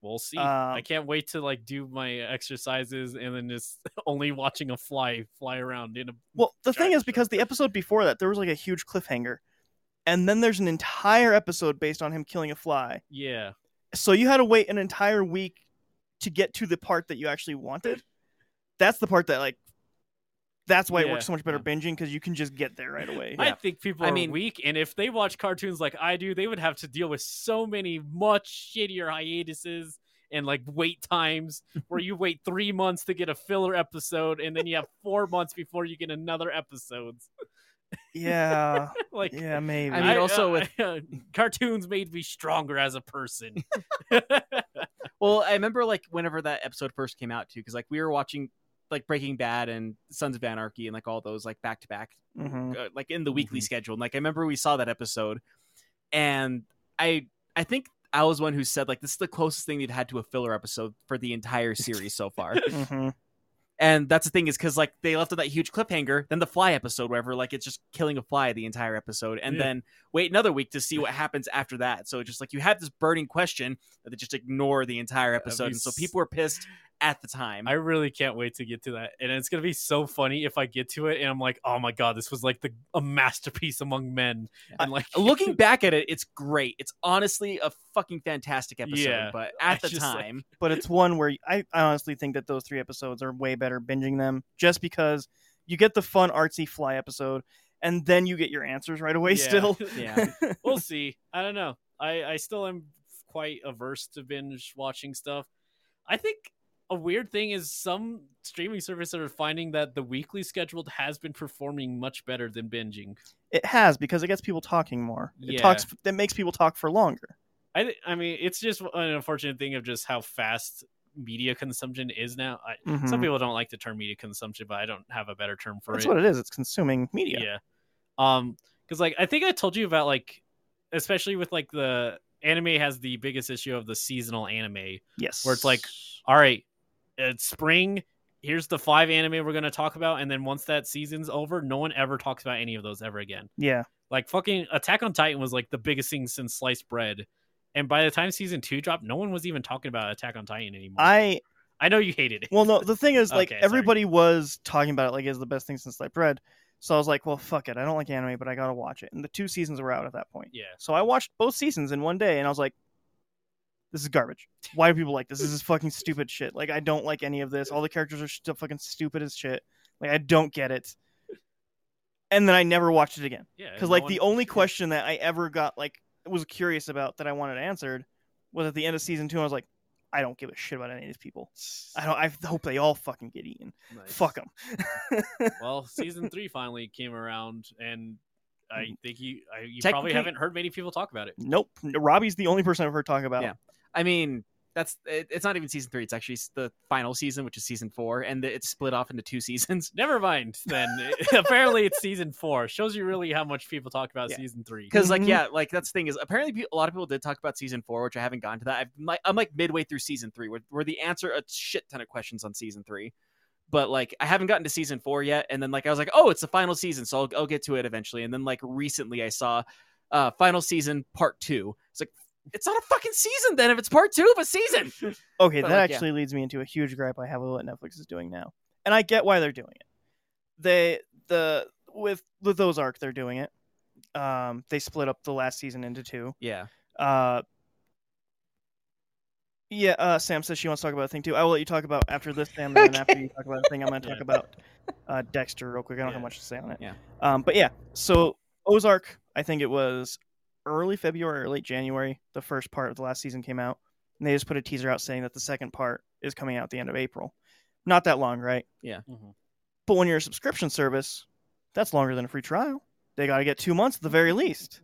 Speaker 5: We'll see.
Speaker 2: Um,
Speaker 5: I can't wait to like do my exercises and then just only watching a fly fly around in a
Speaker 2: Well, the thing
Speaker 5: Giant
Speaker 2: is because the episode before that there was like a huge cliffhanger, and then there's an entire episode based on him killing a fly.
Speaker 5: yeah.
Speaker 2: So you had to wait an entire week to get to the part that you actually wanted. That's the part that like That's why it
Speaker 5: Yeah,
Speaker 2: works so much better
Speaker 5: yeah.
Speaker 2: binging because you can just get there right away.
Speaker 5: I think people
Speaker 4: I
Speaker 5: are
Speaker 4: mean-
Speaker 5: weak, and if they watch cartoons like I do, they would have to deal with so many much shittier hiatuses and like wait times where you wait three months to get a filler episode, and then you have four months before you get another episode.
Speaker 2: Yeah,
Speaker 5: Like, uh,
Speaker 2: yeah, maybe.
Speaker 4: I mean, also
Speaker 5: cartoons made me stronger as a person.
Speaker 4: Well, I remember like whenever that episode first came out too, because like we were watching like Breaking Bad and Sons of Anarchy and like all those like back to back,
Speaker 2: Mhm.
Speaker 4: uh, like in the weekly schedule. And like I remember we saw that episode, and I I think I was one who said like this is the closest thing they've had to a filler episode for the entire series so far.
Speaker 2: Mhm.
Speaker 4: and that's the thing is because like they left on that huge cliffhanger, then the fly episode, wherever like it's just killing a fly the entire episode, and
Speaker 5: Yeah.
Speaker 4: then wait another week to see what happens after that. So just like you have this burning question that they just ignore the entire episode,
Speaker 5: you
Speaker 4: and so
Speaker 5: s-
Speaker 4: people were pissed at the time.
Speaker 5: I really can't wait to get to that. And it's going to be so funny if I get to it and I'm like, oh my God, this was like the, a masterpiece among men. And like,
Speaker 4: Uh, Looking back at it, it's great. It's honestly a fucking fantastic episode.
Speaker 5: Yeah,
Speaker 4: but at
Speaker 5: I
Speaker 4: the
Speaker 5: just, like-
Speaker 4: time,
Speaker 2: But it's one where I, I honestly think that those three episodes are way better binging them just because you get the fun artsy fly episode and then you get your answers right away.
Speaker 5: Yeah.
Speaker 2: Still,
Speaker 4: yeah,
Speaker 5: we'll see. I don't know. I, I still am quite averse to binge watching stuff. I think a weird thing is some streaming services are finding that the weekly scheduled has been performing much better than binging.
Speaker 2: it has because it gets people talking more. It
Speaker 5: Yeah.
Speaker 2: talks. It makes people talk for longer.
Speaker 5: I th- I mean, it's just an unfortunate thing of just how fast media consumption is now. I,
Speaker 2: Mhm.
Speaker 5: Some people don't like the term media consumption, but I don't have a better term for
Speaker 2: That's
Speaker 5: it.
Speaker 2: what it is. It's consuming media.
Speaker 5: yeah um because like i think i told you about like especially with like the anime has the biggest issue of the seasonal anime
Speaker 2: Yes.
Speaker 5: Where it's like, all right it's spring here's the five anime we're going to talk about and then once that season's over no one ever talks about any of those ever again
Speaker 2: yeah,
Speaker 5: like fucking attack on titan was like the biggest thing since sliced bread and by the time season two dropped no one was even talking about attack on titan anymore
Speaker 2: I
Speaker 5: i know you hated it
Speaker 2: Well, no, the thing is, like,
Speaker 5: Okay, sorry.
Speaker 2: everybody was talking about it like it's the best thing since sliced bread. So I was like, well, fuck it. I don't like anime, but I gotta watch it. And the two seasons were out at that point.
Speaker 5: yeah
Speaker 2: So I watched both seasons in one day, and I was like, this is garbage. Why do people like this? This is fucking stupid shit. Like, I don't like any of this. All the characters are still fucking stupid as shit. Like, I don't get it. And then I never watched it again
Speaker 5: yeah
Speaker 2: because
Speaker 5: no
Speaker 2: like
Speaker 5: one-
Speaker 2: the only question that I ever got like was curious about that I wanted answered was at the end of season two. I was like, I don't give a shit about any of these people. I don't. I hope they all fucking get eaten.
Speaker 5: Nice.
Speaker 2: Fuck 'em. Fuck them.
Speaker 5: well, season three finally came around, and I think you I, you
Speaker 4: Technically-
Speaker 5: probably haven't heard many people talk about it.
Speaker 2: nope. Robbie's the only person I've heard talk about.
Speaker 4: Yeah. I mean, that's it, it's not even season three. It's actually s- the final season, which is season four, and it's split off into two seasons.
Speaker 5: Never mind. Then apparently it's season four. Shows you really how much people talk about
Speaker 2: Yeah.
Speaker 5: season three.
Speaker 4: Because like
Speaker 2: Mhm.
Speaker 4: yeah, like that's the thing is apparently pe- a lot of people did talk about season four, which I haven't gotten to that. I've, like, I'm like midway through season three, where, where the answer a shit ton of questions on season three, but like I haven't gotten to season four yet. And then like I was like, oh, it's the final season, so I'll, I'll get to it eventually. And then like recently I saw uh final season part two. It's like it's not a fucking season then if it's part two of a season.
Speaker 2: Okay,
Speaker 4: But,
Speaker 2: that
Speaker 4: like, yeah.
Speaker 2: actually leads me into a huge gripe I have with what Netflix is doing now, and I get why they're doing it. They the with with Ozark they're doing it. Um, they split up the last season into two.
Speaker 4: yeah,
Speaker 2: Uh, yeah, uh, Sam says she wants to talk about a thing too. I will let you talk about after this, Sam, and then after you talk about a thing, I'm going to talk
Speaker 5: Yeah.
Speaker 2: about uh, Dexter real quick. I don't have
Speaker 5: Yeah.
Speaker 2: much to say on it.
Speaker 4: Yeah.
Speaker 2: Um, but yeah, so Ozark, I think it was early February or late January, the first part of the last season came out, and they just put a teaser out saying that the second part is coming out at the end of April. Not that long, right?
Speaker 4: Yeah.
Speaker 5: Mhm.
Speaker 2: But when you're a subscription service, that's longer than a free trial. They got to get two months at the very least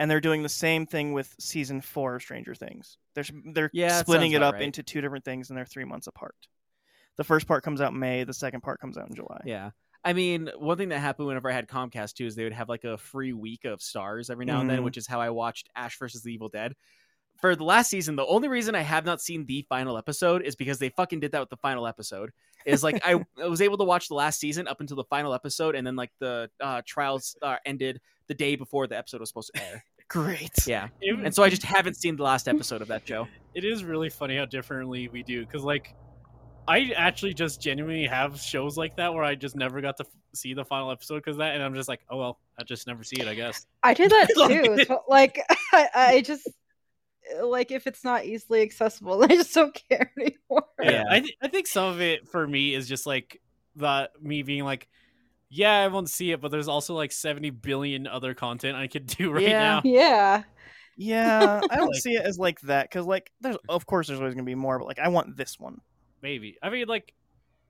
Speaker 2: and they're doing the same thing with season four of Stranger Things. They're s- they're
Speaker 4: Yeah, that
Speaker 2: splitting
Speaker 4: sounds
Speaker 2: it
Speaker 4: about
Speaker 2: up
Speaker 4: right.
Speaker 2: into two different things, and they're three months apart. The first part comes out in May. The second part comes out in July.
Speaker 4: yeah. I mean, one thing that happened whenever I had Comcast too is they would have like a free week of stars every now and then,
Speaker 6: Mm-hmm.
Speaker 2: Mhm.
Speaker 4: which is how I watched Ash versus the Evil Dead. For the last season, the only reason I have not seen the final episode is because they fucking did that with the final episode. Is like I, I was able to watch the last season up until the final episode, and then like the uh, trials uh, ended the day before the episode was supposed to air.
Speaker 2: Great.
Speaker 4: Yeah,
Speaker 5: It-
Speaker 4: and so I just haven't seen the last episode of that show.
Speaker 5: it is really funny how differently we do because like i actually just genuinely have shows like that where i just never got to f- see the final episode because that and i'm just like oh well i just never see it i guess
Speaker 6: I do that
Speaker 5: Like-
Speaker 6: too. so, like I, I just like if it's not easily accessible, I just don't care anymore.
Speaker 5: yeah, I, th- I think some of it for me is just like the me being like yeah, I won't see it, but there's also like 70 billion other content I could do right
Speaker 4: Yeah.
Speaker 5: now.
Speaker 6: Yeah.
Speaker 2: Yeah, I don't
Speaker 5: Like-
Speaker 2: see it as like that because like there's of course there's always gonna be more, but like I want this one.
Speaker 5: Maybe. I mean, like,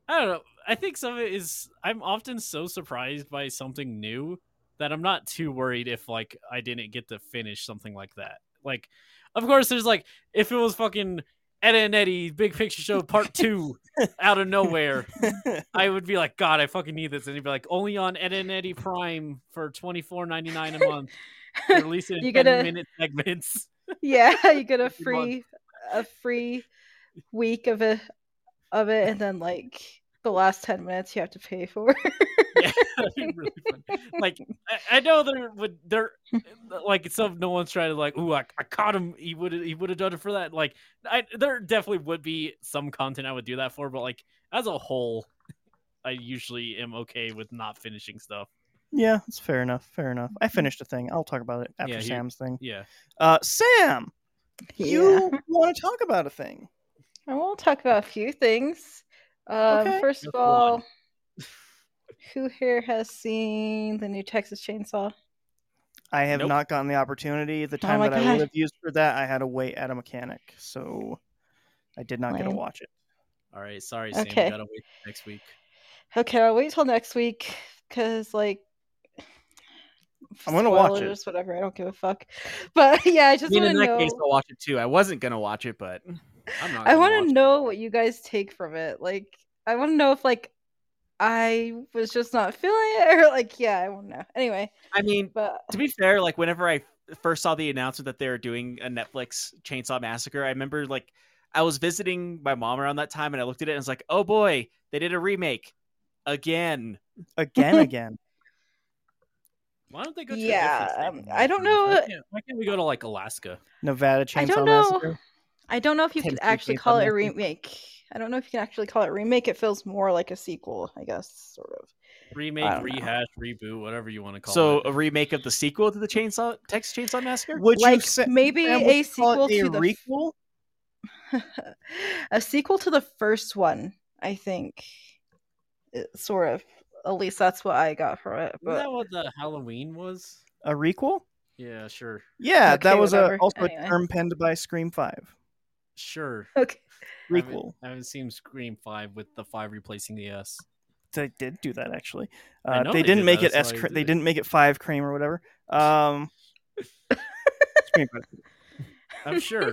Speaker 5: I don't know. I think some of it is. I'm often so surprised by something new that I'm not too worried if like I didn't get to finish something like that. Like, of course, there's like if it was fucking Edda and Eddie Big Picture Show Part Two out of nowhere. I would be like, God, I fucking need this. And he'd be like, only on Ed and Eddie Prime for twenty four ninety nine a month. They Release it in
Speaker 6: You
Speaker 5: 10
Speaker 6: gotta-
Speaker 5: minute segments.
Speaker 6: yeah you get a
Speaker 5: Every month.
Speaker 6: free a free week of it of it and then like the last 10 minutes you have to pay for
Speaker 5: That'd be really fun. Like, I, I know there would there, like, some no one's trying to like, ooh, I, I caught him. He would he would have done it for that. Like, I there definitely would be some content I would do that for, but like as a whole, I usually am okay with not finishing stuff.
Speaker 2: Yeah, it's fair enough. Fair enough. I finished a thing. I'll talk about it after
Speaker 5: Mm-hmm. Yeah, you-
Speaker 2: Sam's thing.
Speaker 5: Yeah,
Speaker 2: Uh, Sam,
Speaker 6: Yeah.
Speaker 2: you want to talk about a thing?
Speaker 6: i will talk about a few things um
Speaker 2: Okay.
Speaker 6: first of
Speaker 5: Just
Speaker 6: all
Speaker 5: one.
Speaker 6: who here has seen the new texas chainsaw
Speaker 2: I have
Speaker 5: Nope.
Speaker 2: not gotten the opportunity. The
Speaker 6: Oh
Speaker 2: time
Speaker 6: my
Speaker 2: that I would
Speaker 6: God.
Speaker 2: have used for that, I had to wait at a mechanic, so I did not get to
Speaker 6: Lame.
Speaker 2: watch it.
Speaker 5: all right. Sorry, Sam.
Speaker 6: Okay.
Speaker 5: You gotta wait till next week.
Speaker 6: okay i'll wait till next week because like
Speaker 2: I'm gonna watch it.
Speaker 6: spoilers, whatever i don't give a fuck but yeah i
Speaker 4: I
Speaker 6: just
Speaker 4: mean,
Speaker 6: want
Speaker 4: in
Speaker 6: to
Speaker 4: that
Speaker 6: know
Speaker 4: case, I'll watch it too. I wasn't gonna watch it, but
Speaker 5: I'm not.
Speaker 6: I
Speaker 5: gonna
Speaker 6: want
Speaker 5: watch
Speaker 6: to
Speaker 5: it.
Speaker 6: know what you guys take from it. Like, I want to know if like I was just not feeling it, or like, yeah, I want to know. Anyway,
Speaker 4: I mean,
Speaker 6: but
Speaker 4: to be fair, like whenever I first saw the announcement that they were doing a Netflix Chainsaw Massacre, I remember like I was visiting my mom around that time, and I looked at it and I was like, "Oh boy, they did a remake again."
Speaker 2: Again, again.
Speaker 5: Why don't they go? To
Speaker 6: Yeah,
Speaker 5: Netflix?
Speaker 6: um, I don't know-
Speaker 5: Why can't, why can't we go to like Alaska?
Speaker 2: Nevada Chainsaw
Speaker 6: I don't know.
Speaker 2: Massacre.
Speaker 6: I don't know if you
Speaker 4: Ten
Speaker 6: could
Speaker 4: feet
Speaker 6: actually
Speaker 4: deep
Speaker 6: call
Speaker 4: on
Speaker 6: it a
Speaker 4: that thing.
Speaker 6: remake. I don't know if you can actually call it a remake. It feels more like a sequel, I guess, sort of.
Speaker 5: Remake,
Speaker 6: don't know.
Speaker 5: rehash, reboot, whatever you want to call
Speaker 4: So uh,
Speaker 5: it.
Speaker 4: a remake of the sequel to the Chainsaw Texas Chainsaw Massacre.
Speaker 2: Would you
Speaker 6: like
Speaker 2: say
Speaker 6: maybe
Speaker 2: Sam, would
Speaker 6: a
Speaker 2: you call
Speaker 6: sequel
Speaker 2: it a
Speaker 6: to the f-
Speaker 2: requel?
Speaker 6: a sequel to the first one. I think, It- sort of. At least that's what I got from it.
Speaker 5: Isn't
Speaker 6: But
Speaker 5: that what the Halloween was?
Speaker 2: A requel?
Speaker 5: Yeah, sure,
Speaker 2: Yeah,
Speaker 6: Okay,
Speaker 2: that was a,
Speaker 6: whatever.
Speaker 2: also
Speaker 6: Anyway.
Speaker 2: a term penned by Scream Five.
Speaker 5: sure.
Speaker 6: okay,
Speaker 5: I haven't-
Speaker 2: Requel.
Speaker 5: I haven't seen Scream Five with the five replacing the S.
Speaker 2: They did do that actually.
Speaker 5: I
Speaker 2: Uh,
Speaker 5: know
Speaker 2: they
Speaker 5: they did
Speaker 2: didn't make
Speaker 5: that,
Speaker 2: it
Speaker 5: that's
Speaker 2: S.
Speaker 5: why I
Speaker 2: Cra-
Speaker 5: did
Speaker 2: they
Speaker 5: it.
Speaker 2: didn't make it five cream or whatever. Um, Scream Five.
Speaker 5: I'm sure.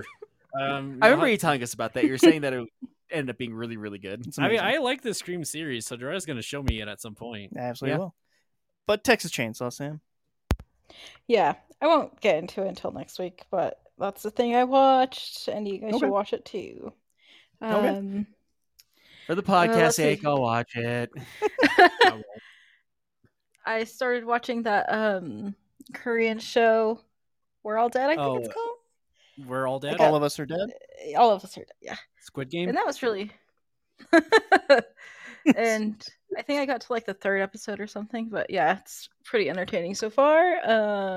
Speaker 5: um,
Speaker 4: I remember
Speaker 5: not-
Speaker 4: you telling us about that. You were saying that it ended up being really, really good.
Speaker 2: It's
Speaker 5: I mean,
Speaker 2: amazing.
Speaker 5: I like the Scream series, so Dora's going to show me it at some point.
Speaker 2: absolutely
Speaker 4: yeah.
Speaker 2: will. But Texas Chainsaw Sam.
Speaker 6: Yeah, I won't get into it until next week, but that's the thing I watched, and you guys
Speaker 2: Okay.
Speaker 6: should watch it too.
Speaker 2: Okay.
Speaker 6: Um,
Speaker 4: For the
Speaker 6: let's
Speaker 4: podcast
Speaker 6: see.
Speaker 4: sake, I'll watch it.
Speaker 5: I won't.
Speaker 6: I started watching that um Korean show, We're All Dead. I think it's
Speaker 5: Oh,
Speaker 6: called.
Speaker 5: We're all dead.
Speaker 6: got-
Speaker 2: All of us are dead.
Speaker 6: Uh, All of us are dead. Yeah,
Speaker 5: Squid Game.
Speaker 6: and that was really. and I think I got to like the third episode or something, but yeah, it's pretty entertaining so far.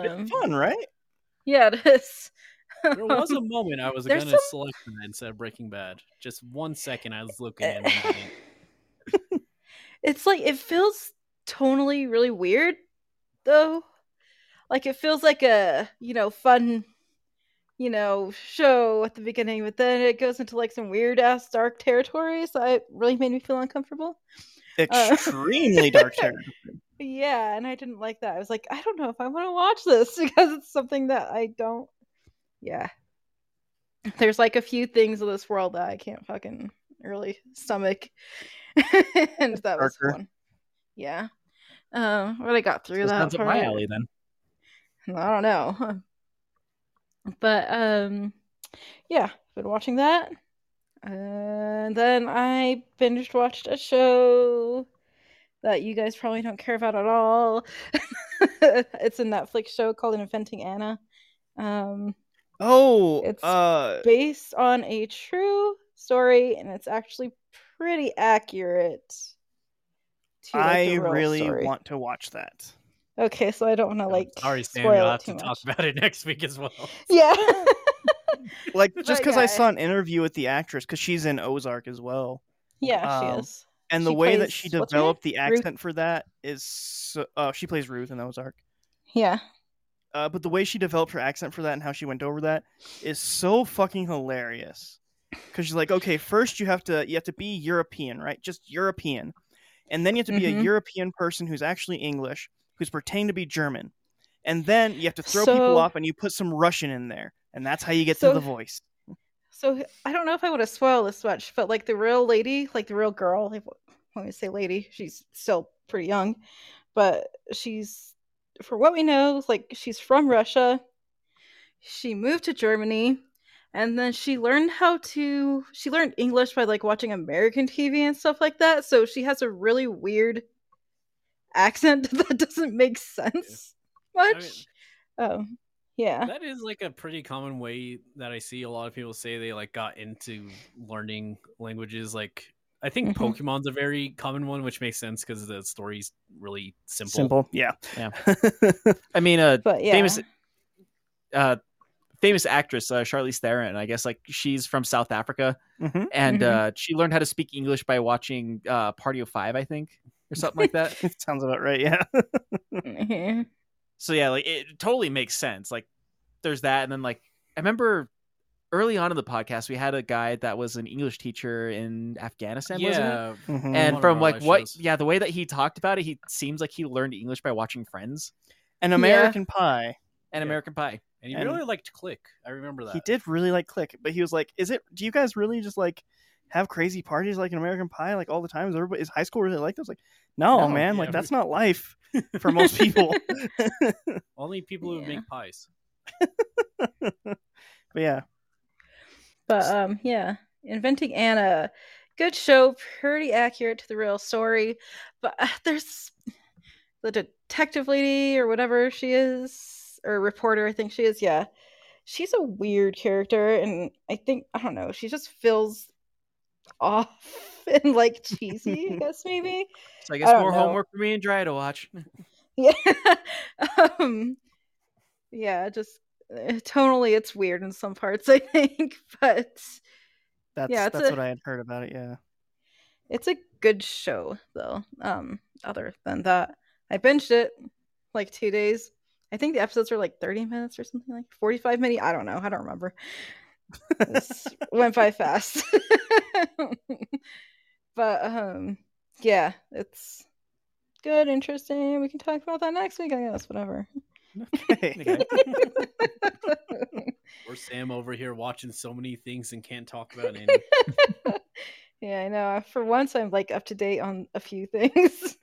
Speaker 6: Um,
Speaker 2: It's fun, right?
Speaker 6: yeah, it is.
Speaker 5: There was a moment I was going
Speaker 6: There's
Speaker 5: to
Speaker 6: some-
Speaker 5: select that instead of Breaking Bad. Just one second, I was
Speaker 6: Eh,
Speaker 5: looking at it. and
Speaker 6: it- it's like it feels tonally really weird though like it feels like a you know fun you know show at the beginning but then it goes into like some weird ass dark territories that it really made me feel uncomfortable Uh.
Speaker 2: Extremely dark territory.
Speaker 6: yeah and i didn't like that i was like i don't know if i want to watch this because it's something that i don't yeah there's like a few things in this world that i can't fucking really stomach and that was
Speaker 2: Darker.
Speaker 6: fun yeah um but i got through
Speaker 4: This
Speaker 6: that
Speaker 4: sounds up my
Speaker 6: part.
Speaker 4: alley then.
Speaker 6: i don't know but um yeah been watching that and then i binged watched a show that you guys probably don't care about at all it's a netflix show called inventing anna um
Speaker 2: Oh,
Speaker 6: It's-
Speaker 2: uh,
Speaker 6: based on a true story and it's actually pretty accurate to, like,
Speaker 2: I
Speaker 6: the real
Speaker 2: really
Speaker 6: story.
Speaker 2: want to watch that.
Speaker 6: okay so i don't want to
Speaker 5: I'm
Speaker 6: like
Speaker 5: sorry, Sam.
Speaker 6: spoil
Speaker 5: You'll
Speaker 6: it
Speaker 5: have
Speaker 6: too
Speaker 5: to talk
Speaker 6: much.
Speaker 5: about it next week as well.
Speaker 6: yeah
Speaker 2: Like
Speaker 6: But
Speaker 2: just because I
Speaker 6: yeah.
Speaker 2: saw an interview with the actress because she's in Ozark as well.
Speaker 6: Yeah,
Speaker 2: Um,
Speaker 6: she is.
Speaker 2: and the
Speaker 6: She
Speaker 2: way that
Speaker 6: plays-
Speaker 2: she
Speaker 6: what's her name?
Speaker 2: developed the
Speaker 6: Ruth?
Speaker 2: accent for that is so, uh, she plays Ruth in the Ozark.
Speaker 6: Yeah.
Speaker 2: Uh, but the way she developed her accent for that and how she went over that is so fucking hilarious. Because she's like, okay, first you have to you have to be European, right? Just European, and then you have to be a
Speaker 6: Mhm.
Speaker 2: European person who's actually English, who's pretending to be German, and then you have to throw
Speaker 6: So-
Speaker 2: people off and you put some Russian in there, and that's how you get
Speaker 6: So-
Speaker 2: to the voice.
Speaker 6: So I don't know if I would have spoiled this much, but like the real lady, like the real girl, if, when we say lady, she's still pretty young, but she's, for what we know, like she's from Russia. She moved to Germany, and then she learned how to. She learned English by like watching American TV and stuff like that. So she has a really weird accent that doesn't make sense much. um, yeah.
Speaker 3: That is like a pretty common way that I see a lot of people say they like got into learning languages. Like I think
Speaker 6: Mhm.
Speaker 3: Pokemon's a very common one, which makes sense because the story's really simple.
Speaker 2: yeah.
Speaker 4: Yeah. I mean, uh,
Speaker 6: But yeah,
Speaker 4: famous uh, famous actress uh, Charlize Theron. I guess like she's from South Africa,
Speaker 2: Mhm.
Speaker 4: and
Speaker 6: Mhm.
Speaker 4: uh, she learned how to speak English by watching uh, Party of Five, I think, or something like that.
Speaker 2: Sounds about right. Yeah.
Speaker 6: Mhm.
Speaker 4: so yeah, like it totally makes sense. Like there's that, and then like I remember early on in the podcast we had a guy that was an English teacher in Afghanistan, wasn't it?
Speaker 5: yeah,
Speaker 6: Mm-hmm.
Speaker 4: And
Speaker 2: Mhm.
Speaker 5: Mm, One of
Speaker 4: from
Speaker 5: our
Speaker 4: like
Speaker 5: live
Speaker 4: what,
Speaker 5: shows.
Speaker 4: yeah, the way that he talked about it, he seems like he learned English by watching Friends
Speaker 2: An American Pie.
Speaker 4: and
Speaker 5: Yeah.
Speaker 4: American Pie.
Speaker 5: and he
Speaker 2: And-
Speaker 5: really liked Click. I remember that.
Speaker 2: He did really like Click, but he was like, "Is it? Do you guys really just like have crazy parties like in American Pie like all the time? Is everybody is high school really like that?" I was like, "No,
Speaker 4: No,
Speaker 2: man.
Speaker 5: yeah,
Speaker 2: like
Speaker 5: we-
Speaker 2: that's not life for most people." but
Speaker 5: Only people who
Speaker 6: Yeah.
Speaker 5: make pies.
Speaker 2: yeah,
Speaker 6: But um, yeah, Inventing Anna, good show, pretty accurate to the real story. But uh, there's the detective lady or whatever she is, or reporter, I think she is. Yeah, she's a weird character, and I think I don't know. She just feels off and like cheesy. I guess maybe.
Speaker 4: So I
Speaker 6: I
Speaker 4: guess
Speaker 6: don't
Speaker 4: more
Speaker 6: know.
Speaker 4: homework for me and Dry to watch.
Speaker 6: Yeah. um, yeah, just uh, tonally, it's weird in some parts, I think, but.
Speaker 2: that's
Speaker 6: Yeah, it's
Speaker 2: that's
Speaker 6: a-
Speaker 2: what I had heard about it. Yeah,
Speaker 6: it's a good show though um other than that i binged it like two days i think the episodes were like 30 minutes or something like 45 minutes i don't know i don't remember This went by fast but um yeah it's good interesting we can talk about that next week i guess whatever
Speaker 2: okay.
Speaker 3: Or Sam over here watching so many things and can't talk about any. Oh,
Speaker 6: yeah, I know. For once, I'm like up to date on a few things.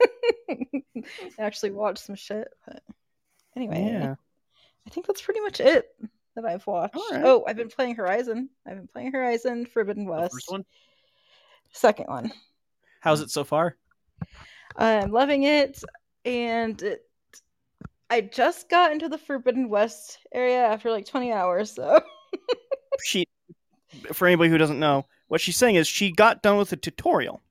Speaker 6: Actually, watched some shit. But anyway,
Speaker 2: yeah.
Speaker 6: I think that's pretty much it that I've watched.
Speaker 2: Alright.
Speaker 6: Oh, I've been playing Horizon. I've been playing Horizon Forbidden
Speaker 5: The
Speaker 6: West.
Speaker 5: first one.
Speaker 6: Second one.
Speaker 5: Mm.
Speaker 4: How's it so far?
Speaker 6: I'm loving it, and it, I just got into the Forbidden West area after like 20 hours. So
Speaker 2: She, for anybody who doesn't know, what she's saying is she got done with the tutorial.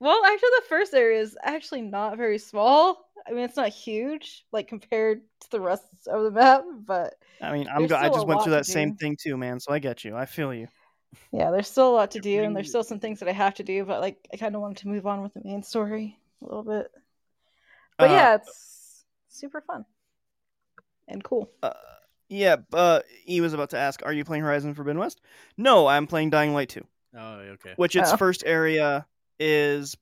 Speaker 6: Well, actually, the first area is actually not very small. I mean, it's not huge, like compared to the rest of the map, but
Speaker 2: I mean, I'm
Speaker 6: There's
Speaker 2: go- I
Speaker 6: still
Speaker 2: just
Speaker 6: a
Speaker 2: went through
Speaker 6: lot to
Speaker 2: that same
Speaker 6: do.
Speaker 2: thing too, man. So I get you. I feel you.
Speaker 6: yeah, there's still a lot to do,
Speaker 5: Every-
Speaker 6: and there's still some things that I have to do, but like I kind of wanted to move on with the main story a little bit. But
Speaker 2: Uh,
Speaker 6: yeah, it's super fun and cool.
Speaker 2: Uh, yeah, uh, he was about to ask, "Are you playing Horizon Forbidden West?" No, I'm playing Dying Light 2.
Speaker 5: Oh, okay.
Speaker 2: which its
Speaker 6: Oh.
Speaker 2: first area is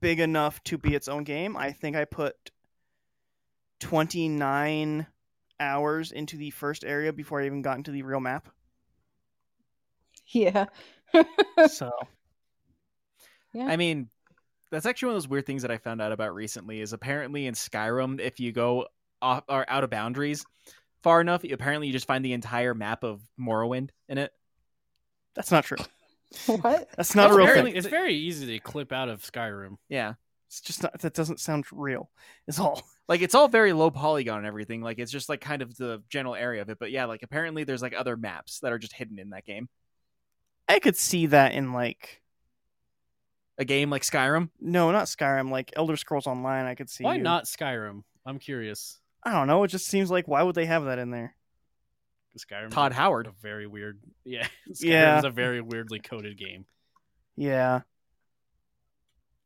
Speaker 2: big enough to be its own game. I think I put 29 hours into the first area before I even got into the real map.
Speaker 6: Yeah.
Speaker 2: So,
Speaker 6: Yeah.
Speaker 4: I mean, that's actually one of those weird things that I found out about recently is apparently in Skyrim, if you go off or out of boundaries far enough, you- apparently you just find the entire map of Morrowind in it.
Speaker 2: that's not true.
Speaker 6: what?
Speaker 2: That's not
Speaker 4: That's
Speaker 2: a real
Speaker 4: apparently-
Speaker 2: thing.
Speaker 5: It's very easy to clip out of Skyrim.
Speaker 4: Yeah.
Speaker 2: It's just not that doesn't sound real. Is all.
Speaker 4: Like it's all very low polygon and everything. Like it's just like kind of the general area of it. But yeah, like apparently there's like other maps that are just hidden in that game.
Speaker 2: I could see that in like
Speaker 4: A game like Skyrim.
Speaker 2: no, not Skyrim, like Elder Scrolls Online. I could see
Speaker 5: Why
Speaker 2: you-
Speaker 5: not Skyrim? I'm curious.
Speaker 2: I don't know. It just seems like why would they have that in there?
Speaker 5: 'cause Skyrim.
Speaker 4: Todd
Speaker 5: A
Speaker 4: Howard.
Speaker 5: very weird. Yeah. Skyrim
Speaker 2: Yeah.
Speaker 5: is a very weirdly coded game.
Speaker 2: Yeah.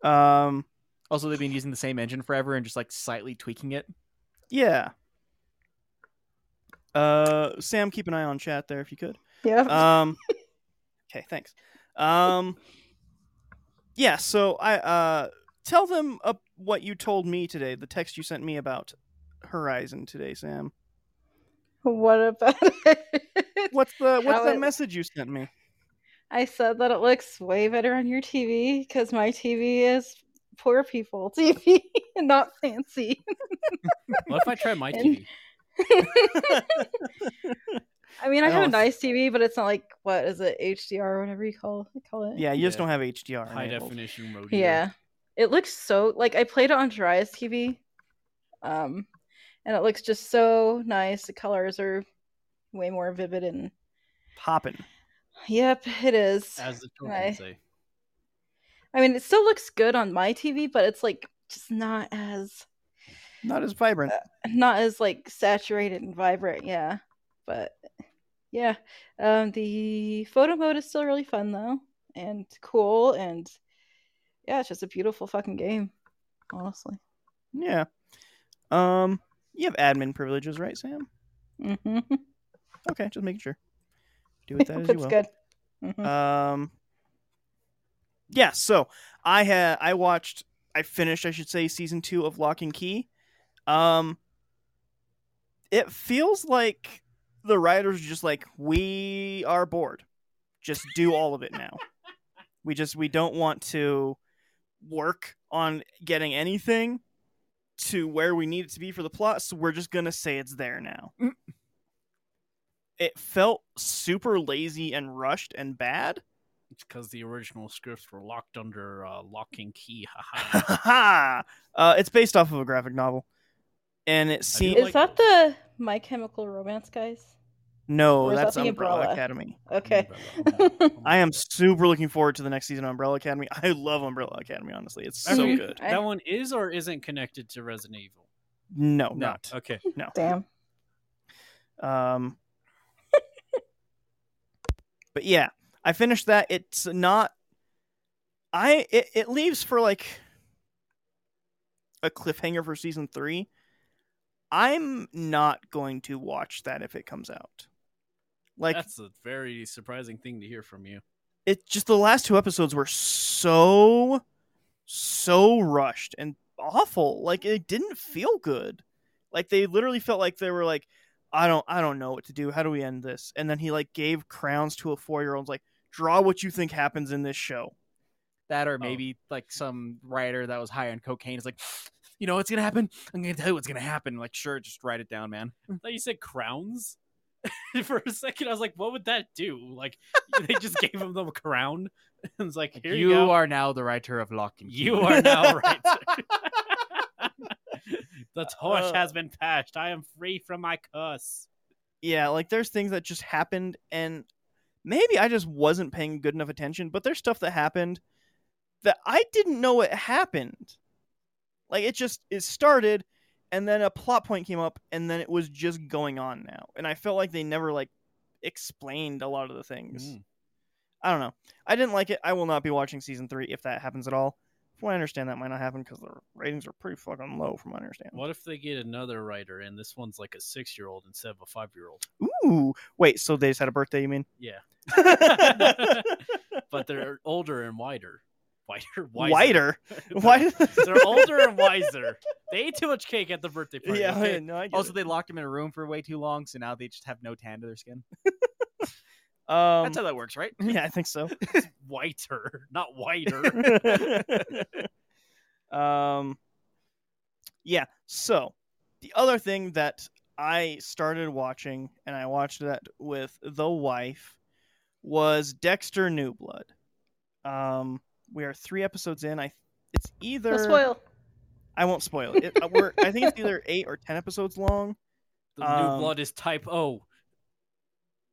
Speaker 2: Um.
Speaker 4: Also, they've been using the same engine forever and just like slightly tweaking it.
Speaker 2: Yeah. Uh, Sam, keep an eye on chat there if you could.
Speaker 6: Yeah.
Speaker 2: Um. okay. Thanks. Um. Yeah. So I uh tell them up what you told me today. The text you sent me about Horizon today, Sam.
Speaker 6: what about it?
Speaker 2: What's the what's
Speaker 6: How
Speaker 2: that
Speaker 6: it-
Speaker 2: message you sent me?
Speaker 6: I said that it looks way better on your TV because my TV is poor people TV and not fancy.
Speaker 5: What if I try my
Speaker 6: And-
Speaker 5: TV?
Speaker 6: I mean, I have
Speaker 2: Oh.
Speaker 6: a nice TV, but it's not like what is it HDR or whatever you call call it.
Speaker 2: Yeah, you just
Speaker 5: Yeah.
Speaker 2: don't have HDR.
Speaker 5: High
Speaker 2: enabled.
Speaker 5: definition rodeo.
Speaker 6: Yeah. It looks so like I played it on Jiraiya's TV. Um and it looks just so nice. The colors are way more vivid and
Speaker 2: Poppin'.
Speaker 6: yep, it is.
Speaker 5: As the children
Speaker 6: Right.
Speaker 5: say.
Speaker 6: I mean, it still looks good on my TV, but it's like just not as
Speaker 2: Not as vibrant.
Speaker 6: Uh. not as like saturated and vibrant, yeah. But yeah, um, the photo mode is still really fun though, and cool, and yeah, it's just a beautiful fucking game, honestly.
Speaker 2: Yeah. Um, you have admin privileges, right, Sam?
Speaker 6: Mm-hmm.
Speaker 2: Okay, just making sure. Do with that as you
Speaker 6: it's
Speaker 2: will.
Speaker 6: good. Mhm.
Speaker 2: Um, yeah. So I had I watched I finished I should say season two of Lock and Key. Um, it feels like the writers are just like we are bored. Just do all of it now. we just we don't want to work on getting anything to where we need it to be for the plot, so we're just gonna say it's there now. It felt super lazy and rushed and bad.
Speaker 5: It's because the original scripts were locked under uh, lock and key. Haha.
Speaker 2: uh, it's based off of a graphic novel, and it seems
Speaker 6: is
Speaker 5: like
Speaker 6: that
Speaker 5: those.
Speaker 6: the My Chemical Romance guys?
Speaker 2: no,
Speaker 6: or is
Speaker 2: that's
Speaker 6: that the
Speaker 2: Umbrella,
Speaker 6: Umbrella?
Speaker 2: Academy.
Speaker 5: Mm,
Speaker 6: Okay.
Speaker 2: I am super looking forward to the next season of Umbrella Academy. I love Umbrella Academy. Honestly, it's so
Speaker 6: Mhm.
Speaker 2: good.
Speaker 6: I-
Speaker 5: That one is or isn't connected to Resident Evil.
Speaker 2: No,
Speaker 4: No.
Speaker 2: not
Speaker 5: Okay.
Speaker 2: no.
Speaker 6: Damn.
Speaker 2: Um, but yeah, I finished that. It's not. I it, it leaves for like a cliffhanger for season three. I'm not going to watch that if it comes out. Like
Speaker 5: That's a very surprising thing to hear from you.
Speaker 2: it just the last two episodes were so so rushed and awful like it didn't feel good like they literally felt like they were like i don't i don't know what to do how do we end this and then he like gave crowns to a four-year-old like draw what you think happens in this show
Speaker 4: That or maybe like some writer that was high on cocaine is like, you know what's gonna happen? I'm gonna tell you what's gonna happen. Like, sure, just write it down, man.
Speaker 5: I thought you said crowns. For a second, I was like, "What would that do?" Like, they just gave him the crown, and it's like, "Here you, go.
Speaker 4: are now the writer of Lock and Key.
Speaker 5: You are now right. the torch
Speaker 2: Uh.
Speaker 5: has been passed. I am free from my curse.
Speaker 2: yeah like there's things that just happened and maybe i just wasn't paying good enough attention but there's stuff that happened that i didn't know it happened like it just it started and then a plot point came up and then it was just going on now and i felt like they never like explained a lot of the things i don't know i didn't like it i will not be watching season three if that happens at all from what i understand that might not happen because the ratings are pretty fucking low from what i understand
Speaker 5: What if they get another writer, and this one's like a six-year-old instead of a five-year-old?
Speaker 2: ooh wait so they just had a birthday you mean
Speaker 5: Yeah,
Speaker 2: Wider.
Speaker 5: but they're older and wider, wider, wiser.
Speaker 2: Whiter. Why?
Speaker 5: they're older and wiser. They ate too much cake at the birthday party.
Speaker 2: Yeah.
Speaker 5: okay?
Speaker 2: yeah, No, I get
Speaker 4: Also,
Speaker 2: it.
Speaker 4: they locked him in a room for way too long, so now they just have no tan to their skin.
Speaker 2: Um,
Speaker 4: That's how that works, right?
Speaker 2: yeah, I think so.
Speaker 5: whiter, not whiter.
Speaker 2: um, yeah. So the other thing that I started watching, and I watched that with the wife, was Dexter New Blood. Um, we are three episodes in. I it's either
Speaker 6: No spoil.
Speaker 2: I won't spoil it. it we're, I think it's either eight or ten episodes long.
Speaker 5: The
Speaker 2: Um,
Speaker 5: new blood is type O.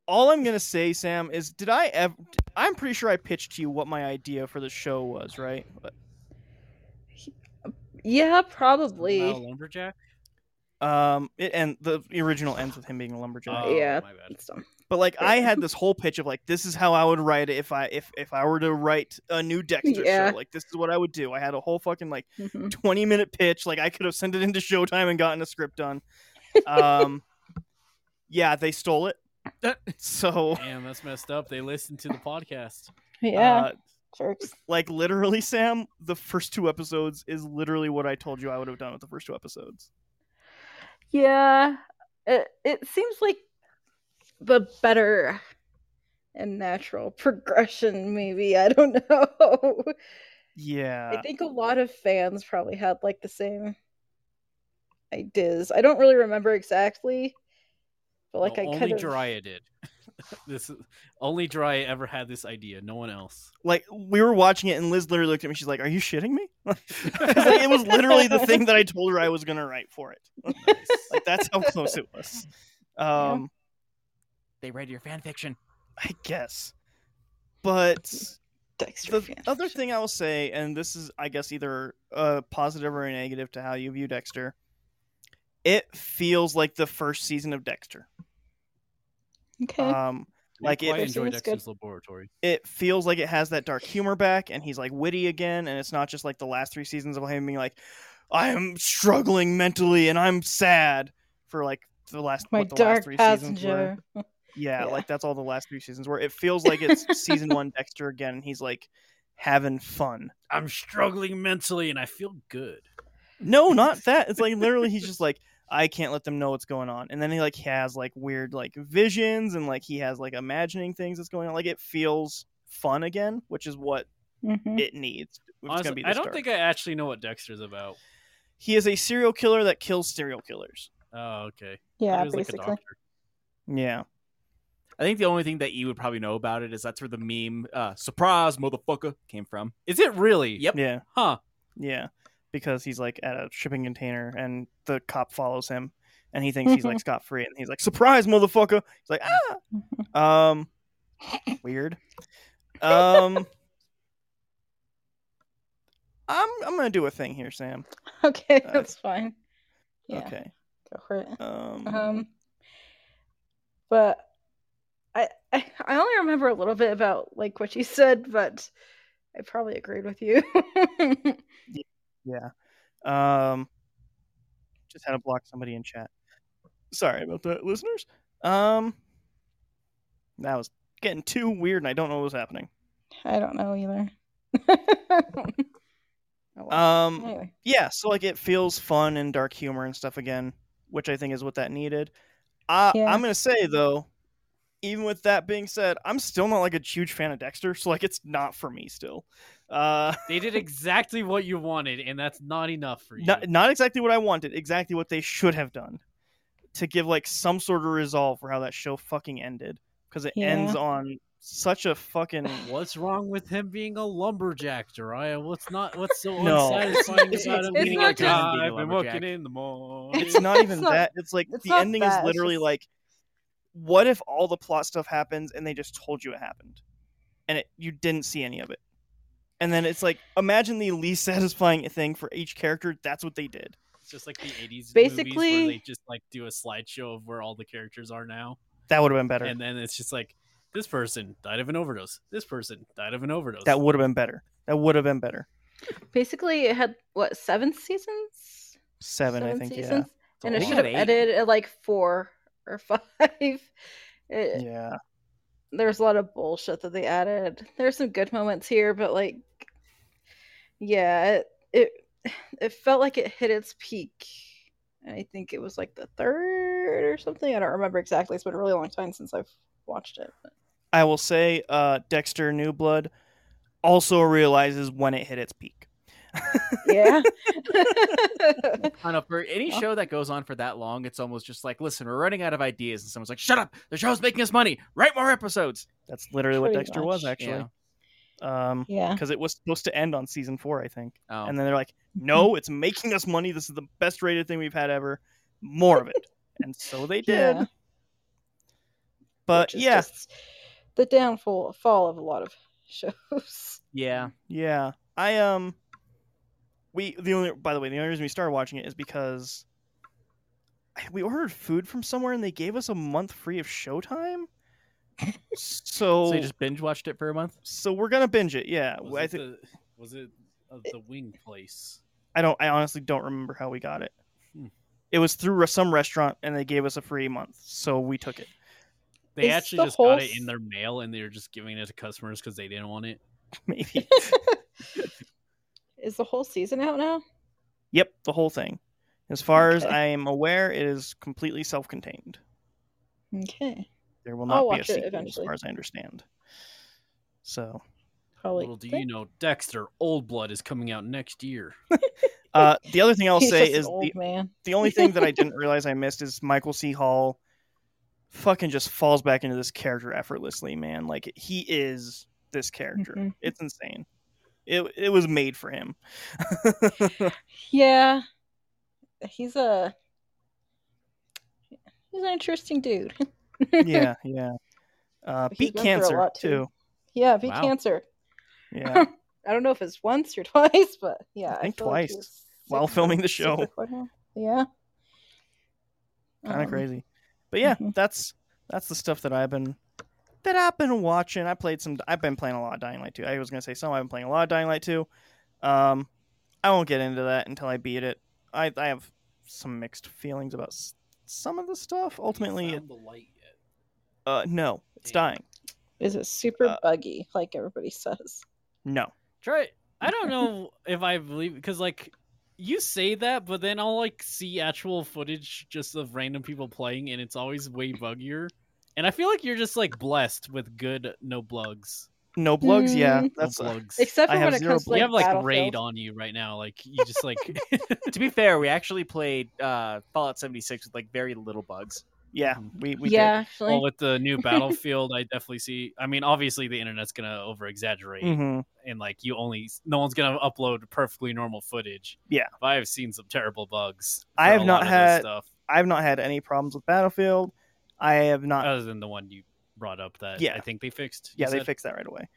Speaker 2: all I'm gonna say, Sam, is did I ever? I'm pretty sure I pitched to you what my idea for the show was, right? But,
Speaker 6: Yeah,
Speaker 5: Now
Speaker 6: probably.
Speaker 5: lumberjack.
Speaker 2: um, it, and the original ends with him being a lumberjack.
Speaker 5: Oh,
Speaker 6: Yeah.
Speaker 5: my bad.
Speaker 6: It's dumb.
Speaker 2: But like I had this whole pitch of like this is how I would write it if I if if I were to write a new Dexter
Speaker 6: Yeah.
Speaker 2: show. Like this is what I would do. I had a whole fucking like
Speaker 6: Mhm.
Speaker 2: 20 minute pitch. Like I could have sent it into Showtime and gotten a script done. Um, yeah, they stole it. So
Speaker 5: Damn, that's messed up. They listened to the podcast.
Speaker 6: Yeah,
Speaker 2: uh,
Speaker 6: jerks.
Speaker 2: like literally, Sam, the first two episodes is literally what I told you I would have done with the first two episodes.
Speaker 6: Yeah, it it seems like the better and natural progression. Maybe I don't know. I
Speaker 2: Yeah.
Speaker 6: think a lot of fans probably had like the same ideas. I don't really remember exactly, but like
Speaker 3: No,
Speaker 6: I
Speaker 3: only
Speaker 6: could have.
Speaker 3: Jiraiya did. this is- only Jiraiya ever had this idea. No one else.
Speaker 2: Like we were watching it and Liz literally looked at me. She's like, "Are you shitting me?" 'Cause, like, it was literally the thing that I told her I was gonna write for it. Like that's how close it was. Um,
Speaker 4: They read your fan fiction.
Speaker 2: I guess. But
Speaker 6: Dexter
Speaker 2: the
Speaker 6: fan
Speaker 2: other
Speaker 6: fiction.
Speaker 2: thing I will say, and this is, I guess, either a positive or a negative to how you view Dexter, it feels like the first season of Dexter.
Speaker 6: Okay.
Speaker 2: Um, Like,
Speaker 3: like I
Speaker 2: it-
Speaker 3: enjoy
Speaker 6: That's good.
Speaker 3: Dexter's Laboratory.
Speaker 2: it feels like it has that dark humor back, and he's like witty again, and it's not just like the last three seasons of him being like, "I am struggling mentally and I'm sad" for like the last
Speaker 6: My
Speaker 2: what the last
Speaker 6: dark
Speaker 2: three seasons were.
Speaker 6: passenger.
Speaker 2: Yeah,
Speaker 6: Yeah.
Speaker 2: like that's all the last three seasons where it feels like it's season one Dexter again, and he's like having fun.
Speaker 3: I'm struggling mentally, and I feel good.
Speaker 2: No, not that. It's like literally he's just like I can't let them know what's going on. And then he like has like weird like visions and like he has like imagining things that's going on. Like it feels fun again, which is what
Speaker 6: Mhm.
Speaker 2: it needs. if it's gonna
Speaker 5: Mm-hmm. Honestly,
Speaker 2: be
Speaker 5: I
Speaker 2: this
Speaker 5: don't
Speaker 2: dark.
Speaker 5: think I actually know what Dexter's about.
Speaker 2: he is a serial killer that kills serial killers.
Speaker 5: Oh, okay.
Speaker 6: Yeah,
Speaker 5: He was like a
Speaker 6: basically.
Speaker 5: doctor.
Speaker 2: Yeah.
Speaker 4: I think the only thing that you would probably know about it is that's where the meme uh, "surprise motherfucker" came from.
Speaker 5: Is it really?
Speaker 4: Yep.
Speaker 2: Yeah.
Speaker 5: Huh.
Speaker 2: Yeah. Because he's like at a shipping container and the cop follows him and he thinks he's
Speaker 5: Mm-hmm.
Speaker 2: like scot free and he's like, Surprise, motherfucker. He's like, ah,
Speaker 6: Mhm.
Speaker 2: Um, weird. Um, I'm I'm gonna do a thing here, Sam.
Speaker 6: Okay,
Speaker 2: Uh,
Speaker 6: that's fine. Yeah,
Speaker 2: Okay.
Speaker 6: go for it.
Speaker 2: Um,
Speaker 5: Uh-huh.
Speaker 6: Um, but I, I I only remember a little bit about like what you said, but I probably agreed with you.
Speaker 2: um, just had to block somebody in chat. Sorry about that, listeners. Um, that was getting too weird, and I don't know what was happening.
Speaker 6: I don't know either. Oh, well.
Speaker 2: Um,
Speaker 6: anyway,
Speaker 2: yeah so like it feels fun and dark humor and stuff again which i think is what that needed I,
Speaker 6: Yeah.
Speaker 2: i'm gonna say though even with that being said i'm still not like a huge fan of dexter so like it's not for me still uh
Speaker 5: They did exactly what you wanted, and that's not enough for you.
Speaker 2: not, not exactly what i wanted exactly what they should have done to give like some sort of resolve for how that show fucking ended because it ends on such a fucking
Speaker 5: What's wrong with him being a lumberjack, Jiraiya? What's not? What's so
Speaker 2: No.
Speaker 5: unsatisfying
Speaker 6: It's-
Speaker 5: about him
Speaker 6: it's
Speaker 5: being
Speaker 6: not
Speaker 5: a
Speaker 6: just-
Speaker 5: guy?
Speaker 4: being a
Speaker 5: I've been
Speaker 4: lumberjack.
Speaker 5: working in the morning.
Speaker 2: it's not even
Speaker 6: It's not-
Speaker 2: that it's like
Speaker 6: it's
Speaker 2: the
Speaker 6: not
Speaker 2: ending
Speaker 6: that,
Speaker 2: is
Speaker 6: it's
Speaker 2: literally
Speaker 6: just-
Speaker 2: like what if all the plot stuff happens and they just told you it happened and it, you didn't see any of it and then it's like imagine the least satisfying thing for each character that's what they did
Speaker 5: It's just like the 80s movies
Speaker 6: Basically-
Speaker 5: where they just like do a slideshow of where all the characters are now.
Speaker 2: that would have been better
Speaker 5: And then it's just like, this person died of an overdose. This person died of an overdose.
Speaker 2: that would have been better that would have been better
Speaker 6: basically, it had what seven seasons?
Speaker 2: seven, i think
Speaker 6: seasons, and it
Speaker 4: They
Speaker 6: should
Speaker 4: had eight.
Speaker 6: have edited at like four or five. It-
Speaker 2: yeah yeah
Speaker 6: there's a lot of bullshit that they added. There's some good moments here, but like, yeah, it it, it felt like it hit its peak. And I think it was like the third or something. I don't remember exactly. It's been a really long time since I've watched it. but-
Speaker 2: i will say uh dexter new blood also realizes when it hit its peak
Speaker 6: Yeah.
Speaker 4: I know for any show that goes on for that long, it's almost just like, listen, we're running out of ideas, and someone's like, shut up, the show's making us money, write more episodes.
Speaker 2: that's literally what
Speaker 6: Pretty
Speaker 2: dexter was
Speaker 6: much,
Speaker 2: actually um
Speaker 6: yeah.
Speaker 2: because it was supposed to end on season four i think
Speaker 4: Oh.
Speaker 2: And then they're like,
Speaker 6: Mm-hmm.
Speaker 2: no, it's making us money. This is the best rated thing we've had ever. More of it. and so they did.
Speaker 6: Yeah.
Speaker 2: But
Speaker 6: Which is
Speaker 2: yeah,
Speaker 6: just the downfall fall of a lot of shows.
Speaker 4: yeah,
Speaker 2: yeah. I um we the only by the way, the only reason we started watching it is because we ordered food from somewhere and they gave us a month free of showtime. So
Speaker 4: So you just binge watched it for a month?
Speaker 2: so we're gonna binge it. Yeah,
Speaker 9: Was
Speaker 2: I
Speaker 9: it
Speaker 2: think
Speaker 9: the- was it
Speaker 5: uh,
Speaker 9: of the wing place?
Speaker 2: I don't. I honestly don't remember how we got it.
Speaker 9: Hmm.
Speaker 2: It was through some restaurant, and they gave us a free month, so we took it.
Speaker 5: They
Speaker 6: Is
Speaker 5: actually
Speaker 6: the
Speaker 5: just
Speaker 6: whole
Speaker 5: got it
Speaker 6: s-
Speaker 5: in their mail and they were just giving it to customers because they didn't want it.
Speaker 2: Maybe.
Speaker 6: Is the whole season out now?
Speaker 2: yep, the whole thing. As far as
Speaker 6: Okay.
Speaker 2: I am aware, it is completely self-contained.
Speaker 6: Okay.
Speaker 2: There will
Speaker 6: I'll
Speaker 2: not be a
Speaker 6: watch it
Speaker 2: sequel, as
Speaker 6: eventually.
Speaker 2: far as I understand. So,
Speaker 6: Probably.
Speaker 5: Little do you know, Dexter Old Blood is coming out next year.
Speaker 2: uh, the other thing I'll
Speaker 6: He's
Speaker 2: say
Speaker 6: just an
Speaker 2: is
Speaker 6: old
Speaker 2: the,
Speaker 6: man.
Speaker 2: the only thing that I didn't realize I missed is Michael C. Hall fucking just falls back into this character effortlessly, man. Like he is this character.
Speaker 6: Mhm.
Speaker 2: It's insane. It it was made for him.
Speaker 6: Yeah. He's a he's an interesting dude.
Speaker 2: yeah, yeah. Uh,
Speaker 6: But he's
Speaker 2: beat
Speaker 6: been through a
Speaker 2: cancer
Speaker 6: lot, too.
Speaker 2: too.
Speaker 6: Yeah, beat
Speaker 4: Wow.
Speaker 6: cancer.
Speaker 2: Yeah.
Speaker 6: I don't know if it's once or twice, but yeah,
Speaker 2: I think
Speaker 6: feel like he
Speaker 2: twice,
Speaker 6: was sick
Speaker 2: while
Speaker 6: of-
Speaker 2: filming the
Speaker 6: sick
Speaker 2: show.
Speaker 6: of what happened. Yeah.
Speaker 2: kind of
Speaker 6: Um,
Speaker 2: crazy. But yeah,
Speaker 6: mhm.
Speaker 2: that's that's the stuff that I've been that I've been watching. I played some. I've been playing a lot of Dying Light 2. I was gonna say some. I've been playing a lot of Dying Light 2. Um, I won't get into that until I beat it. I I have some mixed feelings about s- some of the stuff. Ultimately, it,
Speaker 9: found the light yet?
Speaker 2: uh, no, it's
Speaker 9: Damn.
Speaker 2: dying.
Speaker 6: Is it super
Speaker 2: Uh,
Speaker 6: buggy, like everybody says?
Speaker 2: No,
Speaker 5: Try it. I don't know if I believe because like you say that, but then I'll like see actual footage just of random people playing, and it's always way buggier. And I feel like you're just like blessed with good no bugs.
Speaker 2: no blogs. Yeah,
Speaker 6: Mm.
Speaker 5: No
Speaker 2: that's
Speaker 5: bugs.
Speaker 6: Except
Speaker 2: I
Speaker 6: for
Speaker 2: have
Speaker 6: when it
Speaker 2: zero
Speaker 6: comes to
Speaker 2: bl-
Speaker 6: like,
Speaker 5: you have like
Speaker 6: Battlefield.
Speaker 5: raid on you right now. Like you just like
Speaker 4: to be fair, we actually played uh, Fallout 76 with like very little bugs.
Speaker 2: yeah. We we
Speaker 6: yeah,
Speaker 2: did.
Speaker 6: actually.
Speaker 5: well with the new battlefield. I definitely see. I mean, obviously the internet's gonna over exaggerate.
Speaker 2: Mhm.
Speaker 5: and like you only no one's gonna upload perfectly normal footage.
Speaker 2: Yeah.
Speaker 5: but I have seen some terrible bugs.
Speaker 2: I
Speaker 5: for
Speaker 2: have
Speaker 5: a
Speaker 2: not
Speaker 5: lot of this
Speaker 2: had-
Speaker 5: stuff
Speaker 2: I've not had any problems with Battlefield. I have not.
Speaker 5: other than the one you brought up that
Speaker 2: Yeah.
Speaker 5: I think they fixed. you
Speaker 2: yeah, they
Speaker 5: said?
Speaker 2: fixed that right away.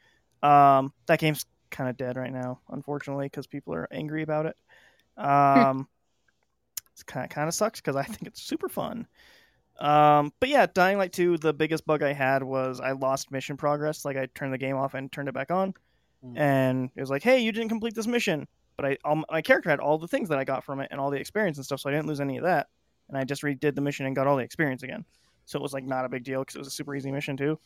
Speaker 2: Um, that game's kind of dead right now, unfortunately, because people are angry about it. Um, it's kind of kind of sucks because I think it's super fun. Um, but yeah, Dying Light 2, the biggest bug I had was I lost mission progress. Like I turned the game off and turned it back on,
Speaker 5: Mm.
Speaker 2: and it was like, "Hey, you didn't complete this mission." But I, all, my character had all the things that I got from it and all the experience and stuff, so I didn't lose any of that. And I just redid the mission and got all the experience again. So it was like not a big deal because it was a super easy mission too.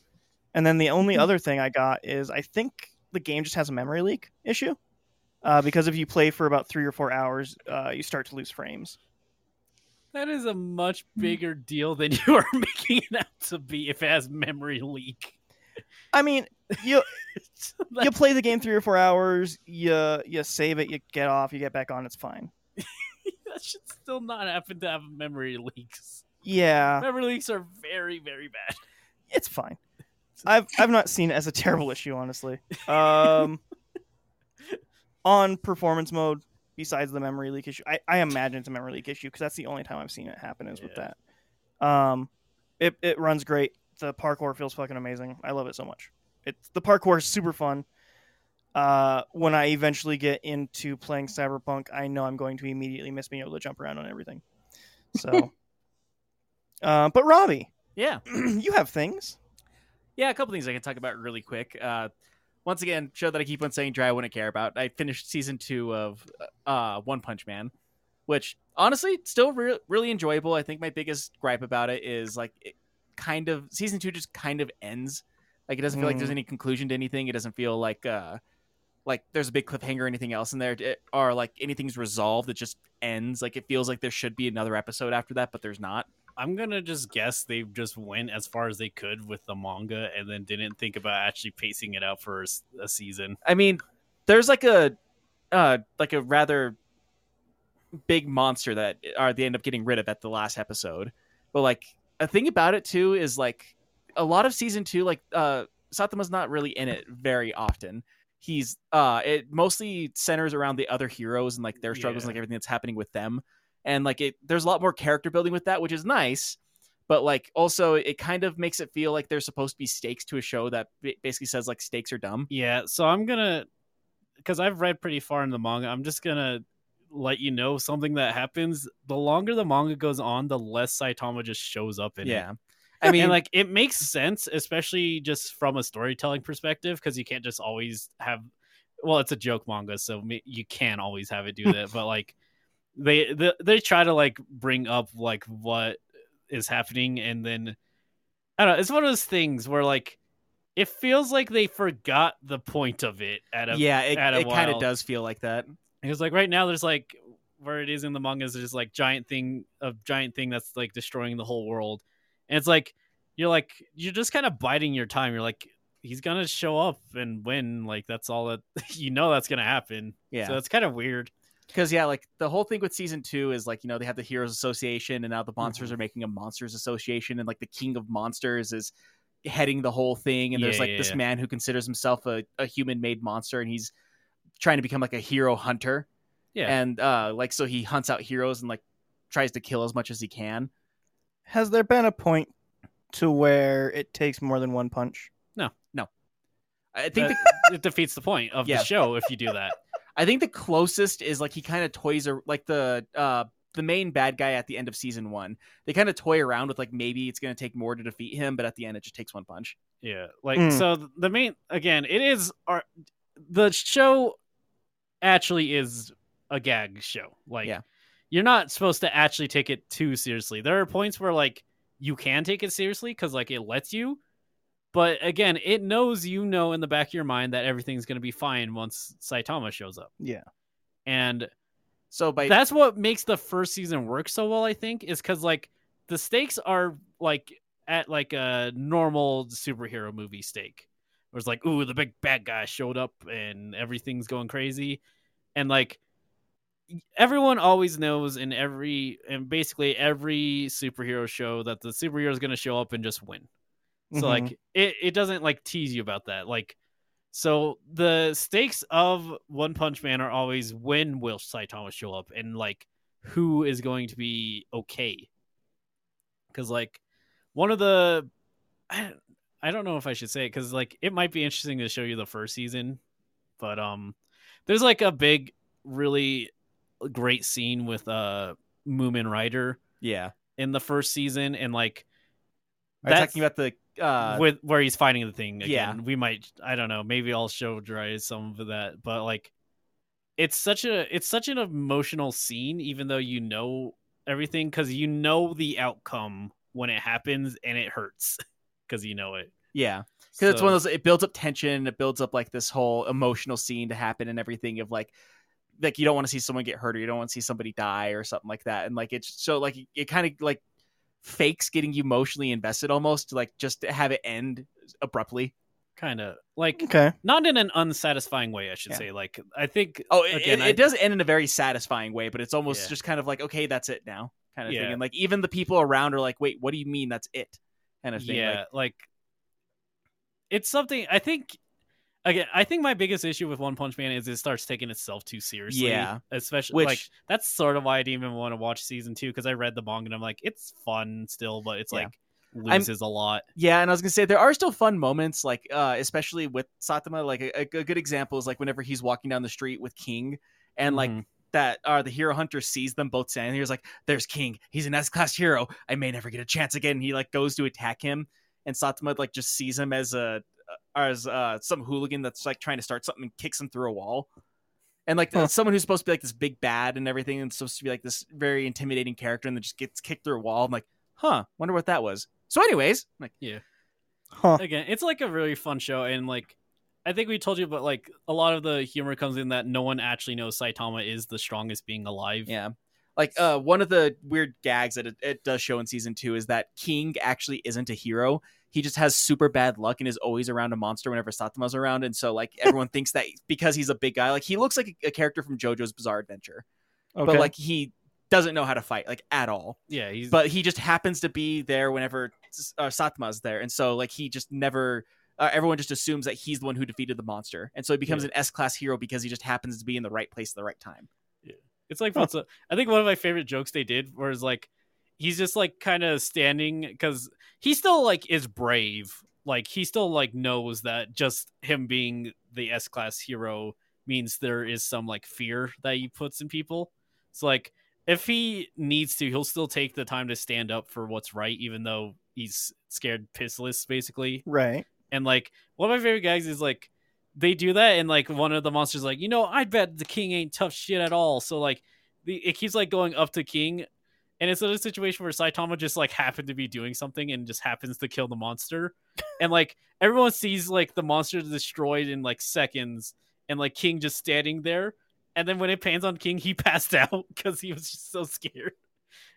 Speaker 2: And then the only other thing I got is I think the game just has a memory leak issue. Uh, because if you play for about three or four hours, uh, you start to lose frames.
Speaker 5: That is a much bigger deal than you are making it out to be. If it has memory leak,
Speaker 2: I mean, you
Speaker 5: That-
Speaker 2: you play the game three or four hours, you you save it, you get off, you get back on, it's fine.
Speaker 5: that should still not happen to have memory leaks.
Speaker 2: Yeah,
Speaker 5: Memory leaks are very very bad.
Speaker 2: it's fine. I've I've not seen it as a terrible issue, honestly. Um, on performance mode, besides the memory leak issue, I, I imagine it's a memory leak issue because that's the only time I've seen it happen is with
Speaker 5: Yeah.
Speaker 2: that. Um, it it runs great. The parkour feels fucking amazing. I love it so much. It's the parkour is super fun. Uh, when I eventually get into playing Cyberpunk, I know I'm going to immediately miss being able to jump around on everything. So, uh, but Robbie,
Speaker 4: Yeah.
Speaker 2: you have things.
Speaker 4: Yeah, a couple things I can talk about really quick. Uh, once again, show that I keep on saying dry, I wouldn't care about. I finished season two of uh, One Punch Man, which honestly, still re- really enjoyable. I think my biggest gripe about it is like it kind of season two just kind of ends. Like it doesn't feel like there's
Speaker 2: Mm.
Speaker 4: any conclusion to anything. It doesn't feel like uh, like there's a big cliffhanger or anything else in there, It- or like anything's resolved. It just ends. Like it feels like there should be another episode after that, but there's not.
Speaker 5: I'm gonna just guess they just went as far as they could with the manga, and then didn't think about actually pacing it out for a s- a season.
Speaker 4: I mean, there's like a uh like a rather big monster that are they end up getting rid of at the last episode. But like a thing about it too is like a lot of season 2 like uh Satoma's not really in it very often. He's uh it mostly centers around the other heroes and like their struggles
Speaker 5: Yeah.
Speaker 4: and like everything that's happening with them. And like it there's a lot more character building with that, which is nice but like also it kind of makes it feel like there's supposed to be stakes to a show that ba- basically says like stakes are dumb
Speaker 5: Yeah, so I'm gonna because I've read pretty far in the manga. I'm just gonna let you know something that happens. The longer the manga goes on, the less Saitama just shows up in it.
Speaker 4: yeah I mean,
Speaker 5: and like it makes sense, especially just from a storytelling perspective, because you can't just always have. Well, it's a joke manga, so ma- you can always have it do that. but like, they, they they try to like bring up like what is happening, and then I don't know. It's one of those things where like it feels like they forgot the point of it at a
Speaker 4: yeah, it,
Speaker 5: at a
Speaker 4: it kind
Speaker 5: while.
Speaker 4: of does feel like that.
Speaker 5: Because like right now, there's like where it is in the manga is just like giant thing of giant thing that's like destroying the whole world, and it's like you're like you're just kind of biding your time. You're like he's gonna show up and win. Like that's all that you know that's gonna happen.
Speaker 4: Yeah.
Speaker 5: so it's kind of weird.
Speaker 4: Because yeah, like the whole thing with season two is like you know they have the Heroes Association, and now the
Speaker 5: Mm-hmm.
Speaker 4: monsters are making a Monsters Association, and like the King of Monsters is heading the whole thing, and there's
Speaker 5: Yeah,
Speaker 4: like
Speaker 5: yeah,
Speaker 4: this
Speaker 5: yeah.
Speaker 4: man who considers himself a, a human-made monster, and he's trying to become like a hero hunter,
Speaker 5: Yeah,
Speaker 4: and uh like so he hunts out heroes and like tries to kill as much as he can.
Speaker 2: Has there been a point to where it takes more than one punch?
Speaker 4: I think
Speaker 5: Uh,
Speaker 4: the
Speaker 5: it defeats the point of
Speaker 4: Yeah.
Speaker 5: the show if you do that.
Speaker 4: I think the closest is like he kind of toys ar- like the uh the main bad guy at the end of season one. They kind of toy around with like maybe it's gonna take more to defeat him, but at the end it just takes one punch.
Speaker 5: Yeah, like
Speaker 2: Mm.
Speaker 5: so th- the main again, it is our the show actually is a gag show. Like
Speaker 4: Yeah.
Speaker 5: you're not supposed to actually take it too seriously. There are points where like you can take it seriously cuz like it lets you. But again, it knows you know in the back of your mind that everything's going to be fine once Saitama shows up.
Speaker 2: Yeah.
Speaker 5: And
Speaker 4: So by
Speaker 5: that's what makes the first season work so well i think is because like the stakes are like at like a normal superhero movie stake where it's like ooh the big bad guy showed up and everything's going crazy and like everyone always knows in every and basically every superhero show that the superhero is going to show up and just win
Speaker 4: Mm-hmm.
Speaker 5: so
Speaker 2: Mhm.
Speaker 5: like it, it doesn't like tease you about that. Like so the stakes of One Punch Man are always when will Saitama show up and like who is going to be okay. Cause like one of the I, I don't know if I should say it because like it might be interesting to show you the first season, but um there's like a big really great scene with uh Moomin Rider
Speaker 4: yeah,
Speaker 5: in the first season and like
Speaker 4: are you talking about the uh
Speaker 5: with where he's fighting the thing again.
Speaker 4: yeah.
Speaker 5: we might i don't know maybe i'll show dry some of that but like it's such a it's such an emotional scene even though you know everything because you know the outcome when it happens and it hurts because you know it
Speaker 4: yeah because it's one of those it builds up tension, it builds up like this whole emotional scene to happen and everything of like like you don't want to see someone get hurt or you don't want to see somebody die or something like that, and like it's so like it kind of like fakes getting you emotionally invested almost like just to have it end abruptly.
Speaker 5: kind of like
Speaker 2: Okay.
Speaker 5: not in an unsatisfying way i should
Speaker 4: Yeah.
Speaker 5: say like i think
Speaker 4: Oh, it,
Speaker 5: Again,
Speaker 4: it,
Speaker 5: I-
Speaker 4: it does end in a very satisfying way, but it's almost
Speaker 5: Yeah.
Speaker 4: just kind of like, okay, that's it now, kind of
Speaker 5: Yeah.
Speaker 4: thing. And like even the people around are like, wait, what do you mean that's it? Kind of thing.
Speaker 5: Yeah,
Speaker 4: Like,
Speaker 5: like, it's something I think again, I think my biggest issue with One Punch Man is it starts taking itself too seriously.
Speaker 4: Yeah.
Speaker 5: Especially
Speaker 4: Which-
Speaker 5: like that's sort of why I didn't even want to watch season two because I read the manga and I'm like, it's fun still, but it's
Speaker 4: Yeah.
Speaker 5: like loses a lot.
Speaker 4: yeah, and I was gonna say there are still fun moments, like uh, especially with Satama. Like a, a good example is like whenever he's walking down the street with King, and like
Speaker 5: Mhm.
Speaker 4: that uh, the hero hunter sees them both standing there. He's like, "There's King. He's an S-class hero. I may never get a chance again." And he like goes to attack him, and Satama like just sees him as a as uh, some hooligan that's like trying to start something and kicks him through a wall. And like
Speaker 2: Huh.
Speaker 4: someone who's supposed to be like this big bad and everything, and supposed to be like this very intimidating character, and then just gets kicked through a wall. I'm like, huh, wonder what that was. So, anyways, I'm like,
Speaker 2: Huh.
Speaker 5: Again, it's like a really fun show and like I think we told you, but like a lot of the humor comes in that no one actually knows Saitama is the strongest being alive.
Speaker 4: Yeah. Like uh, one of the weird gags that it, it does show in season two is that King actually isn't a hero. He just has super bad luck and is always around a monster whenever Satama's around. And so, like, everyone thinks that because he's a big guy, like, he looks like a, a character from JoJo's Bizarre Adventure,
Speaker 2: Okay.
Speaker 4: but like, he doesn't know how to fight, like, at all.
Speaker 5: Yeah, he's
Speaker 4: But he just happens to be there whenever uh, Satama's there. And so, like, he just never, uh, everyone just assumes that he's the one who defeated the monster. And so he becomes
Speaker 5: Yeah.
Speaker 4: an S class hero because he just happens to be in the right place at the right time.
Speaker 5: It's like
Speaker 2: Huh.
Speaker 5: what's I think one of my favorite jokes they did was like he's just like kind of standing because he still like is brave. Like he still like knows that just him being the S class hero means there is some like fear that he puts in people. So like if he needs to, he'll still take the time to stand up for what's right, even though he's scared pissless basically.
Speaker 2: Right.
Speaker 5: And like one of my favorite gags is like they do that and like one of the monsters like, you know, I bet the king ain't tough shit at all. So like the, it keeps like going up to king and it's a situation where Saitama just like happened to be doing something and just happens to kill the monster. and like everyone sees like the monster destroyed in like seconds and like King just standing there. And then when it pans on King, he passed out because he was just so scared.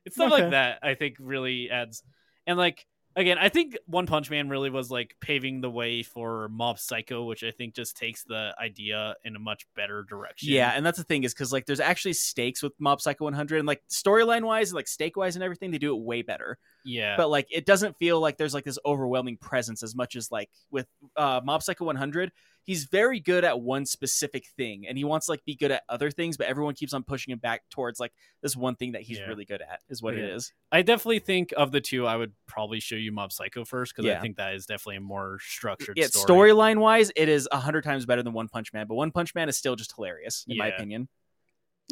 Speaker 5: It's stuff
Speaker 2: Okay.
Speaker 5: like that, I think, really adds. And like again, I think One Punch Man really was like paving the way for Mob Psycho, which I think just takes the idea in a much better direction.
Speaker 4: Yeah, and that's the thing is because like there's actually stakes with Mob Psycho 100, and like storyline wise, and like stake wise, and everything, they do it way better.
Speaker 5: yeah,
Speaker 4: But like it doesn't feel like there's like this overwhelming presence as much as like with uh, Mob Psycho 100, he's very good at one specific thing, and he wants to, like be good at other things, but everyone keeps on pushing him back towards like this one thing that he's
Speaker 5: Yeah.
Speaker 4: really good at is what it
Speaker 5: Yeah.
Speaker 4: is.
Speaker 5: I definitely think of the two, I would probably show you Mob Psycho first because
Speaker 4: Yeah.
Speaker 5: I think that is definitely a more structured
Speaker 4: Yeah,
Speaker 5: story.
Speaker 4: storyline wise, it is a hundred times better than One Punch Man, but One Punch Man is still just hilarious in my
Speaker 5: Yeah.
Speaker 4: opinion.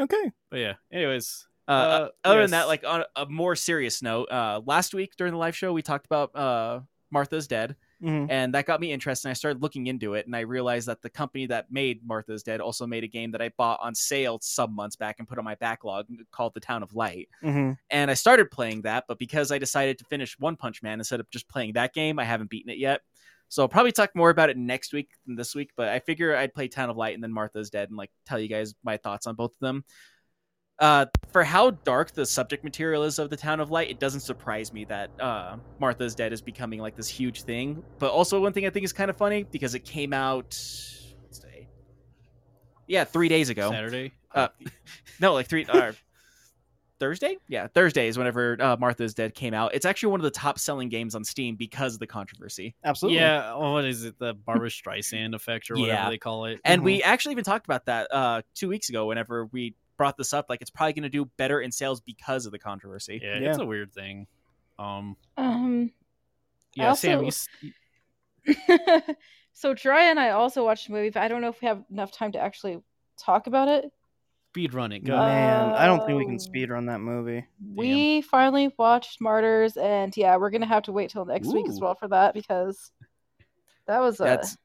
Speaker 2: Okay.
Speaker 5: But yeah, anyways,
Speaker 4: Uh,
Speaker 5: Uh,
Speaker 4: other
Speaker 5: yes.
Speaker 4: than that, like on a more serious note, uh, last week during the live show, we talked about uh, Martha's Dead,
Speaker 2: hmm
Speaker 5: Mm-hmm.
Speaker 4: and that got me interested. And I started looking into it, and I realized that the company that made Martha's Dead also made a game that I bought on sale some months back and put on my backlog called The Town of Light.
Speaker 2: hmm
Speaker 4: And I started playing that, but because I decided to finish One Punch Man instead of just playing that game, I haven't beaten it yet. So I'll probably talk more about it next week than this week, but I figure I'd play Town of Light and then Martha's Dead and like tell you guys my thoughts on both of them. Uh, for how dark the subject material is of the Town of Light, it doesn't surprise me that uh, Martha's Dead is becoming like this huge thing. But also, one thing I think is kind of funny because it came out, what's today? yeah, three days ago.
Speaker 5: Saturday.
Speaker 4: Uh, no, like three. Uh, Thursday? Yeah, Thursday is whenever uh, Martha's Dead came out. It's actually one of the top selling games on Steam because of the controversy.
Speaker 2: Absolutely.
Speaker 5: yeah, oh, what is it? The Barbara Streisand effect or whatever
Speaker 4: Yeah.
Speaker 5: they call it.
Speaker 4: And we actually even talked about that uh, two weeks ago whenever we brought this up. Like, it's probably going to do better in sales because of the controversy.
Speaker 5: yeah,
Speaker 2: Yeah.
Speaker 5: it's a weird thing. Um,
Speaker 6: Um, I
Speaker 5: yeah, Sam, you,
Speaker 6: also-
Speaker 5: s-
Speaker 6: so Dry and I also watched the movie, but I don't know if we have enough time to actually talk about it.
Speaker 5: speed run it. Go.
Speaker 2: Man, I don't think we
Speaker 6: Oh.
Speaker 2: can speedrun that movie.
Speaker 6: We finally watched Martyrs, and yeah, we're gonna have to wait till next week as
Speaker 4: Ooh.
Speaker 6: well for that because that was a
Speaker 4: That's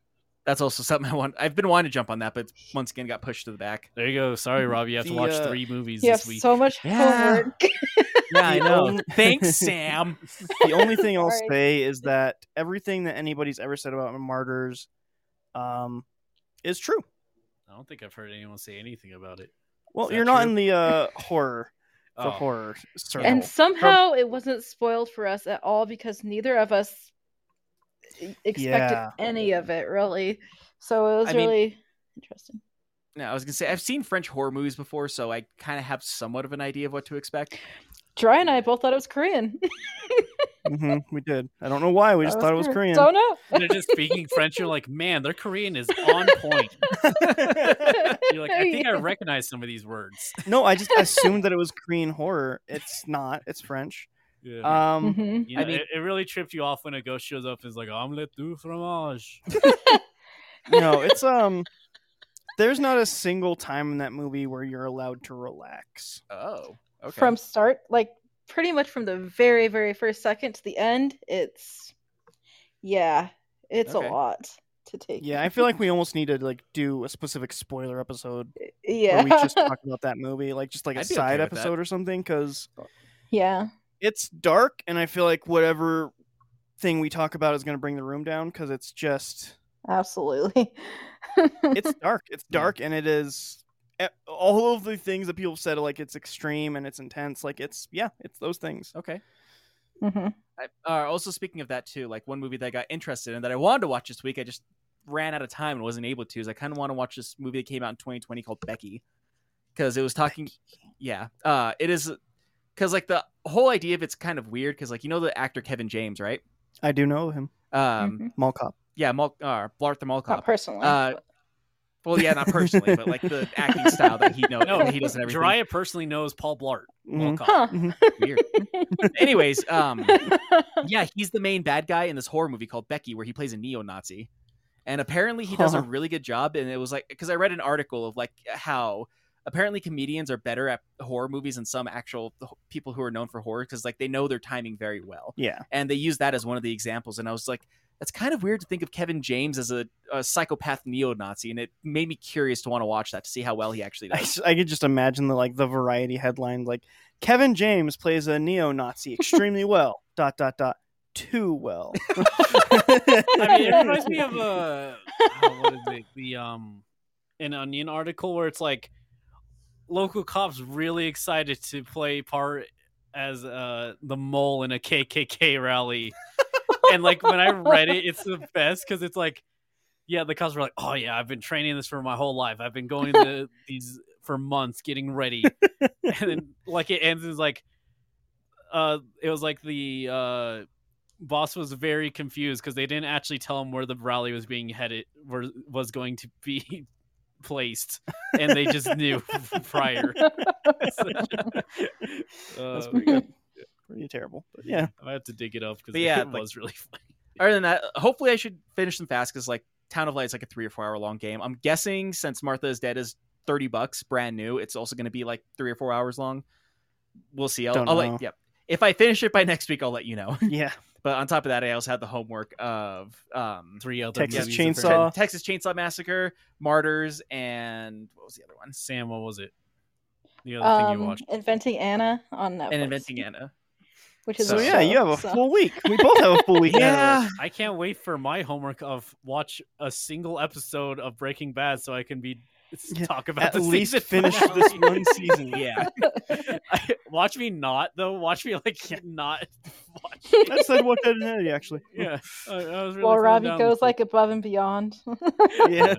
Speaker 4: that's also something I want. I've been wanting to jump on that, but it's once again got pushed to the back.
Speaker 5: There you go. Sorry, Rob, you have to
Speaker 2: The,
Speaker 5: watch
Speaker 2: uh,
Speaker 5: three movies
Speaker 6: you have
Speaker 5: this week.
Speaker 6: so much
Speaker 4: Yeah.
Speaker 6: homework.
Speaker 4: Yeah, I
Speaker 2: The
Speaker 4: know.
Speaker 2: only-
Speaker 4: Thanks, Sam.
Speaker 2: The only thing I'll
Speaker 6: Sorry.
Speaker 2: say is that everything that anybody's ever said about Martyrs um, is true.
Speaker 5: I don't think I've heard anyone say anything about it.
Speaker 2: Well,
Speaker 5: Is that
Speaker 2: you're not
Speaker 5: true?
Speaker 2: in the uh, horror the
Speaker 5: Oh,
Speaker 2: horror circle.
Speaker 6: and somehow it wasn't spoiled for us at all because neither of us e- expected
Speaker 2: Yeah.
Speaker 6: any of it really. So it was
Speaker 4: I mean-
Speaker 6: really interesting.
Speaker 4: No, I was gonna say I've seen French horror movies before, so I kind of have somewhat of an idea of what to expect.
Speaker 6: Dry and I both thought it was Korean.
Speaker 2: hmm we did. I don't know why. We
Speaker 6: That
Speaker 2: just thought it was Korean.
Speaker 6: Don't know.
Speaker 5: They're just speaking French. You're like, man, their Korean is on point. You're like, I think I
Speaker 6: Yeah.
Speaker 5: recognize some of these words.
Speaker 2: No, I just assumed that it was Korean horror. It's not. It's French.
Speaker 5: Yeah.
Speaker 2: Um,
Speaker 6: Mhm.
Speaker 5: You know,
Speaker 4: I mean-
Speaker 5: it, it really tripped you off when a ghost shows up and is like, omelette du fromage.
Speaker 2: no, it's um. There's not a single time in that movie where you're allowed to relax.
Speaker 4: Oh, okay.
Speaker 6: From start, like pretty much from the very, very first second to the end, it's yeah, it's
Speaker 4: Okay.
Speaker 6: a lot to take.
Speaker 2: Yeah, I feel like we almost need to like do a specific spoiler episode
Speaker 6: yeah,
Speaker 2: where we just talk about that movie, like just like a
Speaker 4: I'd be okay
Speaker 2: side
Speaker 4: with that.
Speaker 2: episode or something, because
Speaker 6: yeah.
Speaker 2: it's dark, and I feel like whatever thing we talk about is going to bring the room down because it's just
Speaker 6: Absolutely.
Speaker 2: it's dark. It's
Speaker 4: Yeah.
Speaker 2: dark, and it is e- all of the things that people have said. Like it's extreme and it's intense. Like it's yeah, it's those things.
Speaker 4: okay.
Speaker 6: Mhm.
Speaker 4: I, uh, also speaking of that too, like one movie that I got interested in that I wanted to watch this week, I just ran out of time and wasn't able to. Is I kind of want to watch this movie that came out in 2020 called Becky, because it was talking. Yeah, uh, it is because like the whole idea of it's kind of weird because like you know the actor Kevin James, right?
Speaker 2: I do know him,
Speaker 4: Um,
Speaker 6: Mhm.
Speaker 2: Mall Cop.
Speaker 4: yeah, Mul- uh, Lartha Mulcop.
Speaker 6: Not personally.
Speaker 4: uh,
Speaker 6: but-
Speaker 4: Well, yeah, not personally, but like the acting style that he knows,
Speaker 5: No,
Speaker 4: that he does and everything.
Speaker 5: Jiraiya personally knows Paul Blart.
Speaker 2: Mhm.
Speaker 5: Walcott.
Speaker 6: Huh.
Speaker 4: Weird. Anyways, um, yeah, he's the main bad guy in this horror movie called Becky, where he plays a neo-Nazi, and apparently he does a
Speaker 2: Huh.
Speaker 4: really good job. And it was like because I read an article of like how apparently comedians are better at horror movies than some actual th- people who are known for horror because like they know their timing very well
Speaker 2: Yeah.
Speaker 4: and they use that as one of the examples and i was like that's kind of weird to think of kevin james as a, a psychopath neo-nazi and it made me curious to want to watch that to see how well he actually
Speaker 2: I,
Speaker 4: does
Speaker 2: s- I could just imagine the like the variety headline like Kevin James plays a neo-Nazi extremely well. Dot dot dot. Too well.
Speaker 5: I mean, it reminds me of a oh, what is it? The um, an Onion article where it's like local cops really excited to play part as uh the mole in a KKK rally, and like when I read it, it's the best because it's like, yeah, the cops were like, oh yeah, I've been training this for my whole life. I've been going to these for months, getting ready, and then like it ends is like, uh, it was like the uh boss was very confused because they didn't actually tell him where the rally was being headed where was going to be placed and they just knew prior uh,
Speaker 2: Pretty terrible. But yeah.
Speaker 5: i have to dig it up because
Speaker 4: But yeah,
Speaker 5: it
Speaker 4: like-
Speaker 5: was really fun
Speaker 4: other than that hopefully i should finish them fast because like town of light is like a three or four hour long game i'm guessing since martha is dead is 30 bucks brand new it's also going to be like three or four hours long we'll see i'll,
Speaker 2: Don't
Speaker 4: I'll
Speaker 2: know.
Speaker 4: let yep if i finish it by next week i'll let you know
Speaker 2: Yeah.
Speaker 4: but on top of that i also had the homework of um
Speaker 5: three other
Speaker 2: Texas
Speaker 5: movies of her.
Speaker 2: Chainsaw.
Speaker 4: Texas Chainsaw Massacre, Martyrs, and what was the other one?
Speaker 5: sam what was it the other thing you
Speaker 6: Um,
Speaker 5: watched
Speaker 6: Inventing Anna on Netflix.
Speaker 4: And Inventing Anna.
Speaker 6: Which is
Speaker 2: So
Speaker 6: a
Speaker 2: yeah, you have
Speaker 6: show,
Speaker 2: a
Speaker 6: so-
Speaker 2: full week. We both have a full week. now.
Speaker 5: i can't wait for my homework of watch a single episode of breaking bad so i can be
Speaker 2: Yeah,
Speaker 5: talk about
Speaker 2: At
Speaker 5: the
Speaker 2: least
Speaker 5: season
Speaker 2: finish
Speaker 5: finale.
Speaker 2: this one season.
Speaker 4: Yeah.
Speaker 5: I, watch me not though. Watch me like not watch.
Speaker 2: I said what that in actually.
Speaker 5: Yeah, I, I was really
Speaker 6: Well,
Speaker 5: feeling
Speaker 6: Robbie
Speaker 5: down
Speaker 6: goes
Speaker 5: this
Speaker 6: like above and beyond.
Speaker 2: Yeah.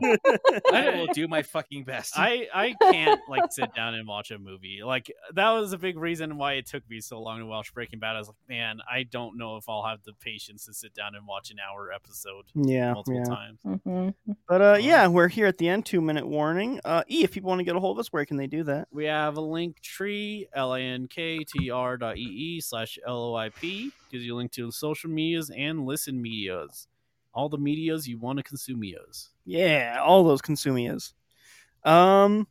Speaker 4: I will do my fucking best.
Speaker 5: week. I I can't like sit down and watch a movie. Like that was a big reason why it took me so long to watch Breaking Bad. I was like, man, I don't know if I'll have the patience to sit down and watch an hour episode
Speaker 2: Yeah.
Speaker 5: multiple
Speaker 2: yeah.
Speaker 5: times.
Speaker 6: Mhm.
Speaker 2: But uh, yeah, we're here at the end. Two minute warning. Uh, e, if people want to get a hold of us, where can they do that?
Speaker 5: We have a link tree, L A N K T R dot E E slash L O I P, gives you a link to social medias and listen medias. All the medias you want to consume medias.
Speaker 2: Yeah, all those consumias. Um,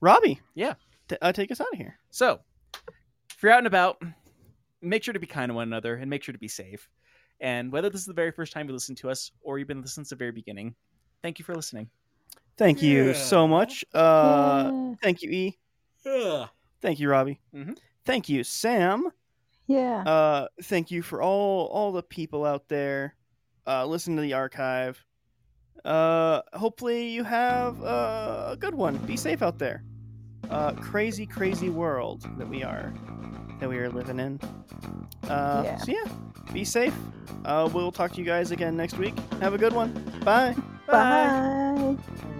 Speaker 2: Robbie.
Speaker 4: Yeah.
Speaker 2: t- uh, take us out of here.
Speaker 4: So, if you're out and about, make sure to be kind to one another and make sure to be safe. And whether this is the very first time you listen to us or you've been listening since the very beginning, thank you for listening.
Speaker 2: Thank you
Speaker 5: Yeah.
Speaker 2: so much. Uh, thank you, E.
Speaker 5: Yeah.
Speaker 2: Thank you, Robbie.
Speaker 4: Mhm.
Speaker 2: Thank you, Sam.
Speaker 6: yeah.
Speaker 2: Uh, thank you for all all the people out there. Uh, listen to the archive. Uh, hopefully you have uh, a good one. Be safe out there. Uh, crazy, crazy world that we are that we are living in. Uh,
Speaker 6: Yeah.
Speaker 2: So yeah, be safe. Uh, we'll talk to you guys again next week. Have a good one. Bye.
Speaker 6: Bye.
Speaker 2: Bye.